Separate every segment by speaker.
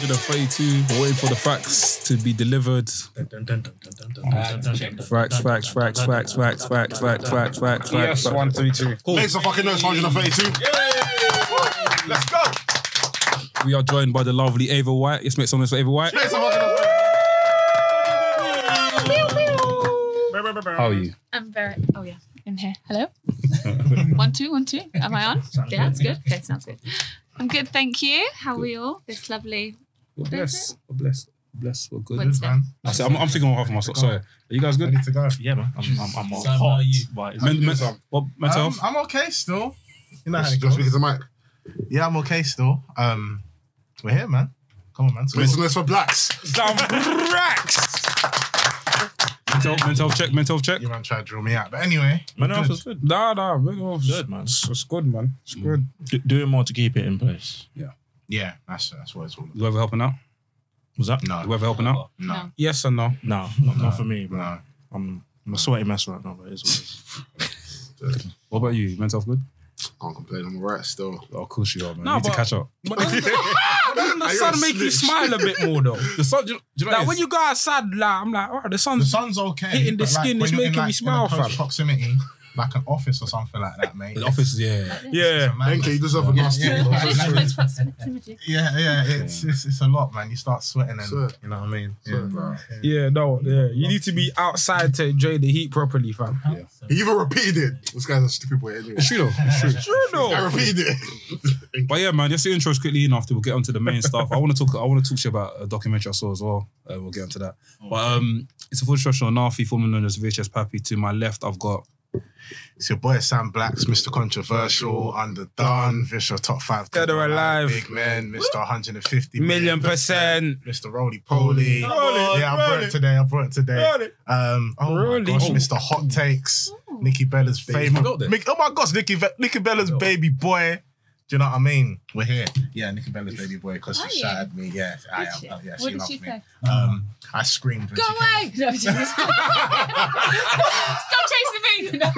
Speaker 1: two, waiting for the facts to be delivered. Facts, facts, facts, facts, facts, facts, facts, facts, facts, facts.
Speaker 2: Yes, one, three, two.
Speaker 1: Cool.
Speaker 3: Make some fucking noise, 132. Let's go.
Speaker 1: We are joined by the lovely Ava White. Let's make some noise for Ava White.
Speaker 3: Make some fucking noise.
Speaker 2: How are you?
Speaker 4: I'm very. Oh yeah, in here. Hello. one two one two. Am I on? yeah, that's good. Okay, sounds good. I'm good, thank you. How are you all? This lovely.
Speaker 1: We're blessed. We're blessed. We're blessed. We're good.
Speaker 4: Wednesday.
Speaker 5: man.
Speaker 1: I said, I'm, I'm thinking on half of myself. Sorry. Are you guys
Speaker 5: I
Speaker 1: good?
Speaker 5: need to go.
Speaker 2: Yeah, man. I'm, I'm, I'm
Speaker 6: Sam, how are
Speaker 2: hot.
Speaker 6: you?
Speaker 2: But it's-
Speaker 1: Men, men, what, mental
Speaker 5: Um,
Speaker 1: health?
Speaker 5: I'm okay still. You know how
Speaker 3: Just
Speaker 5: it
Speaker 3: just
Speaker 5: goes.
Speaker 3: speak to Mike.
Speaker 5: Yeah, I'm okay still. Um, we're here, man. Come on, man.
Speaker 3: Make some noise for blacks.
Speaker 1: Damn racks. Mental, mental health check, mental health check.
Speaker 5: You man try to drill me out, but anyway,
Speaker 2: Mental health is good.
Speaker 1: Nah, nah, mental health.
Speaker 2: Good, man.
Speaker 1: It's, it's good, man. It's good.
Speaker 2: Do- Doing more to keep it in place.
Speaker 5: yeah, that's that's what it's all.
Speaker 1: The weather helping out?
Speaker 2: Was that?
Speaker 1: The
Speaker 5: About.
Speaker 1: weather helping out?
Speaker 5: No, no,
Speaker 1: Yes and no?
Speaker 2: No, not, not for me, bro.
Speaker 5: no.
Speaker 2: I'm, I'm a sweaty mess right now, but it is what it is.
Speaker 1: What about you? Mental health good?
Speaker 3: Can't complain. I'm alright still.
Speaker 1: Oh, of course you are, man.
Speaker 2: Nah,
Speaker 1: you need to
Speaker 2: but-
Speaker 1: catch up.
Speaker 2: But
Speaker 3: doesn't the-
Speaker 1: doesn't
Speaker 3: the Are you sun a make you snitch? smile
Speaker 1: a bit more, though?
Speaker 2: the sun, do you, do you know
Speaker 1: Like
Speaker 2: what
Speaker 1: when
Speaker 2: it is?
Speaker 1: you go outside, like I'm like, oh, the
Speaker 5: The
Speaker 1: sun's.
Speaker 5: sun's okay.
Speaker 1: Hitting the
Speaker 5: but, like,
Speaker 1: skin
Speaker 5: when
Speaker 1: is
Speaker 5: you're in,
Speaker 1: making
Speaker 5: like,
Speaker 1: me smile,
Speaker 5: in a close
Speaker 1: fam.
Speaker 5: Proximity, like an office or something like that, mate.
Speaker 1: The office, yeah, yeah.
Speaker 5: Man,
Speaker 3: NK, you deserve a nasty.
Speaker 5: Yeah, yeah.
Speaker 4: Just
Speaker 5: Wednesday.
Speaker 4: close proximity.
Speaker 5: yeah, yeah, it's, it's it's a lot, man. You start sweating and
Speaker 3: Sweat.
Speaker 5: you know what I mean.
Speaker 3: Sweat,
Speaker 5: yeah.
Speaker 3: bro.
Speaker 5: Yeah.
Speaker 6: Yeah, no, yeah. You need to be outside to enjoy the heat properly, fam.
Speaker 3: He even repeated it. This guy's a stupid boy anyway.
Speaker 1: It's true though. It's true.
Speaker 6: True,
Speaker 3: I
Speaker 6: though.
Speaker 3: repeated it.
Speaker 1: But yeah, man, just the intros quickly enough. We'll get onto the main stuff. I want to talk. I want to talk to you about a documentary I saw as well. Uh, we'll get onto that.
Speaker 3: Oh,
Speaker 1: But um, it's a full introduction on Nafi, formerly known as VHS Pappy. To my left, I've got
Speaker 5: It's your boy Sam Blacks, Mr. Controversial, Underdone, Vicious Top 5.
Speaker 6: Dead or alive.
Speaker 5: Big Man, Mr. 150
Speaker 6: Million percent.
Speaker 5: Mr. Roly Poly.
Speaker 6: Roly,
Speaker 5: Yeah, I brought
Speaker 6: Roly.
Speaker 5: it today. I brought it today.
Speaker 6: Got it.
Speaker 5: Um, oh
Speaker 6: Roly.
Speaker 5: my gosh,
Speaker 6: Oh.
Speaker 5: Mr. Hot Takes,
Speaker 4: Oh.
Speaker 5: Nikki Bella's favorite.
Speaker 1: built it.
Speaker 5: Mick- oh my gosh, Nikki, Ve- Nikki Bella's baby boy. Do you know what I mean? We're here. Yeah, Nikki Bella's baby boy because
Speaker 4: Are
Speaker 5: she
Speaker 4: you?
Speaker 5: shot at me. Yeah, I am.
Speaker 4: she?
Speaker 5: Oh, yeah,
Speaker 4: What
Speaker 5: she
Speaker 4: did
Speaker 5: loved
Speaker 4: she
Speaker 5: me.
Speaker 4: say?
Speaker 5: Um, I screamed. when
Speaker 4: Go
Speaker 5: she came.
Speaker 4: away! No, Jesus. Stop chasing me. No,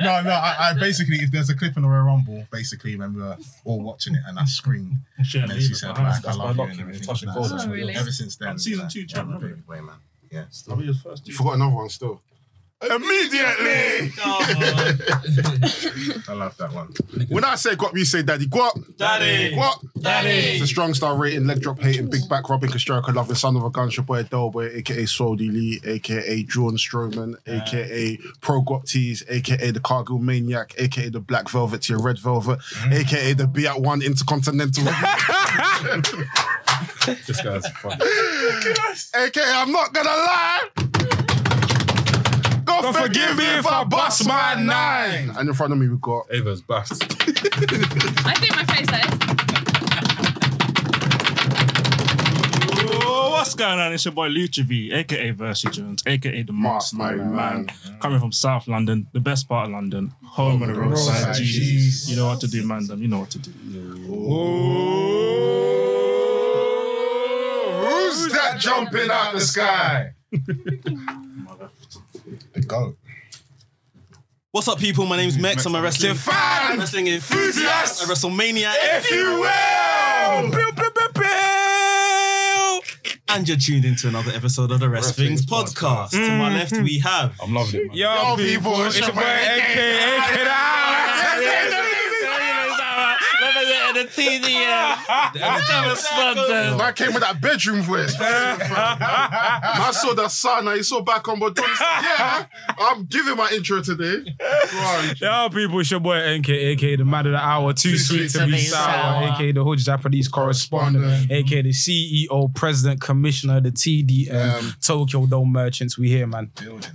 Speaker 5: no, no. I, I basically, if there's a clip in the Royal Rumble, basically when we were all watching it, and I screamed,
Speaker 2: Shit,
Speaker 5: and then she said, like, "I love you," and everything.
Speaker 2: Touch and
Speaker 5: like
Speaker 2: go.
Speaker 5: that.
Speaker 4: gold.
Speaker 5: So
Speaker 4: Oh, really?
Speaker 5: Ever since then,
Speaker 2: And season
Speaker 5: yeah,
Speaker 2: two,
Speaker 5: yeah,
Speaker 2: Jack
Speaker 5: I'm a
Speaker 2: Rabbit.
Speaker 5: big way, man. Yeah.
Speaker 2: I'll be the first
Speaker 3: You
Speaker 2: two.
Speaker 3: forgot another one still. Immediately.
Speaker 5: I love that one.
Speaker 3: When I say guap, you say daddy guap.
Speaker 2: Daddy.
Speaker 3: Guap. It's
Speaker 2: Daddy.
Speaker 3: a strong star rating, leg drop hating, big back rubbing, Kostraka loving, son of a gun, your boy Del Boy, aka Soldy Lee, aka Jordan Strowman, aka Pro Gopties, aka the Cargo Maniac, aka the Black Velvet to your Red Velvet, aka the B at One Intercontinental,
Speaker 1: this guy's fun.
Speaker 3: aka I'm not gonna lie. God, forgive me if I bust my nine. And in front of me, we got
Speaker 1: Ava's baffed.
Speaker 4: I think my face though.
Speaker 2: Oh, what's going on? It's your boy Lucha V, aka Versi Jones, aka the Mask
Speaker 3: My
Speaker 2: Man.
Speaker 3: man.
Speaker 2: Coming from South London, the best part of London, home of the roadside
Speaker 5: roadside
Speaker 2: Jesus. You know what to do, man. Them, you know what to do.
Speaker 3: who's that jumping out the sky?
Speaker 5: The goat.
Speaker 7: What's up, people? My name's Mex. I'm a wrestling fan, wrestling enthusiast, a WrestleMania, if you will. And you're tuned into another episode of the Rest Things podcast. To
Speaker 6: Mm-hmm.
Speaker 7: my left, we have.
Speaker 1: I'm loving it. Man.
Speaker 6: Yo, people,
Speaker 3: people,
Speaker 6: it's your boy AK.
Speaker 3: When I came with that bedroom voice. And I saw the sun. I saw back on but yeah, I'm giving my intro today. Go on.
Speaker 6: Yo, people, it's your boy NK, aka the man of the hour, too sweet to be sour, aka the hood Japanese correspondent, aka the
Speaker 7: E
Speaker 6: CEO, president, commissioner, the TDM,
Speaker 7: Um,
Speaker 6: Tokyo Dome merchants. We here, man.
Speaker 5: Building.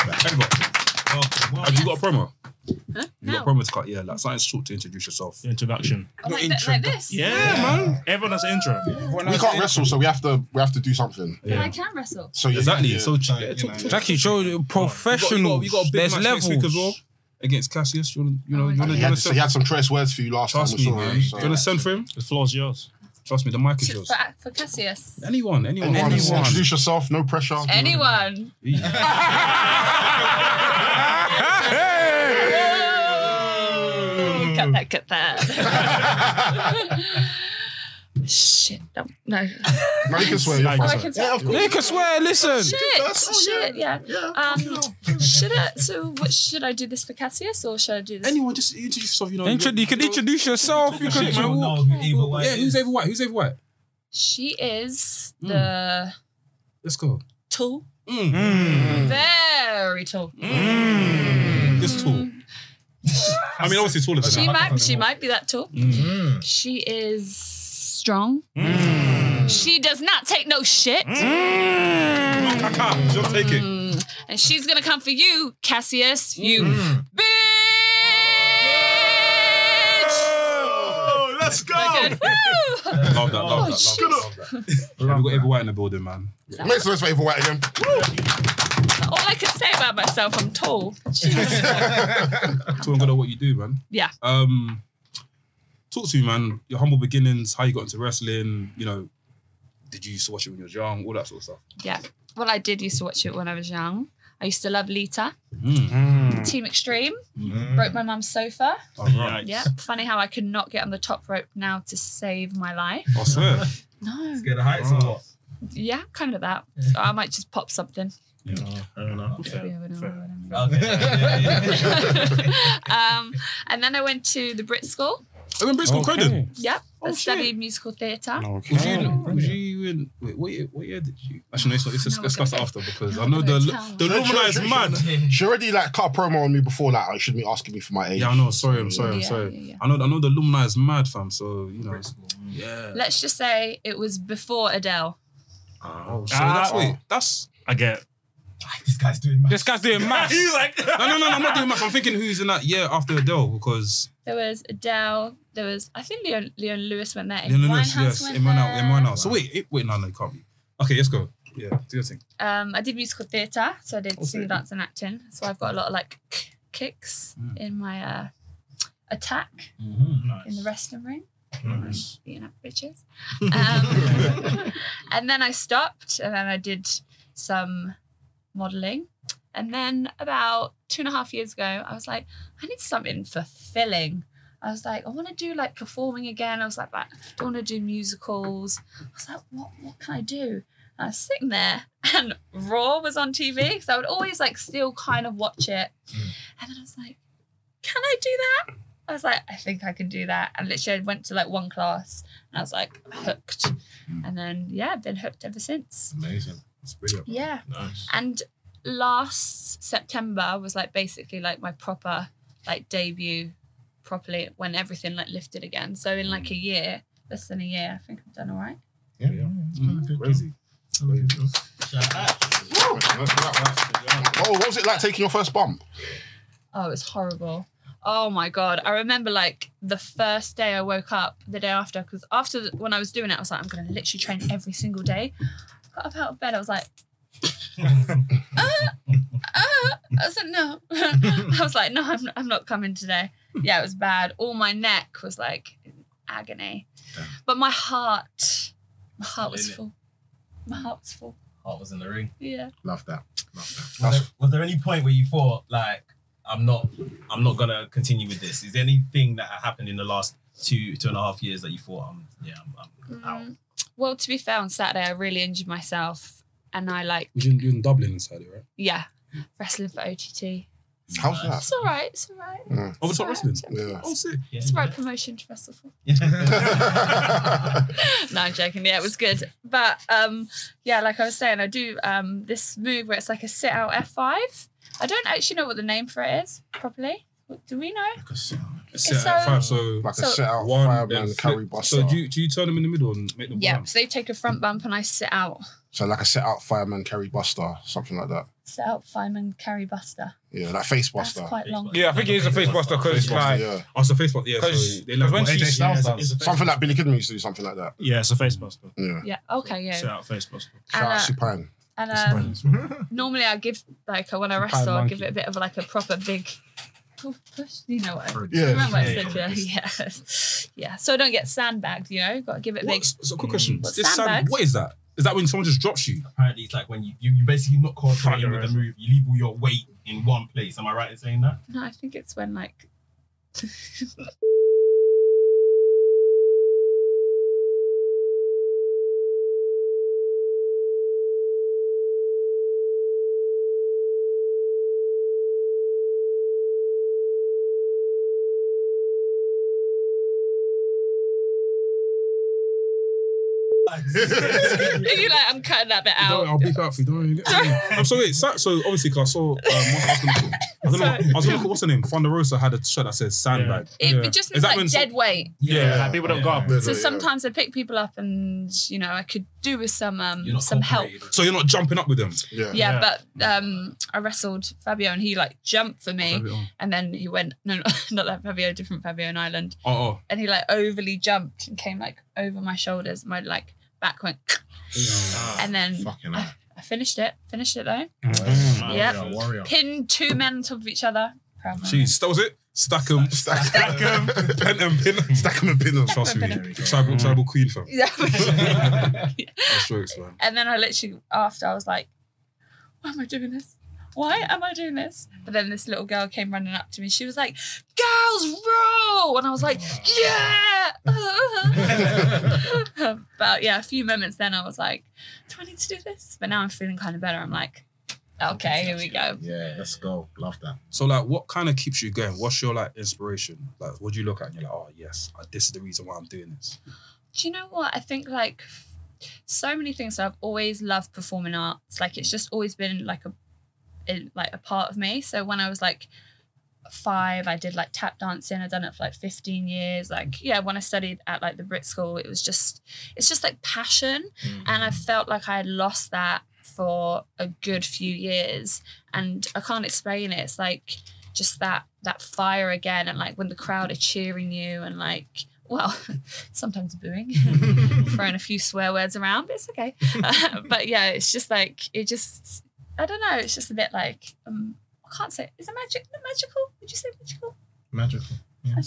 Speaker 1: Ava, have you got a promo? You got a
Speaker 4: No.
Speaker 1: promo to cut? Yeah, like something short to introduce yourself.
Speaker 2: Introduction.
Speaker 4: Oh, like, th- like this.
Speaker 2: Yeah, man. Everyone has an intro.
Speaker 3: We can't wrestle, so we have to we have to do something.
Speaker 4: But I can wrestle.
Speaker 3: So yeah,
Speaker 1: Exactly.
Speaker 3: yeah.
Speaker 1: So
Speaker 5: Like, you know,
Speaker 6: Jackie, show
Speaker 1: you
Speaker 6: professional.
Speaker 1: got, you got a big
Speaker 6: There's
Speaker 1: match
Speaker 6: levels.
Speaker 1: next week as well against Cassius. You wanna, you know, you wanna,
Speaker 3: he
Speaker 1: you wanna
Speaker 3: had, so he
Speaker 1: send,
Speaker 3: had some choice words for you last
Speaker 1: trust me,
Speaker 3: time.
Speaker 1: man.
Speaker 3: we
Speaker 1: You
Speaker 3: saw him,
Speaker 1: wanna send for him?
Speaker 2: The floor's yours.
Speaker 1: Trust me, the mic is
Speaker 4: To-
Speaker 1: yours.
Speaker 4: For, for Cassius.
Speaker 1: Anyone, anyone,
Speaker 3: Anyone,
Speaker 1: anyone.
Speaker 3: Introduce yourself. No pressure.
Speaker 4: Anyone. Cut that, cut that. Shit. No. no.
Speaker 3: No, you can swear. You're
Speaker 4: Oh, I
Speaker 3: fine.
Speaker 4: can swear.
Speaker 6: They can swear, listen.
Speaker 4: Shit. Shit. Yeah. Um, should I? So, what, should I do this for Cassius or should I do this?
Speaker 1: Anyone, just introduce yourself. You know,
Speaker 6: Intro- you can introduce yourself. You
Speaker 1: Shit,
Speaker 6: can.
Speaker 1: man.
Speaker 8: know who either way
Speaker 1: Yeah, who's
Speaker 8: is.
Speaker 1: Ava White? Who's Ava White?
Speaker 4: She is the
Speaker 1: Let's go.
Speaker 4: tall,
Speaker 1: Mm.
Speaker 4: very tall. Mm.
Speaker 1: This tall. I mean, obviously taller than
Speaker 4: She
Speaker 1: that. Mm-hmm.
Speaker 4: might. She might be that tall. She is strong.
Speaker 1: Mm.
Speaker 4: She does not take no shit.
Speaker 1: Kaka, she'll take it.
Speaker 4: And she's gonna come for you, Cassius. You bitch.
Speaker 3: Oh, let's go.
Speaker 4: Good. Woo!
Speaker 1: Love that, love that, love that, love that. Yeah, we got Ava White in the building, man.
Speaker 3: Make some noise for Ava White again.
Speaker 4: All I can say about myself, I'm tall. Jesus.
Speaker 1: Talking good at what you do, man.
Speaker 4: Yeah.
Speaker 1: Um, talk to me, man. Your humble beginnings, how you got into wrestling. You know, did you used to watch it when you were young? All that sort of stuff.
Speaker 4: Yeah. Well, I did used to watch it when I was young. I used to love Lita, Team Extreme. Broke my mum's sofa.
Speaker 1: All right.
Speaker 4: Yeah. Funny how I could not get on the top rope now to save my life.
Speaker 1: I swear.
Speaker 4: No.
Speaker 8: Scared of heights or what?
Speaker 4: Yeah, kind of that. So I might just pop something. Yeah, we know what I mean.
Speaker 8: Okay. yeah, yeah, yeah.
Speaker 4: um, and then I went to the Brit School.
Speaker 1: I mean, Briscoe
Speaker 6: Okay.
Speaker 1: Creden.
Speaker 4: Yep. I
Speaker 1: shit.
Speaker 4: studied musical theatre.
Speaker 1: Was you, was you in, wait, what, year, what year did you? Actually, no, it's not, let's
Speaker 4: No, Oh. we're
Speaker 1: discuss that
Speaker 4: gonna-
Speaker 1: after because
Speaker 4: no,
Speaker 1: I know
Speaker 4: we're
Speaker 1: the
Speaker 4: gonna tell
Speaker 1: the
Speaker 4: them.
Speaker 1: Lumina is
Speaker 3: Sure, sure,
Speaker 1: mad.
Speaker 3: She already like cut a promo on me before that. Like, shouldn't be asking me for my age.
Speaker 1: Yeah, I know. Sorry, I'm sorry, I'm
Speaker 4: Yeah,
Speaker 1: sorry.
Speaker 4: yeah, yeah.
Speaker 1: I know, I know the Lumina is mad, fam. So you know, yeah.
Speaker 4: Let's just say it was before Adele.
Speaker 1: Oh, so that's
Speaker 2: Ah.
Speaker 1: wait, that's
Speaker 2: I get.
Speaker 8: This guy's doing math.
Speaker 6: This guy's doing math.
Speaker 2: You like?
Speaker 1: no, no, no, no. I'm not doing much. I'm thinking who's in that year after Adele because
Speaker 4: There was Adele. There was, I think Leon, Leon Lewis went there.
Speaker 1: Leon
Speaker 4: Amy
Speaker 1: Lewis,
Speaker 4: Winehouse
Speaker 1: yes,
Speaker 4: went
Speaker 1: in one out,
Speaker 4: there.
Speaker 1: in one out. So wait, it, wait, no, no, it can't be. Okay, let's go. Yeah, do your thing.
Speaker 4: Um, I did musical theatre, so I did
Speaker 1: Oh,
Speaker 4: sing, dance, and acting. So I've got a lot of like k- kicks
Speaker 1: Mm.
Speaker 4: in my uh, attack in the wrestling ring. Being up bitches. Um, and then I stopped, and then I did some modelling. And then about two and a half years ago, I was like, I need something fulfilling. I was like, I want to do like performing again. I was like, but I don't want to do musicals. I was like, what, what can I do? I was sitting there and Raw was on TV because I would always like still kind of watch it. And then I was like, can I do that? I was like, I think I can do that. And literally I went to like one class and I was like hooked. And then yeah, I've been hooked ever since.
Speaker 5: Amazing.
Speaker 1: It's brilliant.
Speaker 4: Yeah.
Speaker 5: Nice.
Speaker 4: And last September was like basically like my proper like debut properly when everything like lifted again. So in like a year, less than a year, I think I've done all right.
Speaker 5: Yeah.
Speaker 1: Crazy.
Speaker 8: Shout out.
Speaker 3: Oh, what was it like taking your first bump?
Speaker 4: Oh, it was horrible. Oh my god! I remember like the first day I woke up, the day after, because after the, when I was doing it, I was like, I'm gonna literally train every single day. Got up out of bed, I was like, uh, uh. I was like, no. I was like, no, I'm, I'm not coming today. Yeah, it was bad. All my neck was like in agony, but my heart, my heart was
Speaker 8: In it.
Speaker 4: full. My heart was full.
Speaker 8: Heart was in the ring.
Speaker 4: Yeah.
Speaker 5: Love that.
Speaker 8: Was there, was there any point where you thought like I'm not I'm not gonna continue with this? Is there anything that happened in the last two two and a half years that you thought um yeah I'm, I'm out?
Speaker 4: Mm. Well, to be fair, on Saturday I really injured myself, and I like.
Speaker 1: Was you in, you in Dublin inside it, right?
Speaker 4: yeah, wrestling for OTT.
Speaker 3: How's that?
Speaker 4: It's all right. It's all right.
Speaker 1: Over top Oh, wrestling.
Speaker 3: Yeah.
Speaker 1: Oh, sick.
Speaker 8: Yeah.
Speaker 4: It's the right promotion to wrestle for.
Speaker 3: yeah,
Speaker 4: No, I'm joking. Yeah, it was good. But um, yeah, like I was saying, I do um this move where it's like a sit out F5. I don't actually know what the name for it is properly. What, do we know?
Speaker 1: It's set
Speaker 4: So-
Speaker 1: at five, so
Speaker 3: Like a
Speaker 4: So-
Speaker 3: set out
Speaker 1: one
Speaker 3: fireman
Speaker 1: then
Speaker 3: carry
Speaker 1: flip.
Speaker 3: buster.
Speaker 1: So do you, do you turn them in the middle and make them
Speaker 4: Yeah,
Speaker 1: run?
Speaker 4: so they take a front bump and I sit out.
Speaker 3: so like a set out fireman carry buster, something like that.
Speaker 4: Sit out Feynman carry buster.
Speaker 3: Yeah, like face
Speaker 4: That's
Speaker 3: buster.
Speaker 4: quite long.
Speaker 6: Yeah, I think it is a face buster because
Speaker 3: Face buster,
Speaker 6: like
Speaker 3: yeah.
Speaker 1: Oh, so Facebook, yeah. So
Speaker 6: because
Speaker 1: they like
Speaker 6: when
Speaker 1: what,
Speaker 6: she
Speaker 1: AJ
Speaker 6: yeah,
Speaker 1: Styles
Speaker 6: it's-
Speaker 1: does?
Speaker 6: it's a face-
Speaker 3: Something like Billy Kidman used to do something like that.
Speaker 2: Yeah, it's a face buster.
Speaker 3: Yeah.
Speaker 4: Yeah,
Speaker 6: Oh,
Speaker 4: okay, yeah.
Speaker 2: Set out face buster.
Speaker 3: Shout out
Speaker 4: And, uh,
Speaker 3: Supine.
Speaker 4: and um, normally I give like when I wrestle, I give it a bit of like a proper big oh, push. You know what? I-
Speaker 3: Yeah.
Speaker 4: Remember I said, yeah, yeah. yeah. So I don't get sandbagged, you know? Got to give it a big.
Speaker 1: What, so, quick question.
Speaker 4: What,
Speaker 1: This sand,
Speaker 4: sandbags?
Speaker 1: what is that? Is that when someone just drops you?
Speaker 8: Apparently, it's like when you you, you basically not coordinating with the move. You leave all your weight in one place. Am I right in saying that?
Speaker 4: No, I think it's when like. you like, I'm cutting that bit
Speaker 1: Don't worry,
Speaker 4: out.
Speaker 1: I'll beep out for you. Don't worry. I'm so wait. So, so obviously, cause I saw. Um, what I was gonna call. I was gonna, I was gonna call. What's her name? Fonderosa had a shirt that says sandbag.
Speaker 4: It,
Speaker 6: Yeah.
Speaker 4: it just
Speaker 1: Is
Speaker 4: means
Speaker 1: that
Speaker 4: like
Speaker 1: when-
Speaker 4: dead weight.
Speaker 1: Yeah.
Speaker 2: like, people don't go up.
Speaker 4: So sometimes I pick people up, and you know, I could do with some um
Speaker 8: You're not
Speaker 4: some help.
Speaker 8: cooperating.
Speaker 1: So you're not jumping up with them.
Speaker 3: Yeah.
Speaker 4: Yeah,
Speaker 2: Yeah.
Speaker 4: but um, I wrestled Fabio, and he like jumped for me,
Speaker 1: Oh,
Speaker 4: and then he went no, no not that Fabio, different Fabio in Ireland,
Speaker 1: oh.
Speaker 4: and he like overly jumped and came like over my shoulders. My like back went, and then
Speaker 5: Fucking
Speaker 4: I, I finished it. Finished it though.
Speaker 2: Oh,
Speaker 4: Yep.
Speaker 5: hell. Warrior.
Speaker 4: Pinned two men on top of each other. Proud moment.
Speaker 1: Jeez, that was it. Stack them,
Speaker 3: Stack,
Speaker 2: Stack 'em.
Speaker 1: pen them, pin them.
Speaker 3: stack 'em and pin 'em.
Speaker 1: Trust me,
Speaker 4: There we go.
Speaker 1: tribal, tribal queen fam.
Speaker 4: Yeah.
Speaker 1: That's jokes, man.
Speaker 4: And then I literally, after, I was like, why am I doing this? Why am I doing this? But then this little girl came running up to me. She was like, girls roll. And I was like, yeah. but yeah, a few moments then I was like, do I need to do this? But now I'm feeling kind of better. I'm like, okay, here we go.
Speaker 5: Yeah, let's go. Love that.
Speaker 1: So, like, what kind of keeps you going? What's your like inspiration? Like, what do you look at and you're like, oh yes, uh, this is the reason why I'm doing this.
Speaker 4: Do you know what? I think like so many things. So I've always loved performing arts. Like it's just always been like a in, like a part of me. So when I was like five, I did like tap dancing. I've done it for like 15 years. Like, yeah, when I studied at like the Brit School, it was just it's just like passion. And I felt like I had lost that for a good few years. And I can't explain it. It's like just that that fire again and like when the crowd are cheering you and like well, sometimes booing,
Speaker 6: Mm-hmm.
Speaker 4: throwing a few swear words around, but it's okay. Uh, but yeah, it's just like it just I don't know. It's just a bit like um, I can't say. Is it magic? Magical? Would you say magical?
Speaker 5: Magical.
Speaker 1: I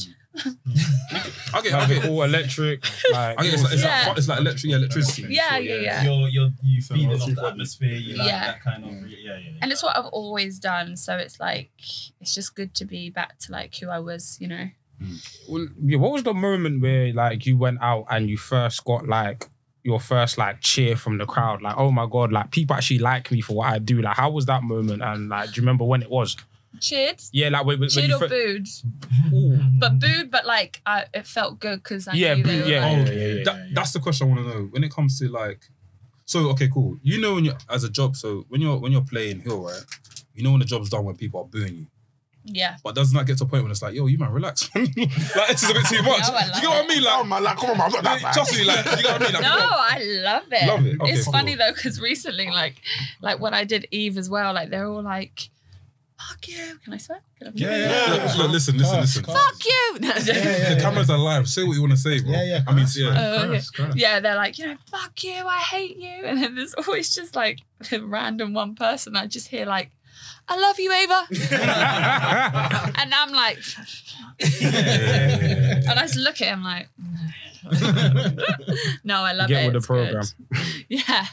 Speaker 1: get, I
Speaker 6: Have
Speaker 1: get,
Speaker 6: it all electric. Like,
Speaker 1: I get. It's like, it's,
Speaker 4: Yeah.
Speaker 1: like, it's like electric, yeah, electricity.
Speaker 4: Yeah, yeah, yeah.
Speaker 8: You're, you're, you feeding off
Speaker 5: Phenology
Speaker 8: the atmosphere. You like
Speaker 4: Yeah.
Speaker 8: that kind of. Yeah, yeah. yeah.
Speaker 4: And it's what I've always done. So it's like it's just good to be back to like who I was. You know.
Speaker 6: Well, yeah, what was the moment where like you went out and you first got like your first like cheer from the crowd? Like, oh my god, like people actually like me for what I do. Like, how was that moment? And like, do you remember when it was?
Speaker 4: Cheered.
Speaker 6: Yeah, like when, when
Speaker 4: Cheered
Speaker 6: you
Speaker 4: or
Speaker 6: fir-
Speaker 4: booed,
Speaker 6: Ooh.
Speaker 4: but booed, but like I, it felt good because I
Speaker 6: Yeah,
Speaker 4: knew
Speaker 6: boo-
Speaker 4: they were
Speaker 6: yeah.
Speaker 4: like,
Speaker 1: Oh,
Speaker 5: yeah, yeah,
Speaker 1: that,
Speaker 5: yeah.
Speaker 1: that's the question I want to know. When it comes to like, so okay, cool. You know, when you're as a job, so when you're when you're playing hill, right? You know when the job's done when people are booing you,
Speaker 4: yeah,
Speaker 1: but doesn't that get to a point when it's like, yo, you man, relax, like this is a bit too much.
Speaker 4: No, I
Speaker 1: you know what I mean?
Speaker 3: Oh
Speaker 1: Like,
Speaker 3: man, like, come on, man, I'm not that bad.
Speaker 1: trust me, like, you know what I mean? Like,
Speaker 4: No,
Speaker 1: people are-
Speaker 4: I love it.
Speaker 1: Love it. Okay,
Speaker 4: it's
Speaker 1: cool.
Speaker 4: funny though because recently, like, like when I did Eve as well, like they're all like, "Fuck you!" Can I swear? Can I
Speaker 5: Yeah,
Speaker 1: Look, look, listen, listen, listen.
Speaker 4: Fuck you! No,
Speaker 5: Yeah, yeah,
Speaker 1: the
Speaker 5: yeah.
Speaker 1: cameras are live. Say what you want to say, bro.
Speaker 5: Yeah, yeah.
Speaker 1: I mean,
Speaker 5: Christ,
Speaker 1: yeah.
Speaker 5: man,
Speaker 4: Oh, okay.
Speaker 5: Christ, Christ.
Speaker 4: yeah, they're like, you know, fuck you, I hate you. And then there's always just like a random one person I just hear like, I love you, Ava. and I'm like, and I just look at him like, no, I love
Speaker 6: Get
Speaker 4: it.
Speaker 6: with the
Speaker 4: it's
Speaker 6: program.
Speaker 4: good. Yeah,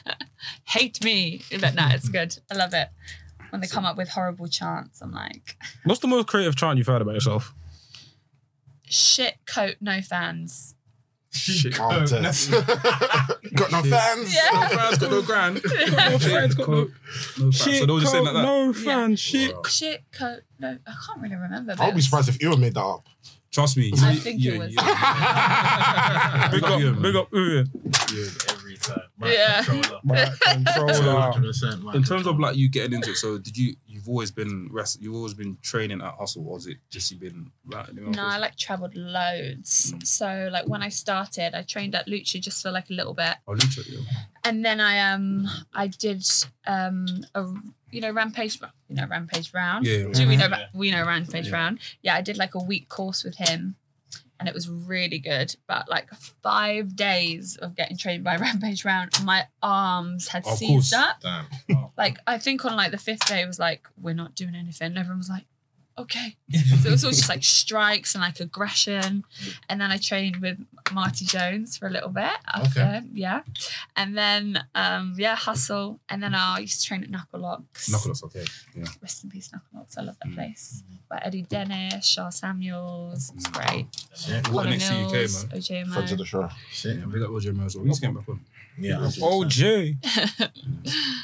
Speaker 4: hate me, but no, it's good. I love it. When they come up with horrible chants, I'm like,
Speaker 6: What's the most creative chant you've heard about yourself?
Speaker 4: shit coat, no fans.
Speaker 3: Oh, I'm dead. Got no fans.
Speaker 4: Yeah.
Speaker 1: Fans got no grand. Fans got no- no fans. So they were just saying like that.
Speaker 6: no
Speaker 4: fan,
Speaker 6: shit.
Speaker 4: Shit coat, no. I can't really remember.
Speaker 3: I would be
Speaker 4: but-
Speaker 3: surprised if you made that up.
Speaker 1: Trust me.
Speaker 4: I think it was.
Speaker 6: Big
Speaker 1: Fuck you,
Speaker 6: up,
Speaker 1: man.
Speaker 6: big up, Uwe.
Speaker 8: Every time.
Speaker 4: Yeah.
Speaker 8: Controller.
Speaker 6: Controller.
Speaker 5: 100%, man.
Speaker 1: In terms of like you getting into it, so did you? You've always been rest. You've always been training at hustle, or is it just you've been? Like, anyone
Speaker 4: No, I
Speaker 1: else?
Speaker 4: like traveled loads. So like when I started, I trained at Lucha just for like a little bit,
Speaker 1: Oh, Lucha, yeah.
Speaker 4: and then I um I did um a you know rampage you know rampage round.
Speaker 1: Yeah, yeah.
Speaker 4: Do we know
Speaker 8: Yeah.
Speaker 4: we know rampage
Speaker 1: Yeah.
Speaker 4: round? Yeah, I did like a week course with him. And it was really good, but like five days of getting trained by Rampage Round, my arms had
Speaker 1: Of
Speaker 4: seized
Speaker 1: course.
Speaker 4: up
Speaker 5: Damn.
Speaker 4: like I think on like the fifth day it was like we're not doing anything. And everyone was like, okay. So it was all just like strikes and like aggression. And then I trained with Marty Jones for a little bit. After, Yeah. And then um yeah, hustle. And then I used to train at Knuckle Locks.
Speaker 1: Knuckles, okay.
Speaker 4: Rest in peace, Knuckle Locks. I love that
Speaker 1: Mm.
Speaker 4: place. But Eddie Dennis, Shaw Samuels, it's great.
Speaker 1: Mm. What
Speaker 4: Connor
Speaker 1: next to UK,
Speaker 4: Mills,
Speaker 1: man?
Speaker 4: OJ
Speaker 3: Friends of
Speaker 4: Mo.
Speaker 3: the show.
Speaker 5: Shit.
Speaker 1: Yeah, big up Roger Mills. He's getting back on.
Speaker 5: Yeah.
Speaker 6: Oh, OJ.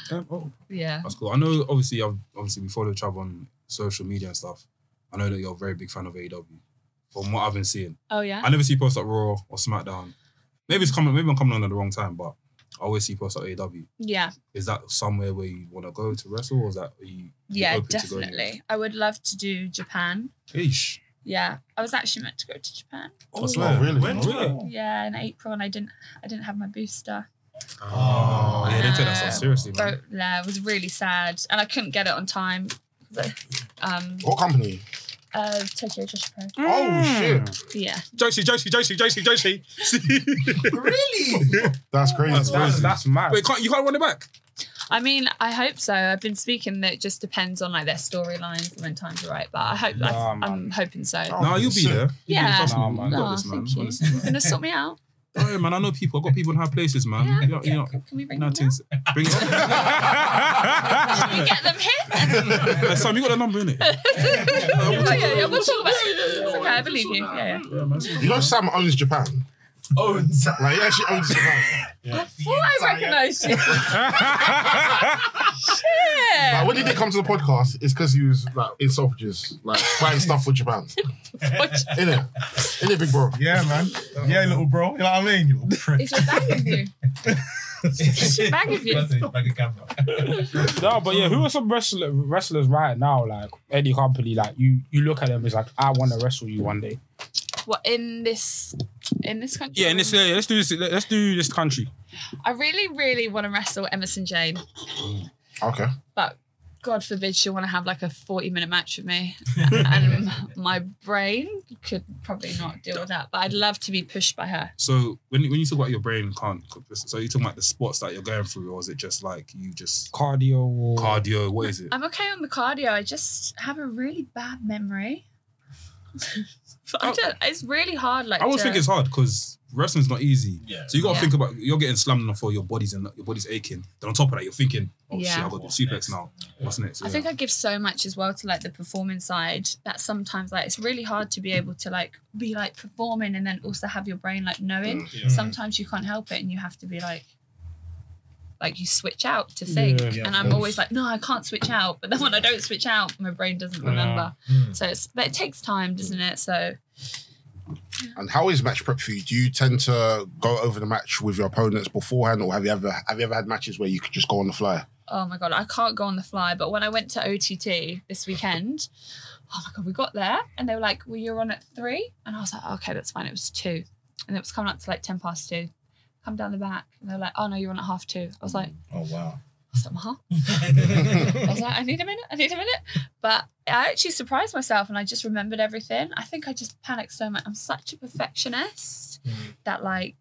Speaker 6: Damn, oh.
Speaker 4: yeah.
Speaker 1: That's cool. I know. Obviously, I've, obviously we follow each other on social media and stuff. I know that you're a very big fan of AEW. From what I've been seeing,
Speaker 4: Oh yeah.
Speaker 1: I never see posts like Raw or SmackDown. Maybe it's coming. Maybe I'm coming on at the wrong time, but I always see posts at AEW.
Speaker 4: Yeah,
Speaker 1: Is that somewhere where you want to go to wrestle, or is that are you? you
Speaker 4: yeah,
Speaker 1: open to going-
Speaker 4: definitely. I would love to do Japan.
Speaker 1: Eesh.
Speaker 4: Yeah, I was actually meant to go to Japan.
Speaker 1: Oh,
Speaker 3: really?
Speaker 4: Yeah, in April, and I didn't. I didn't have my booster.
Speaker 1: Oh, yeah, they take that
Speaker 4: Uh,
Speaker 1: stuff seriously, man.
Speaker 4: But yeah, it was really sad, and I couldn't get it on time. Um,
Speaker 3: What company?
Speaker 4: uh, Tokyo Joshi Pro.
Speaker 3: Oh shit,
Speaker 4: Yeah,
Speaker 1: Josie, Josie, Josie, Josie, Josie.
Speaker 3: that's crazy.
Speaker 6: That's, that's mad.
Speaker 1: Wait, can't, you can't run it back.
Speaker 4: I mean, I hope so. I've been speaking that it just depends on like their storylines and when times are right. But I hope
Speaker 6: Nah,
Speaker 4: I, I'm
Speaker 6: man.
Speaker 4: hoping so.
Speaker 3: Oh,
Speaker 1: No, you'll be
Speaker 3: sick.
Speaker 1: there. You'll be there.
Speaker 4: Yeah.
Speaker 1: Trust me,
Speaker 6: Nah,
Speaker 1: you
Speaker 6: man.
Speaker 1: got
Speaker 4: Aw,
Speaker 1: this, man.
Speaker 4: thank you.
Speaker 1: Honestly, man.
Speaker 4: You're gonna sort me out.
Speaker 1: Don't worry, man. I know people. I've got people in high places, man.
Speaker 4: Yeah,
Speaker 1: You know, you
Speaker 4: yeah,
Speaker 1: know,
Speaker 4: can, can we bring
Speaker 1: no
Speaker 4: them down?
Speaker 1: things. Bring it.
Speaker 4: Can we get them here?
Speaker 1: Hey, Sam, you got a number in it.
Speaker 4: yeah, yeah, yeah, we'll talk about it. It's okay, I believe you. Yeah, yeah.
Speaker 3: You know Sam owns Japan.
Speaker 8: Owns.
Speaker 3: Like he actually owns Japan.
Speaker 4: I thought I recognised you.
Speaker 3: Like
Speaker 4: Shit.
Speaker 3: when he did come to the podcast, it's because he was like in Selfridges, like buying stuff for Japan. In it, in it, big bro.
Speaker 5: Yeah, man. Yeah, little bro. You know what I mean? You little prick.
Speaker 4: Is your bag with you? Is your bag with you?
Speaker 8: Like a camera.
Speaker 6: No, but yeah, who are some wrestler, wrestlers right now? Like any company, like you, you look at them. It's like I want to wrestle you one day.
Speaker 4: What in this in this country?
Speaker 6: Yeah, and this, uh, yeah, let's do this. Let's do this country.
Speaker 4: I really, really want to wrestle Emerson Jane.
Speaker 3: Okay.
Speaker 4: but God forbid she'll want to have like a 40 minute match with me. and my brain could probably not deal with that, but I'd love to be pushed by her.
Speaker 1: So when when you talk about your brain can't, so you talking about the spots that you're going through, or is it just like you just
Speaker 6: Cardio. Or...
Speaker 1: cardio? What is it?
Speaker 4: I'm okay on the cardio. I just have a really bad memory. But I don't, it's really hard. Like
Speaker 1: Oh. I always
Speaker 4: to-
Speaker 1: think it's hard because wrestling's not easy.
Speaker 8: Yeah.
Speaker 1: So you got to
Speaker 4: Yeah.
Speaker 1: think about you're getting slammed on the floor, your body's and your body's aching. Then on top of that, you're thinking, oh shit,
Speaker 4: Yeah.
Speaker 1: I got the suplex now. What's next?
Speaker 4: I think I give so much as well to like the performing side that sometimes like it's really hard to be able to like be like performing and then also have your brain like knowing.
Speaker 1: Mm,
Speaker 6: Mm.
Speaker 8: Yeah.
Speaker 4: Sometimes you can't help it and you have to be like like you switch out to think.
Speaker 6: Yeah,
Speaker 4: and I'm always like, no, I can't switch out. But then when I don't switch out, my brain doesn't remember.
Speaker 6: Mm.
Speaker 4: So it's but it takes time, doesn't it? So
Speaker 3: And how is match prep for you? Do you tend to go over the match with your opponents beforehand, or have you ever have you ever had matches where you could just go on the fly?
Speaker 4: oh my god, I can't go on the fly. But when I went to OTT this weekend, oh my god, we got there and they were like, "Well, you're on at three? and I was like, "Okay, that's fine." It was two, and it was coming up to like ten past two. Come down the back, and they were like, "Oh no, you're on at half two. I was like,
Speaker 5: Oh wow.
Speaker 4: I was like, huh? I was like, I need a minute, I need a minute. But I actually surprised myself and I just remembered everything. I think I just panicked so much. I'm such a perfectionist
Speaker 6: Mm.
Speaker 4: that like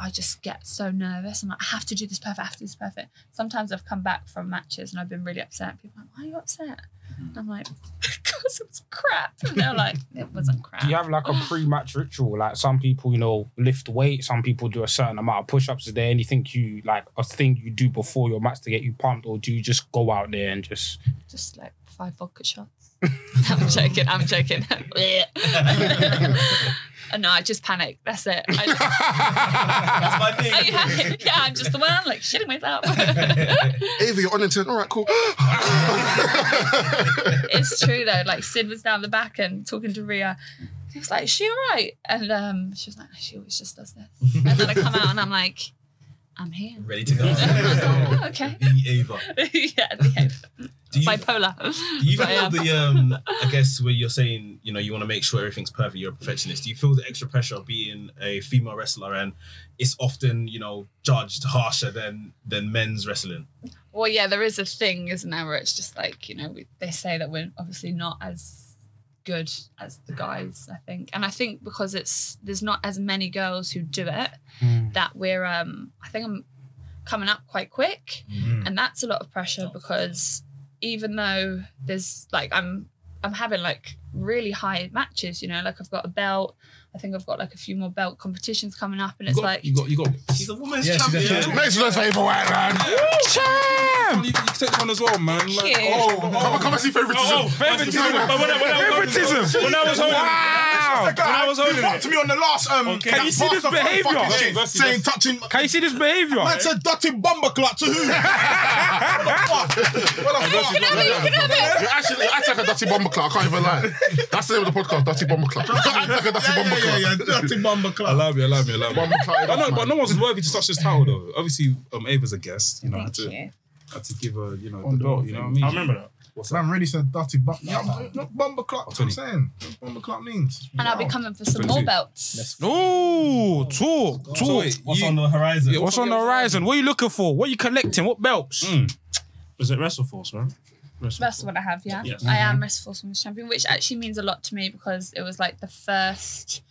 Speaker 4: I just get so nervous. I'm like, I have to do this perfect, I have to do this perfect. Sometimes I've come back from matches and I've been really upset. People are like, why are you upset? And I'm like, because it was crap. And they're like, it wasn't crap.
Speaker 6: Do you have like a pre-match ritual? Like some people, you know, lift weight. Some people do a certain amount of push-ups. Is there anything you like a thing you do before your match to get you pumped, or do you just go out there and just?
Speaker 4: just like five vodka shots. I'm joking. I'm joking. Uh, no, I just panic. That's it. I,
Speaker 8: That's my thing.
Speaker 4: Are Oh, you happy? Yeah, I'm just the one like shitting myself.
Speaker 3: Ava, you're on the turn. All right, cool.
Speaker 4: it's true though. Like Sid was down the back and talking to Ria. He was like, "Is she all right?" And um, she was like, "No, "She always just does this." And then I come out and I'm like, "I'm here."
Speaker 8: Ready to
Speaker 4: I was like,
Speaker 8: go.
Speaker 4: "Oh, okay.
Speaker 8: The Ava.
Speaker 4: yeah, yeah,
Speaker 8: Do you,
Speaker 4: bipolar.
Speaker 8: do you
Speaker 4: But,
Speaker 8: feel
Speaker 4: yeah.
Speaker 8: the um? I guess where you're saying you know you want to make sure everything's perfect. You're a perfectionist. Do you feel the extra pressure of being a female wrestler and it's often you know judged harsher than than men's wrestling?
Speaker 4: Well, yeah, there is a thing, isn't there, where it's just like, you know, we, they say that we're obviously not as good as the guys, I think. And I think because it's there's not as many girls who do it that we're um I think I'm coming up quite quick.
Speaker 1: Mm-hmm.
Speaker 4: And that's a lot of pressure because even though there's like I'm I'm having like really high matches, you know, like I've got a belt. I think I've got like a few more belt competitions coming up and
Speaker 1: you
Speaker 4: it's
Speaker 1: got,
Speaker 4: like
Speaker 1: you got you got.
Speaker 8: She's a woman's
Speaker 5: Yeah, she's a-
Speaker 8: champion.
Speaker 3: Make some noise for Ava White, man.
Speaker 1: You, you can take this one as well, man. Like,
Speaker 4: Thank you.
Speaker 1: oh,
Speaker 3: Come on, come and see favoritism.
Speaker 2: But when I, when I,
Speaker 6: Favoritism.
Speaker 2: when I was holding
Speaker 5: Wow.
Speaker 2: when I was holding
Speaker 5: you
Speaker 2: it.
Speaker 5: popped me on the last um.
Speaker 2: Okay.
Speaker 5: that
Speaker 2: Can you
Speaker 6: see this
Speaker 5: bastard fucking
Speaker 6: behaviour?
Speaker 5: shit,
Speaker 1: Versus-
Speaker 5: Saying touching.
Speaker 6: Can you see this behavior?
Speaker 5: Man said dirty bomber clock to who?
Speaker 3: You're actually you act like a dirty bomber club. I can't even lie. That's the name of the podcast, Dirty Bomber Club. You act like a dirty
Speaker 5: Yeah,
Speaker 3: bomber
Speaker 5: yeah, yeah,
Speaker 3: club.
Speaker 5: yeah. Dirty Bumba Club.
Speaker 1: Allow me, allow me, allow me.
Speaker 3: Bomber club.
Speaker 1: I know, but no one's worthy to touch this towel though. Obviously, um, Ava's a guest. You know, I had
Speaker 4: Thank
Speaker 1: to,
Speaker 4: you.
Speaker 1: had to give her, you know,
Speaker 5: On
Speaker 1: the
Speaker 5: the
Speaker 1: belt. You know what I mean?
Speaker 2: I remember that.
Speaker 1: What's that?
Speaker 5: Man really said dirty bomb. Yeah,
Speaker 1: man.
Speaker 5: not bomber clock. That's what I'm saying. Bomber clock means.
Speaker 4: And I'll be coming for some more belts.
Speaker 6: Ooh, talk, talk.
Speaker 1: So wait,
Speaker 7: What's
Speaker 1: you-
Speaker 7: on the horizon?
Speaker 1: Yeah,
Speaker 6: What's on the horizon? What are you looking for? What are you collecting? What belts?
Speaker 2: Is it WrestleForce, right? WrestleForce.
Speaker 4: That's the one I have, yeah.
Speaker 2: Yes.
Speaker 4: I am WrestleForce Women's Champion, which actually means a lot to me because it was like the first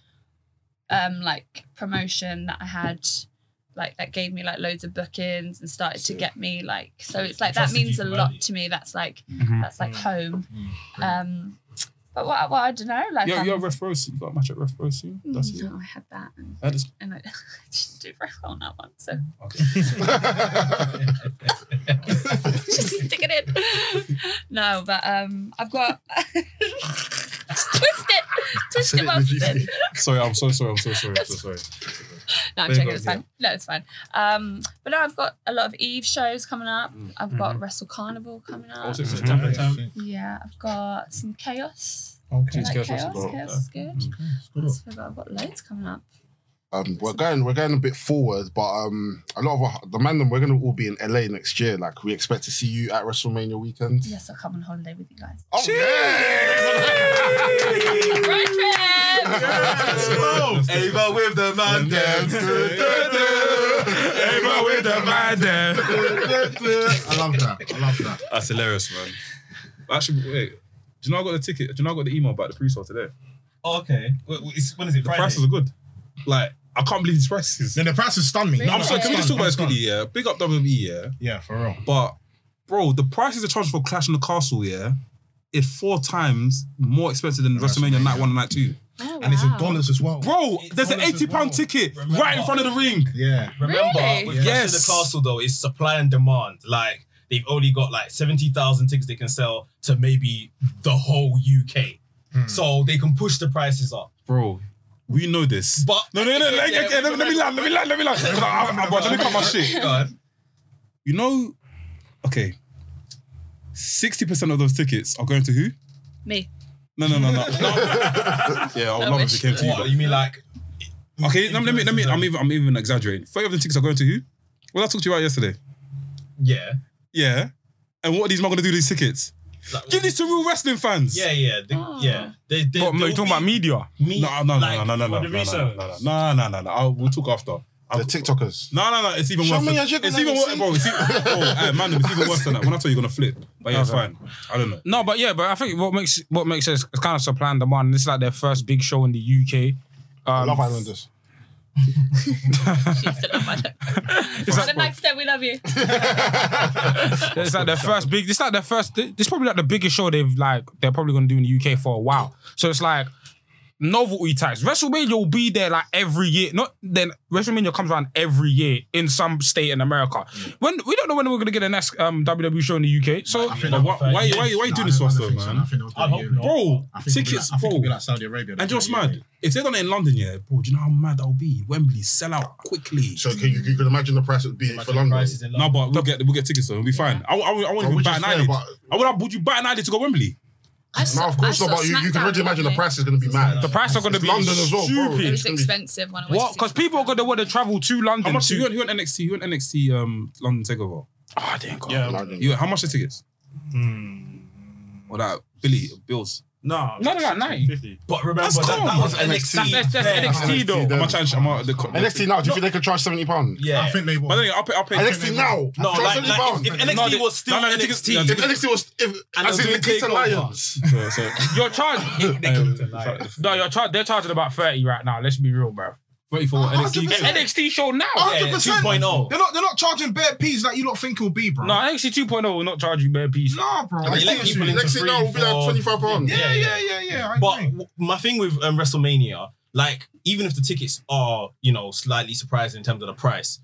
Speaker 4: um like promotion that I had like that gave me like loads of bookings and started to get me like so it's like that
Speaker 8: Trusted
Speaker 4: means
Speaker 8: you for
Speaker 4: a
Speaker 8: Mm-hmm.
Speaker 4: lot
Speaker 8: value.
Speaker 4: to me. That's like that's like home.
Speaker 8: Mm-hmm.
Speaker 4: Um but what, what I don't know, like
Speaker 1: Yo,
Speaker 4: I'm-
Speaker 1: yo, Ref Bro, soon. you got a match at Ref Bro soon?
Speaker 4: Mm.
Speaker 1: That's
Speaker 8: Mm.
Speaker 1: it.
Speaker 4: no, I had that and,
Speaker 1: That is-
Speaker 4: and I, I didn't do very well on that one, so just stick it in. No, but um, I've got Just twist it, twist it, whilst it's in.
Speaker 1: Sorry, I'm so sorry. I'm so sorry. I'm so sorry.
Speaker 4: No, I'm
Speaker 1: There you go,
Speaker 4: joking. It's
Speaker 1: yeah.
Speaker 4: fine. No, it's fine. Um, but now I've got a lot of Eve shows coming up.
Speaker 1: Mm.
Speaker 4: I've
Speaker 1: Mm-hmm.
Speaker 4: got Wrestle Carnival coming up.
Speaker 1: Also,
Speaker 2: Mhm.
Speaker 1: September time.
Speaker 4: yeah, I've got some chaos. I
Speaker 5: Okay.
Speaker 1: Jeez,
Speaker 4: like
Speaker 1: Chaos
Speaker 4: chaos.
Speaker 1: is
Speaker 4: Chaos,
Speaker 1: good.
Speaker 4: is good.
Speaker 5: good.
Speaker 4: I forgot I've got loads coming up.
Speaker 3: Um, we're going, we're going a bit forward, but um, a lot of our, the man them we're going to all be in LA next year. Like we expect to see you at WrestleMania weekend.
Speaker 4: Yes, I'll come on holiday with you guys.
Speaker 3: Oh yeah!
Speaker 4: Road trip!
Speaker 8: Ava with the man.
Speaker 6: Ava with the man
Speaker 5: I love that. I love that.
Speaker 1: That's hilarious, man. Actually, wait. Do you know I got the ticket? Do you know I got the email about the pre-sale today?
Speaker 8: Oh, okay. Wait, wait, it's- when is it?
Speaker 1: The
Speaker 8: Friday?
Speaker 1: prices are good. Like, I can't believe these prices.
Speaker 5: Yeah, the price has stunned me.
Speaker 4: No,
Speaker 1: I'm sorry. Can we just talk about this
Speaker 5: Stunned,
Speaker 1: quickly? Yeah, big up WWE. Yeah,
Speaker 5: stunned. Yeah, for real.
Speaker 1: but bro, the prices of transfer for Clash in the Castle. Yeah, is four times more expensive than WrestleMania Night One and Night Two.
Speaker 4: Oh,
Speaker 5: And it's in
Speaker 4: wow.
Speaker 5: dollars as well.
Speaker 1: Bro, there's an
Speaker 5: dollars as
Speaker 1: eighty pound
Speaker 5: well.
Speaker 1: ticket
Speaker 8: Remember.
Speaker 1: right in front of the ring.
Speaker 5: Yeah.
Speaker 8: Remember,
Speaker 4: Really?
Speaker 8: with yes. the castle though, it's supply and demand. Like they've only got like seventy thousand tickets they can sell to maybe the whole UK, so they can push the prices up.
Speaker 1: Bro, we know this.
Speaker 8: But
Speaker 1: no, no, no. like, okay, let, me- let me land. Let me land. Let me land. I'm, I'm, let me cut my shit.
Speaker 8: Go on.
Speaker 1: You know, okay. Sixty percent of those tickets are going to who?
Speaker 4: Me.
Speaker 1: No, no, no, no. No. yeah, I would
Speaker 4: I
Speaker 1: love
Speaker 4: wish.
Speaker 1: if it came to you.
Speaker 8: What, you mean like
Speaker 1: But. Okay, no, let me, let me. I'm even, I'm even exaggerating. Thirty of the tickets are going to who? Well, I talked to you about yesterday.
Speaker 8: yeah,
Speaker 1: Yeah. And what are these men going to do with these tickets?
Speaker 8: like,
Speaker 1: Give these to real wrestling fans.
Speaker 8: yeah, yeah, they,
Speaker 6: Ah.
Speaker 4: Oh.
Speaker 8: yeah. They, they,
Speaker 6: What, no, you talking about media?
Speaker 8: me?
Speaker 1: No, no, no,
Speaker 8: like,
Speaker 1: no, no, no, no,
Speaker 2: for
Speaker 1: no,
Speaker 2: the
Speaker 1: no, no,
Speaker 2: resale.
Speaker 1: no, no, no, no, no. I'll, we'll talk after.
Speaker 3: The
Speaker 1: I'll,
Speaker 3: TikTokers.
Speaker 1: No, no, no. It's even
Speaker 3: Show
Speaker 1: worse.
Speaker 3: me
Speaker 1: Than,
Speaker 3: your jiggle
Speaker 1: it's
Speaker 3: and
Speaker 1: even
Speaker 3: you
Speaker 1: worse,
Speaker 3: see.
Speaker 1: bro. It's even, oh, hey, man, it's even worse than that. When I tell you, you're gonna flip. But yeah, it's fine. I don't know.
Speaker 6: No, but yeah, but I think what makes what makes sense is kind of supply and demand. This is like their first big show in the UK. Um,
Speaker 3: Love Islanders.
Speaker 4: She said, "Oh my God." The next day, we love you.
Speaker 6: It's like their first big. It's like their first. This is probably like the biggest show they've like they're probably gonna do in the UK for a while. So it's like novelty tax. WrestleMania will be there like every year. Not then WrestleMania comes around every year in some state in America. When we don't know when we're gonna get the next um, WWE show in the UK. So
Speaker 1: But why, why, why, why are you doing this to us though,
Speaker 5: I
Speaker 1: man?
Speaker 5: think they'll do
Speaker 8: I
Speaker 5: it
Speaker 8: hope
Speaker 5: yearly.
Speaker 8: not.
Speaker 1: Bro,
Speaker 5: I think it'll be
Speaker 1: tickets,
Speaker 5: like- I think
Speaker 1: bro.
Speaker 5: it'll be like Saudi Arabia.
Speaker 1: And
Speaker 5: they'll
Speaker 1: just
Speaker 5: do it yearly.
Speaker 1: mad. If they're done it in London, yeah, bro, do you know how mad that'll be? Wembley sell out quickly.
Speaker 3: So can you, you can imagine the price it would be for London.
Speaker 8: prices in
Speaker 1: No,
Speaker 8: London.
Speaker 1: but we'll get we'll get tickets though. We'll be fine. I, I, I won't
Speaker 3: Well,
Speaker 1: even
Speaker 3: which
Speaker 1: bat
Speaker 3: is
Speaker 1: an
Speaker 3: fair,
Speaker 1: eyelid.
Speaker 3: but-
Speaker 1: I would, would you bat an eyelid to go Wembley?
Speaker 4: I
Speaker 3: No,
Speaker 4: saw-
Speaker 3: of course
Speaker 4: I
Speaker 3: not.
Speaker 4: saw
Speaker 3: But you, you can
Speaker 4: SmackDown
Speaker 3: already imagine the
Speaker 4: recently.
Speaker 3: price is going to be mad.
Speaker 6: the price are gonna be
Speaker 3: London as well, bro.
Speaker 6: stupid.
Speaker 4: It was
Speaker 3: It's gonna be-
Speaker 4: expensive when I went
Speaker 6: What?
Speaker 4: to
Speaker 6: Because
Speaker 4: see
Speaker 6: people are gonna want to travel to London.
Speaker 1: How much?
Speaker 6: to,
Speaker 1: You went, you went NXT. You went NXT um, London Takeover.
Speaker 6: Oh, I didn't go.
Speaker 2: Yeah.
Speaker 3: London.
Speaker 1: You went, how much the tickets?
Speaker 2: Hmm.
Speaker 1: Or that Billy bills?
Speaker 2: No,
Speaker 6: No, no, no, no.
Speaker 2: 50.
Speaker 8: But remember
Speaker 1: That's
Speaker 8: that, that
Speaker 1: calm.
Speaker 8: was
Speaker 3: That's
Speaker 8: NXT.
Speaker 6: That's, that's, that's
Speaker 8: Yeah.
Speaker 6: NXT though.
Speaker 1: How much? Am I, the, co-
Speaker 3: And NXT now, do you think they could charge seventy pound?
Speaker 8: Yeah,
Speaker 5: I think they will.
Speaker 1: But then I'll pay. I'll pay
Speaker 3: NXT now,
Speaker 8: no,
Speaker 3: charge
Speaker 8: like,
Speaker 3: seventy
Speaker 8: like
Speaker 3: pound.
Speaker 8: if, if NXT
Speaker 1: they-
Speaker 8: was
Speaker 1: no,
Speaker 8: still
Speaker 1: no, I think it's-
Speaker 8: NXT,
Speaker 1: no, I
Speaker 3: If
Speaker 1: think
Speaker 3: NXT was, if
Speaker 8: And
Speaker 3: as
Speaker 8: they'll
Speaker 3: in
Speaker 8: do
Speaker 3: the
Speaker 8: a
Speaker 3: Kingston
Speaker 8: takeover.
Speaker 3: Lions,
Speaker 1: So, so,
Speaker 6: You're charged.
Speaker 1: um,
Speaker 6: No, you're charged. They're charging about thirty right now. Let's be real, bro.
Speaker 1: 34 NXT.
Speaker 6: An NXT show now.
Speaker 8: yeah, oh.
Speaker 5: 100%.
Speaker 8: 2.0.
Speaker 5: They're not. They're not charging bare peas like you lot think it'll be, bro.
Speaker 6: No, NXT 2.0 will not charge you bare piece.
Speaker 5: nah, bro.
Speaker 8: They
Speaker 5: I
Speaker 8: let
Speaker 5: see
Speaker 8: people
Speaker 5: you.
Speaker 8: into
Speaker 3: NXT now will be like
Speaker 8: free
Speaker 3: twenty
Speaker 8: for-
Speaker 3: five pound.
Speaker 5: Yeah, yeah, yeah, yeah. I
Speaker 8: But
Speaker 5: agree.
Speaker 8: w- my thing with um, WrestleMania, like even if the tickets are you know slightly surprising in terms of the price,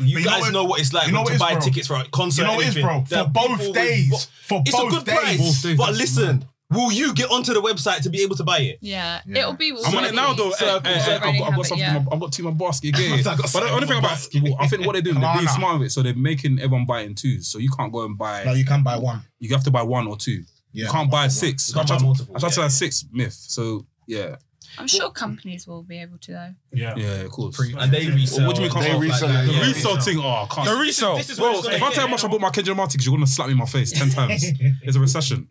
Speaker 8: you,
Speaker 5: you know
Speaker 8: guys
Speaker 5: what-
Speaker 8: know what it's like
Speaker 5: you know
Speaker 8: when
Speaker 5: what
Speaker 8: to
Speaker 5: it is,
Speaker 8: buy
Speaker 5: bro?
Speaker 8: tickets for a concert.
Speaker 5: You know what it is,
Speaker 8: anything.
Speaker 5: bro?
Speaker 8: There
Speaker 5: For
Speaker 8: are people
Speaker 5: both
Speaker 8: with-
Speaker 5: days. For
Speaker 8: it's a
Speaker 5: both
Speaker 8: good
Speaker 5: days.
Speaker 8: price, but listen,
Speaker 7: Will you get onto the website to be able to buy it?
Speaker 4: Yeah.
Speaker 5: Yeah.
Speaker 4: it'll be.
Speaker 1: I'm on it now though.
Speaker 4: So
Speaker 1: Eh, eh, eh, I've got,
Speaker 4: already
Speaker 1: I've
Speaker 4: have
Speaker 1: got
Speaker 4: it,
Speaker 1: something.
Speaker 4: yeah.
Speaker 1: in my- I've got two in my basket. Yeah.
Speaker 7: I've got
Speaker 1: but the only thing about well, I think what they're doing, they're being
Speaker 5: Banana.
Speaker 1: smart with it. So they're making everyone buy in twos. So you can't go and buy.
Speaker 5: No, you can buy one.
Speaker 1: you have to buy one or two.
Speaker 5: Yeah.
Speaker 1: you can't buy six.
Speaker 7: You can't buy
Speaker 1: I tried to-
Speaker 7: multiple,
Speaker 1: I tried to
Speaker 7: yeah.
Speaker 1: buy six myth. So yeah,
Speaker 4: I'm sure companies will be able to though.
Speaker 2: Yeah.
Speaker 1: yeah, of course.
Speaker 7: And they resell.
Speaker 1: what do you mean
Speaker 3: They
Speaker 1: can't
Speaker 3: resell
Speaker 7: that?
Speaker 3: it.
Speaker 1: the
Speaker 7: Yeah.
Speaker 1: resale thing, oh, I can't.
Speaker 6: The resale.
Speaker 7: This is what
Speaker 1: Well,
Speaker 7: it's gonna
Speaker 1: if I
Speaker 7: get.
Speaker 1: tell you how much I bought my Kendrick Martins, you're gonna slap me in my face ten times. It's a recession.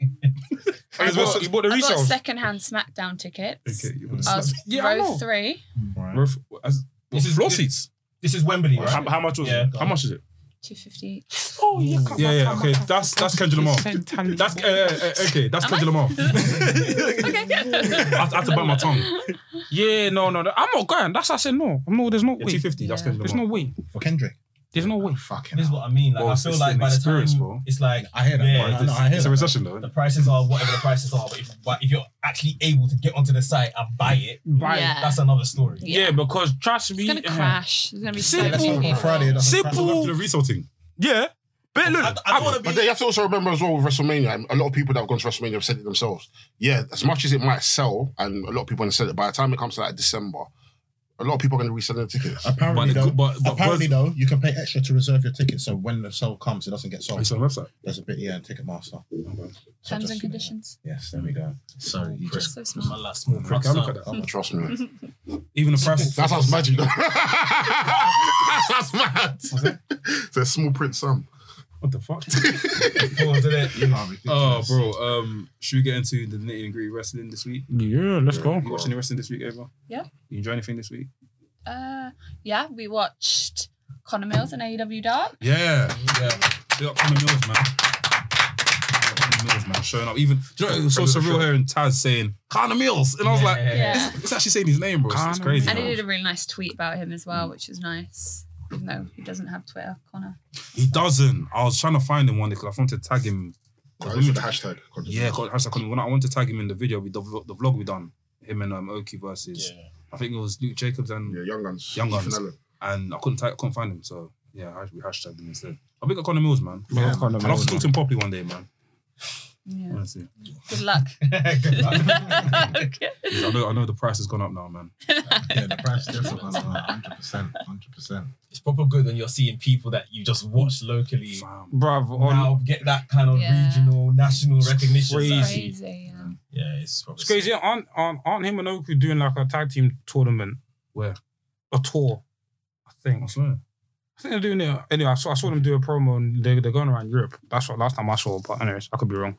Speaker 6: You bought, you bought the
Speaker 4: I got
Speaker 6: resale.
Speaker 4: secondhand SmackDown tickets.
Speaker 1: Okay, you're gonna
Speaker 4: I
Speaker 1: slap.
Speaker 4: was
Speaker 6: Yeah, I
Speaker 4: row
Speaker 6: know.
Speaker 4: three.
Speaker 2: Right.
Speaker 1: Ref- as- what,
Speaker 7: This is-
Speaker 1: floor
Speaker 7: this-
Speaker 1: seats.
Speaker 7: This is Wembley, right?
Speaker 2: How, how much was
Speaker 7: Yeah.
Speaker 2: it?
Speaker 1: How much is it?
Speaker 4: 250.
Speaker 6: Oh, yeah,
Speaker 1: Yeah, yeah, okay. That's that's Kendrick Lamar. That's uh, uh, okay. That's
Speaker 4: Am I?
Speaker 1: Kendrick Lamar.
Speaker 4: okay.
Speaker 1: I, I had to bite my tongue.
Speaker 6: Yeah, no, no, no. I'm not going. That's I said no. I'm no. There's no
Speaker 1: Yeah,
Speaker 6: way.
Speaker 1: two fifty. That's
Speaker 4: Yeah.
Speaker 1: Kendrick
Speaker 6: There's
Speaker 1: Lamar.
Speaker 6: no way.
Speaker 5: For Kendrick.
Speaker 6: There's no way.
Speaker 5: Fucking
Speaker 8: This is
Speaker 5: hell.
Speaker 8: what I mean. Like
Speaker 1: Well,
Speaker 8: I feel
Speaker 1: it's
Speaker 8: like
Speaker 1: an
Speaker 8: by the time
Speaker 1: experience, bro.
Speaker 8: it's like
Speaker 5: I hear that.
Speaker 8: Yeah,
Speaker 5: bro.
Speaker 8: it's-
Speaker 5: No, I hear
Speaker 1: It's a
Speaker 5: that.
Speaker 1: recession though.
Speaker 8: the prices are whatever the prices are, but if but if you're actually able to get onto the site and buy it,
Speaker 6: Buy.
Speaker 4: Yeah.
Speaker 8: that's another story.
Speaker 6: Yeah.
Speaker 4: Yeah.
Speaker 6: because trust me.
Speaker 4: It's gonna
Speaker 6: uh,
Speaker 4: crash. There's gonna be so
Speaker 6: Simple.
Speaker 4: many
Speaker 5: That's
Speaker 4: people.
Speaker 5: on Friday. that's on
Speaker 6: Simple.
Speaker 5: Friday.
Speaker 1: To the resale thing.
Speaker 6: Yeah, but look,
Speaker 8: I, I don't want to
Speaker 3: But
Speaker 8: be.
Speaker 3: they have to also remember as well with WrestleMania. A lot of people that have gone to WrestleMania have said it themselves. Yeah, as much as it might sell, and a lot of people have said it. By the time it comes to like December, a lot of people are going to resell their tickets.
Speaker 1: But
Speaker 5: Apparently,
Speaker 1: the
Speaker 5: though,
Speaker 1: good- but- but
Speaker 5: apparently
Speaker 1: was-
Speaker 5: though, you can pay extra to reserve your ticket, so when the sale comes, it doesn't get sold.
Speaker 1: It's on the website.
Speaker 5: There's a bit, yeah, in Ticketmaster. So
Speaker 4: Terms
Speaker 5: just-
Speaker 4: and conditions.
Speaker 5: Yes, there we go.
Speaker 8: So you just
Speaker 4: So
Speaker 8: my
Speaker 4: smart.
Speaker 8: last small prick.
Speaker 1: Okay, I look
Speaker 8: son.
Speaker 1: at that.
Speaker 3: Trust me.
Speaker 1: Even the price.
Speaker 3: That sounds magic. though. that sounds mad. It's a small print sum.
Speaker 1: What the fuck?
Speaker 8: Pause, innit?
Speaker 5: You know, I'm ridiculous.
Speaker 1: Oh, bro. Um, should we get into the nitty and gritty wrestling this week?
Speaker 6: yeah, let's go.
Speaker 1: You watching the wrestling this week, Ava?
Speaker 4: Yeah.
Speaker 1: You enjoy anything this week?
Speaker 4: Uh, yeah, we watched Connor Mills and AEW Dark.
Speaker 1: Yeah, yeah. Big up Connor Mills, man. Big up Connor Mills, man, showing up. Even do you know, it was so
Speaker 3: Friend of the
Speaker 1: surreal hearing Taz saying Connor Mills, and I was like,
Speaker 8: Yeah.
Speaker 4: Yeah.
Speaker 1: it's, it's actually saying his name, bro. It's- It's
Speaker 6: Connor
Speaker 1: crazy.
Speaker 4: And he
Speaker 1: man.
Speaker 4: did a really nice tweet about him as well, which was nice. Even though he doesn't have Twitter, Connor.
Speaker 1: He doesn't. I was trying to find him one day because I wanted to tag him.
Speaker 3: Right, this is the hashtag.
Speaker 1: Yeah, cause hashtag Connor. When I wanted to tag him in the video with the, vlog- the vlog we done, him and um, Oki versus
Speaker 8: Yeah.
Speaker 1: I think it was Luke Jacobs and
Speaker 3: Yeah, Young Guns.
Speaker 1: Young Guns.
Speaker 3: Finella.
Speaker 1: and I couldn't tag, couldn't find him. So yeah, I, we hashtagged him instead. I think Connor Mills, man.
Speaker 6: Yeah, Connor
Speaker 1: I'll have
Speaker 6: Mills,
Speaker 1: to talk to him properly one day, man.
Speaker 4: Yeah.
Speaker 1: Honestly,
Speaker 4: Good luck.
Speaker 8: Good luck.
Speaker 4: Okay.
Speaker 1: I know I know the price has gone up now, man.
Speaker 5: yeah, the price is different. Hundred percent, hundred percent.
Speaker 8: It's proper good when you're seeing people that you just watch locally
Speaker 1: Fam.
Speaker 6: Bruv, on,
Speaker 8: now get that kind of
Speaker 4: Yeah.
Speaker 8: regional, national recognition.
Speaker 6: crazy.
Speaker 8: like-
Speaker 4: Crazy. Yeah.
Speaker 8: Yeah, it's proper.
Speaker 6: it's crazy. Aren't, aren't, aren't him and Oku doing like a tag team tournament?
Speaker 1: Where?
Speaker 6: A tour, I think.
Speaker 1: I swear.
Speaker 6: I think they're doing it. Anyway, I saw, I saw them do a promo and they're, they're going around Europe. That's what last time I saw. But anyways, I could be wrong.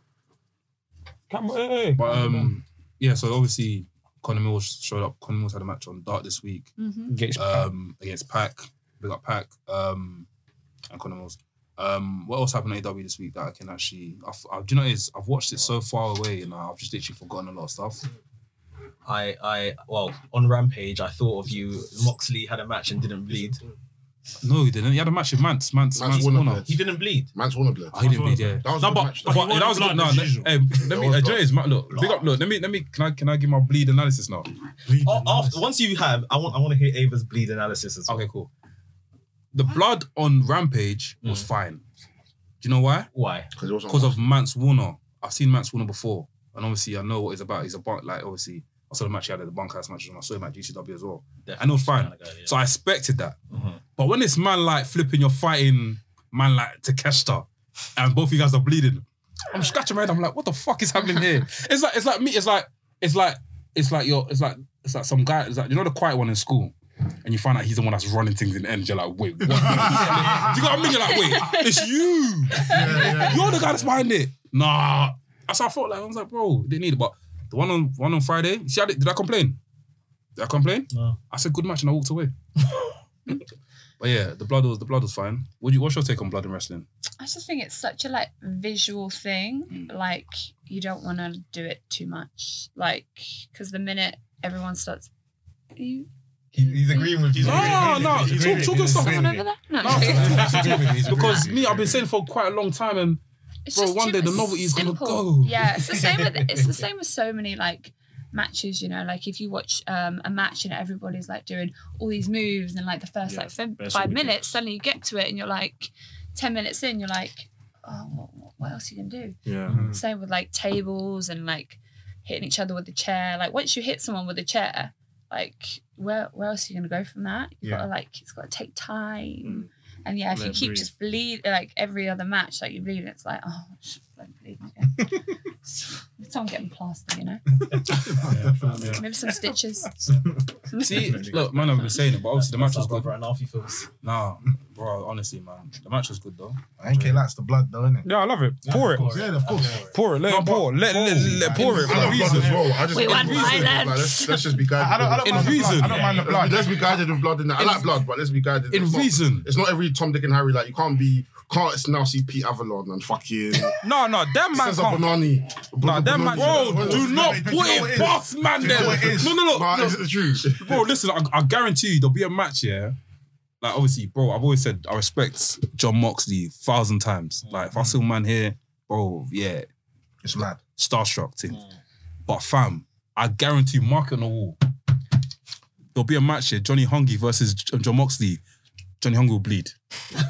Speaker 6: Come- hey, hey,
Speaker 1: But
Speaker 6: come on.
Speaker 1: um, yeah. So obviously, Conor Mills showed up. Conor Mills had a match on Dark this week
Speaker 4: Mm-hmm.
Speaker 6: Gates-
Speaker 1: um, against Pac. Big up Pac um, and Conor Mills. Um, what else happened at AW this week that I can actually? I've, I, do you know what it is? I've watched it so far away, and I've just literally forgotten a lot of stuff.
Speaker 8: I, I, well, on Rampage, I thought of you. Moxley had a match and didn't bleed.
Speaker 1: No, he didn't. He had a match with Mance. Mance.
Speaker 3: Mance
Speaker 1: Mance,
Speaker 3: won,
Speaker 1: Warner.
Speaker 3: I believe.
Speaker 8: He didn't bleed.
Speaker 3: Man's Warner Blade.
Speaker 1: Oh, he didn't bleed, yeah.
Speaker 3: That was a
Speaker 1: no,
Speaker 3: good
Speaker 1: but,
Speaker 3: match, though.
Speaker 1: but,
Speaker 3: He
Speaker 1: but that was good. No, no, hey, let me.
Speaker 3: was
Speaker 1: uh, do you
Speaker 3: blood.
Speaker 1: know Is look, big up, look. Let me, let me. Can I, can I give my bleed analysis now?
Speaker 8: Oh, after, once you have, I want, I want to hear Ava's bleed analysis as well.
Speaker 1: Okay, cool. The blood on Rampage was fine. Do you know why?
Speaker 8: Why?
Speaker 3: Because it wasn't.
Speaker 1: because of Mance Warner. I've seen Mance Warner before, and obviously I know what he's about. He's a bunk, like obviously I saw the match he had at the bunkhouse matches, and I saw him at GCW as well. I know, fine. So I expected that,
Speaker 8: Mhm.
Speaker 1: but when this man like flipping, you're fighting man like Takeshita, and both of you guys are bleeding. I'm scratching my head. I'm like, what the fuck is happening here? it's like it's like me. It's like it's like it's like your it's like it's like some guy. It's like you know the quiet one in school. And you find out he's the one that's running things in the end. You're like, wait, what? you got what I mean? You're like, wait, it's you. You're the guy that's behind it. Nah. That's how I felt like. I was like, bro, didn't need it. But the one on one on Friday, see, I did, did I complain? Did I complain?
Speaker 8: No.
Speaker 1: I said good match and I walked away. but yeah, the blood was the blood was fine. What do you, what's your take on blood and wrestling?
Speaker 4: I just think it's such a like visual thing. Like you don't want to do it too much. Like because the minute everyone starts, you
Speaker 5: he's agreeing with you.
Speaker 1: No, no,
Speaker 5: He's agreeing
Speaker 1: talk-
Speaker 5: with
Speaker 1: talk yourself.
Speaker 5: you. He's agreeing
Speaker 4: someone
Speaker 5: with
Speaker 4: over
Speaker 5: you.
Speaker 4: there. No,
Speaker 1: No,
Speaker 5: He's agreeing with you. He's
Speaker 1: Because
Speaker 5: agreeing with
Speaker 1: me,
Speaker 5: you.
Speaker 1: I've been saying for quite a long time, and
Speaker 4: it's
Speaker 1: Bro,
Speaker 4: just
Speaker 1: one
Speaker 4: too
Speaker 1: day the novelty's gonna
Speaker 4: simple.
Speaker 1: go.
Speaker 4: Yeah, it's the same. With, it's the same with so many like matches. You know, like if you watch um, a match and everybody's like doing all these moves, and like the first
Speaker 2: Yeah,
Speaker 4: like fem-
Speaker 2: that's
Speaker 4: five
Speaker 2: what we do.
Speaker 4: minutes, suddenly you get to it, and you're like, ten minutes in, you're like, oh, what, what, what else you can do.
Speaker 2: Yeah.
Speaker 4: Same with like tables and like hitting each other with the chair. Like once you hit someone with a chair, like where where else are you gonna go from that? You've
Speaker 5: Yeah.
Speaker 4: gotta like it's gotta take time. And yeah, if
Speaker 2: Let
Speaker 4: you
Speaker 2: it
Speaker 4: keep
Speaker 2: breathe.
Speaker 4: just bleed like every other match, like you bleed, it's like, oh shit, I'm bleeding again. Someone getting plaster, you know? Maybe some stitches.
Speaker 1: See, look, man, I'm just saying it, but obviously the match was good.
Speaker 8: Right now, he feels.
Speaker 1: Nah, bro, honestly, man, the match was good though.
Speaker 5: I ain't care, that's the blood, though, innit?
Speaker 6: Yeah, I love it. Pour it.
Speaker 5: Yeah, of course.
Speaker 6: Pour it. Let it pour. Let, let, let, let pour it.
Speaker 3: I love
Speaker 6: bro.
Speaker 3: blood as well. I just
Speaker 4: We want
Speaker 3: Like,
Speaker 4: violence.
Speaker 3: let's, let's just be guided.
Speaker 5: I don't, I don't
Speaker 1: In
Speaker 5: mind the blood.
Speaker 1: reason.
Speaker 5: I don't mind the blood.
Speaker 3: Let's be guided with blood in that. I like blood, but let's be guided.
Speaker 1: In
Speaker 3: It's not-
Speaker 1: reason.
Speaker 3: it's not every Tom, Dick, and Harry. Like you can't be can't now see Pete Avalon and fucking
Speaker 6: No, no, that man
Speaker 3: says a
Speaker 6: can't.
Speaker 3: banani.
Speaker 6: Nah, that man-
Speaker 1: Bro, do not
Speaker 5: do you know
Speaker 1: put
Speaker 5: what it
Speaker 1: it
Speaker 5: is?
Speaker 1: past man
Speaker 5: Do you know
Speaker 1: then.
Speaker 5: what it is?
Speaker 1: No, no, no.
Speaker 3: Nah,
Speaker 1: no.
Speaker 3: is it true?
Speaker 1: Bro, listen, I, I guarantee you there'll be a match, yeah. Like obviously, bro, I've always said I respect John Moxley thousand times. Like if I see a man here, bro, yeah,
Speaker 5: It's mad.
Speaker 1: starstruck thing. But fam, I guarantee you, mark it on the wall. There'll be a match here, Johnny Hungy versus J- John Moxley. Johnny Hungy will bleed.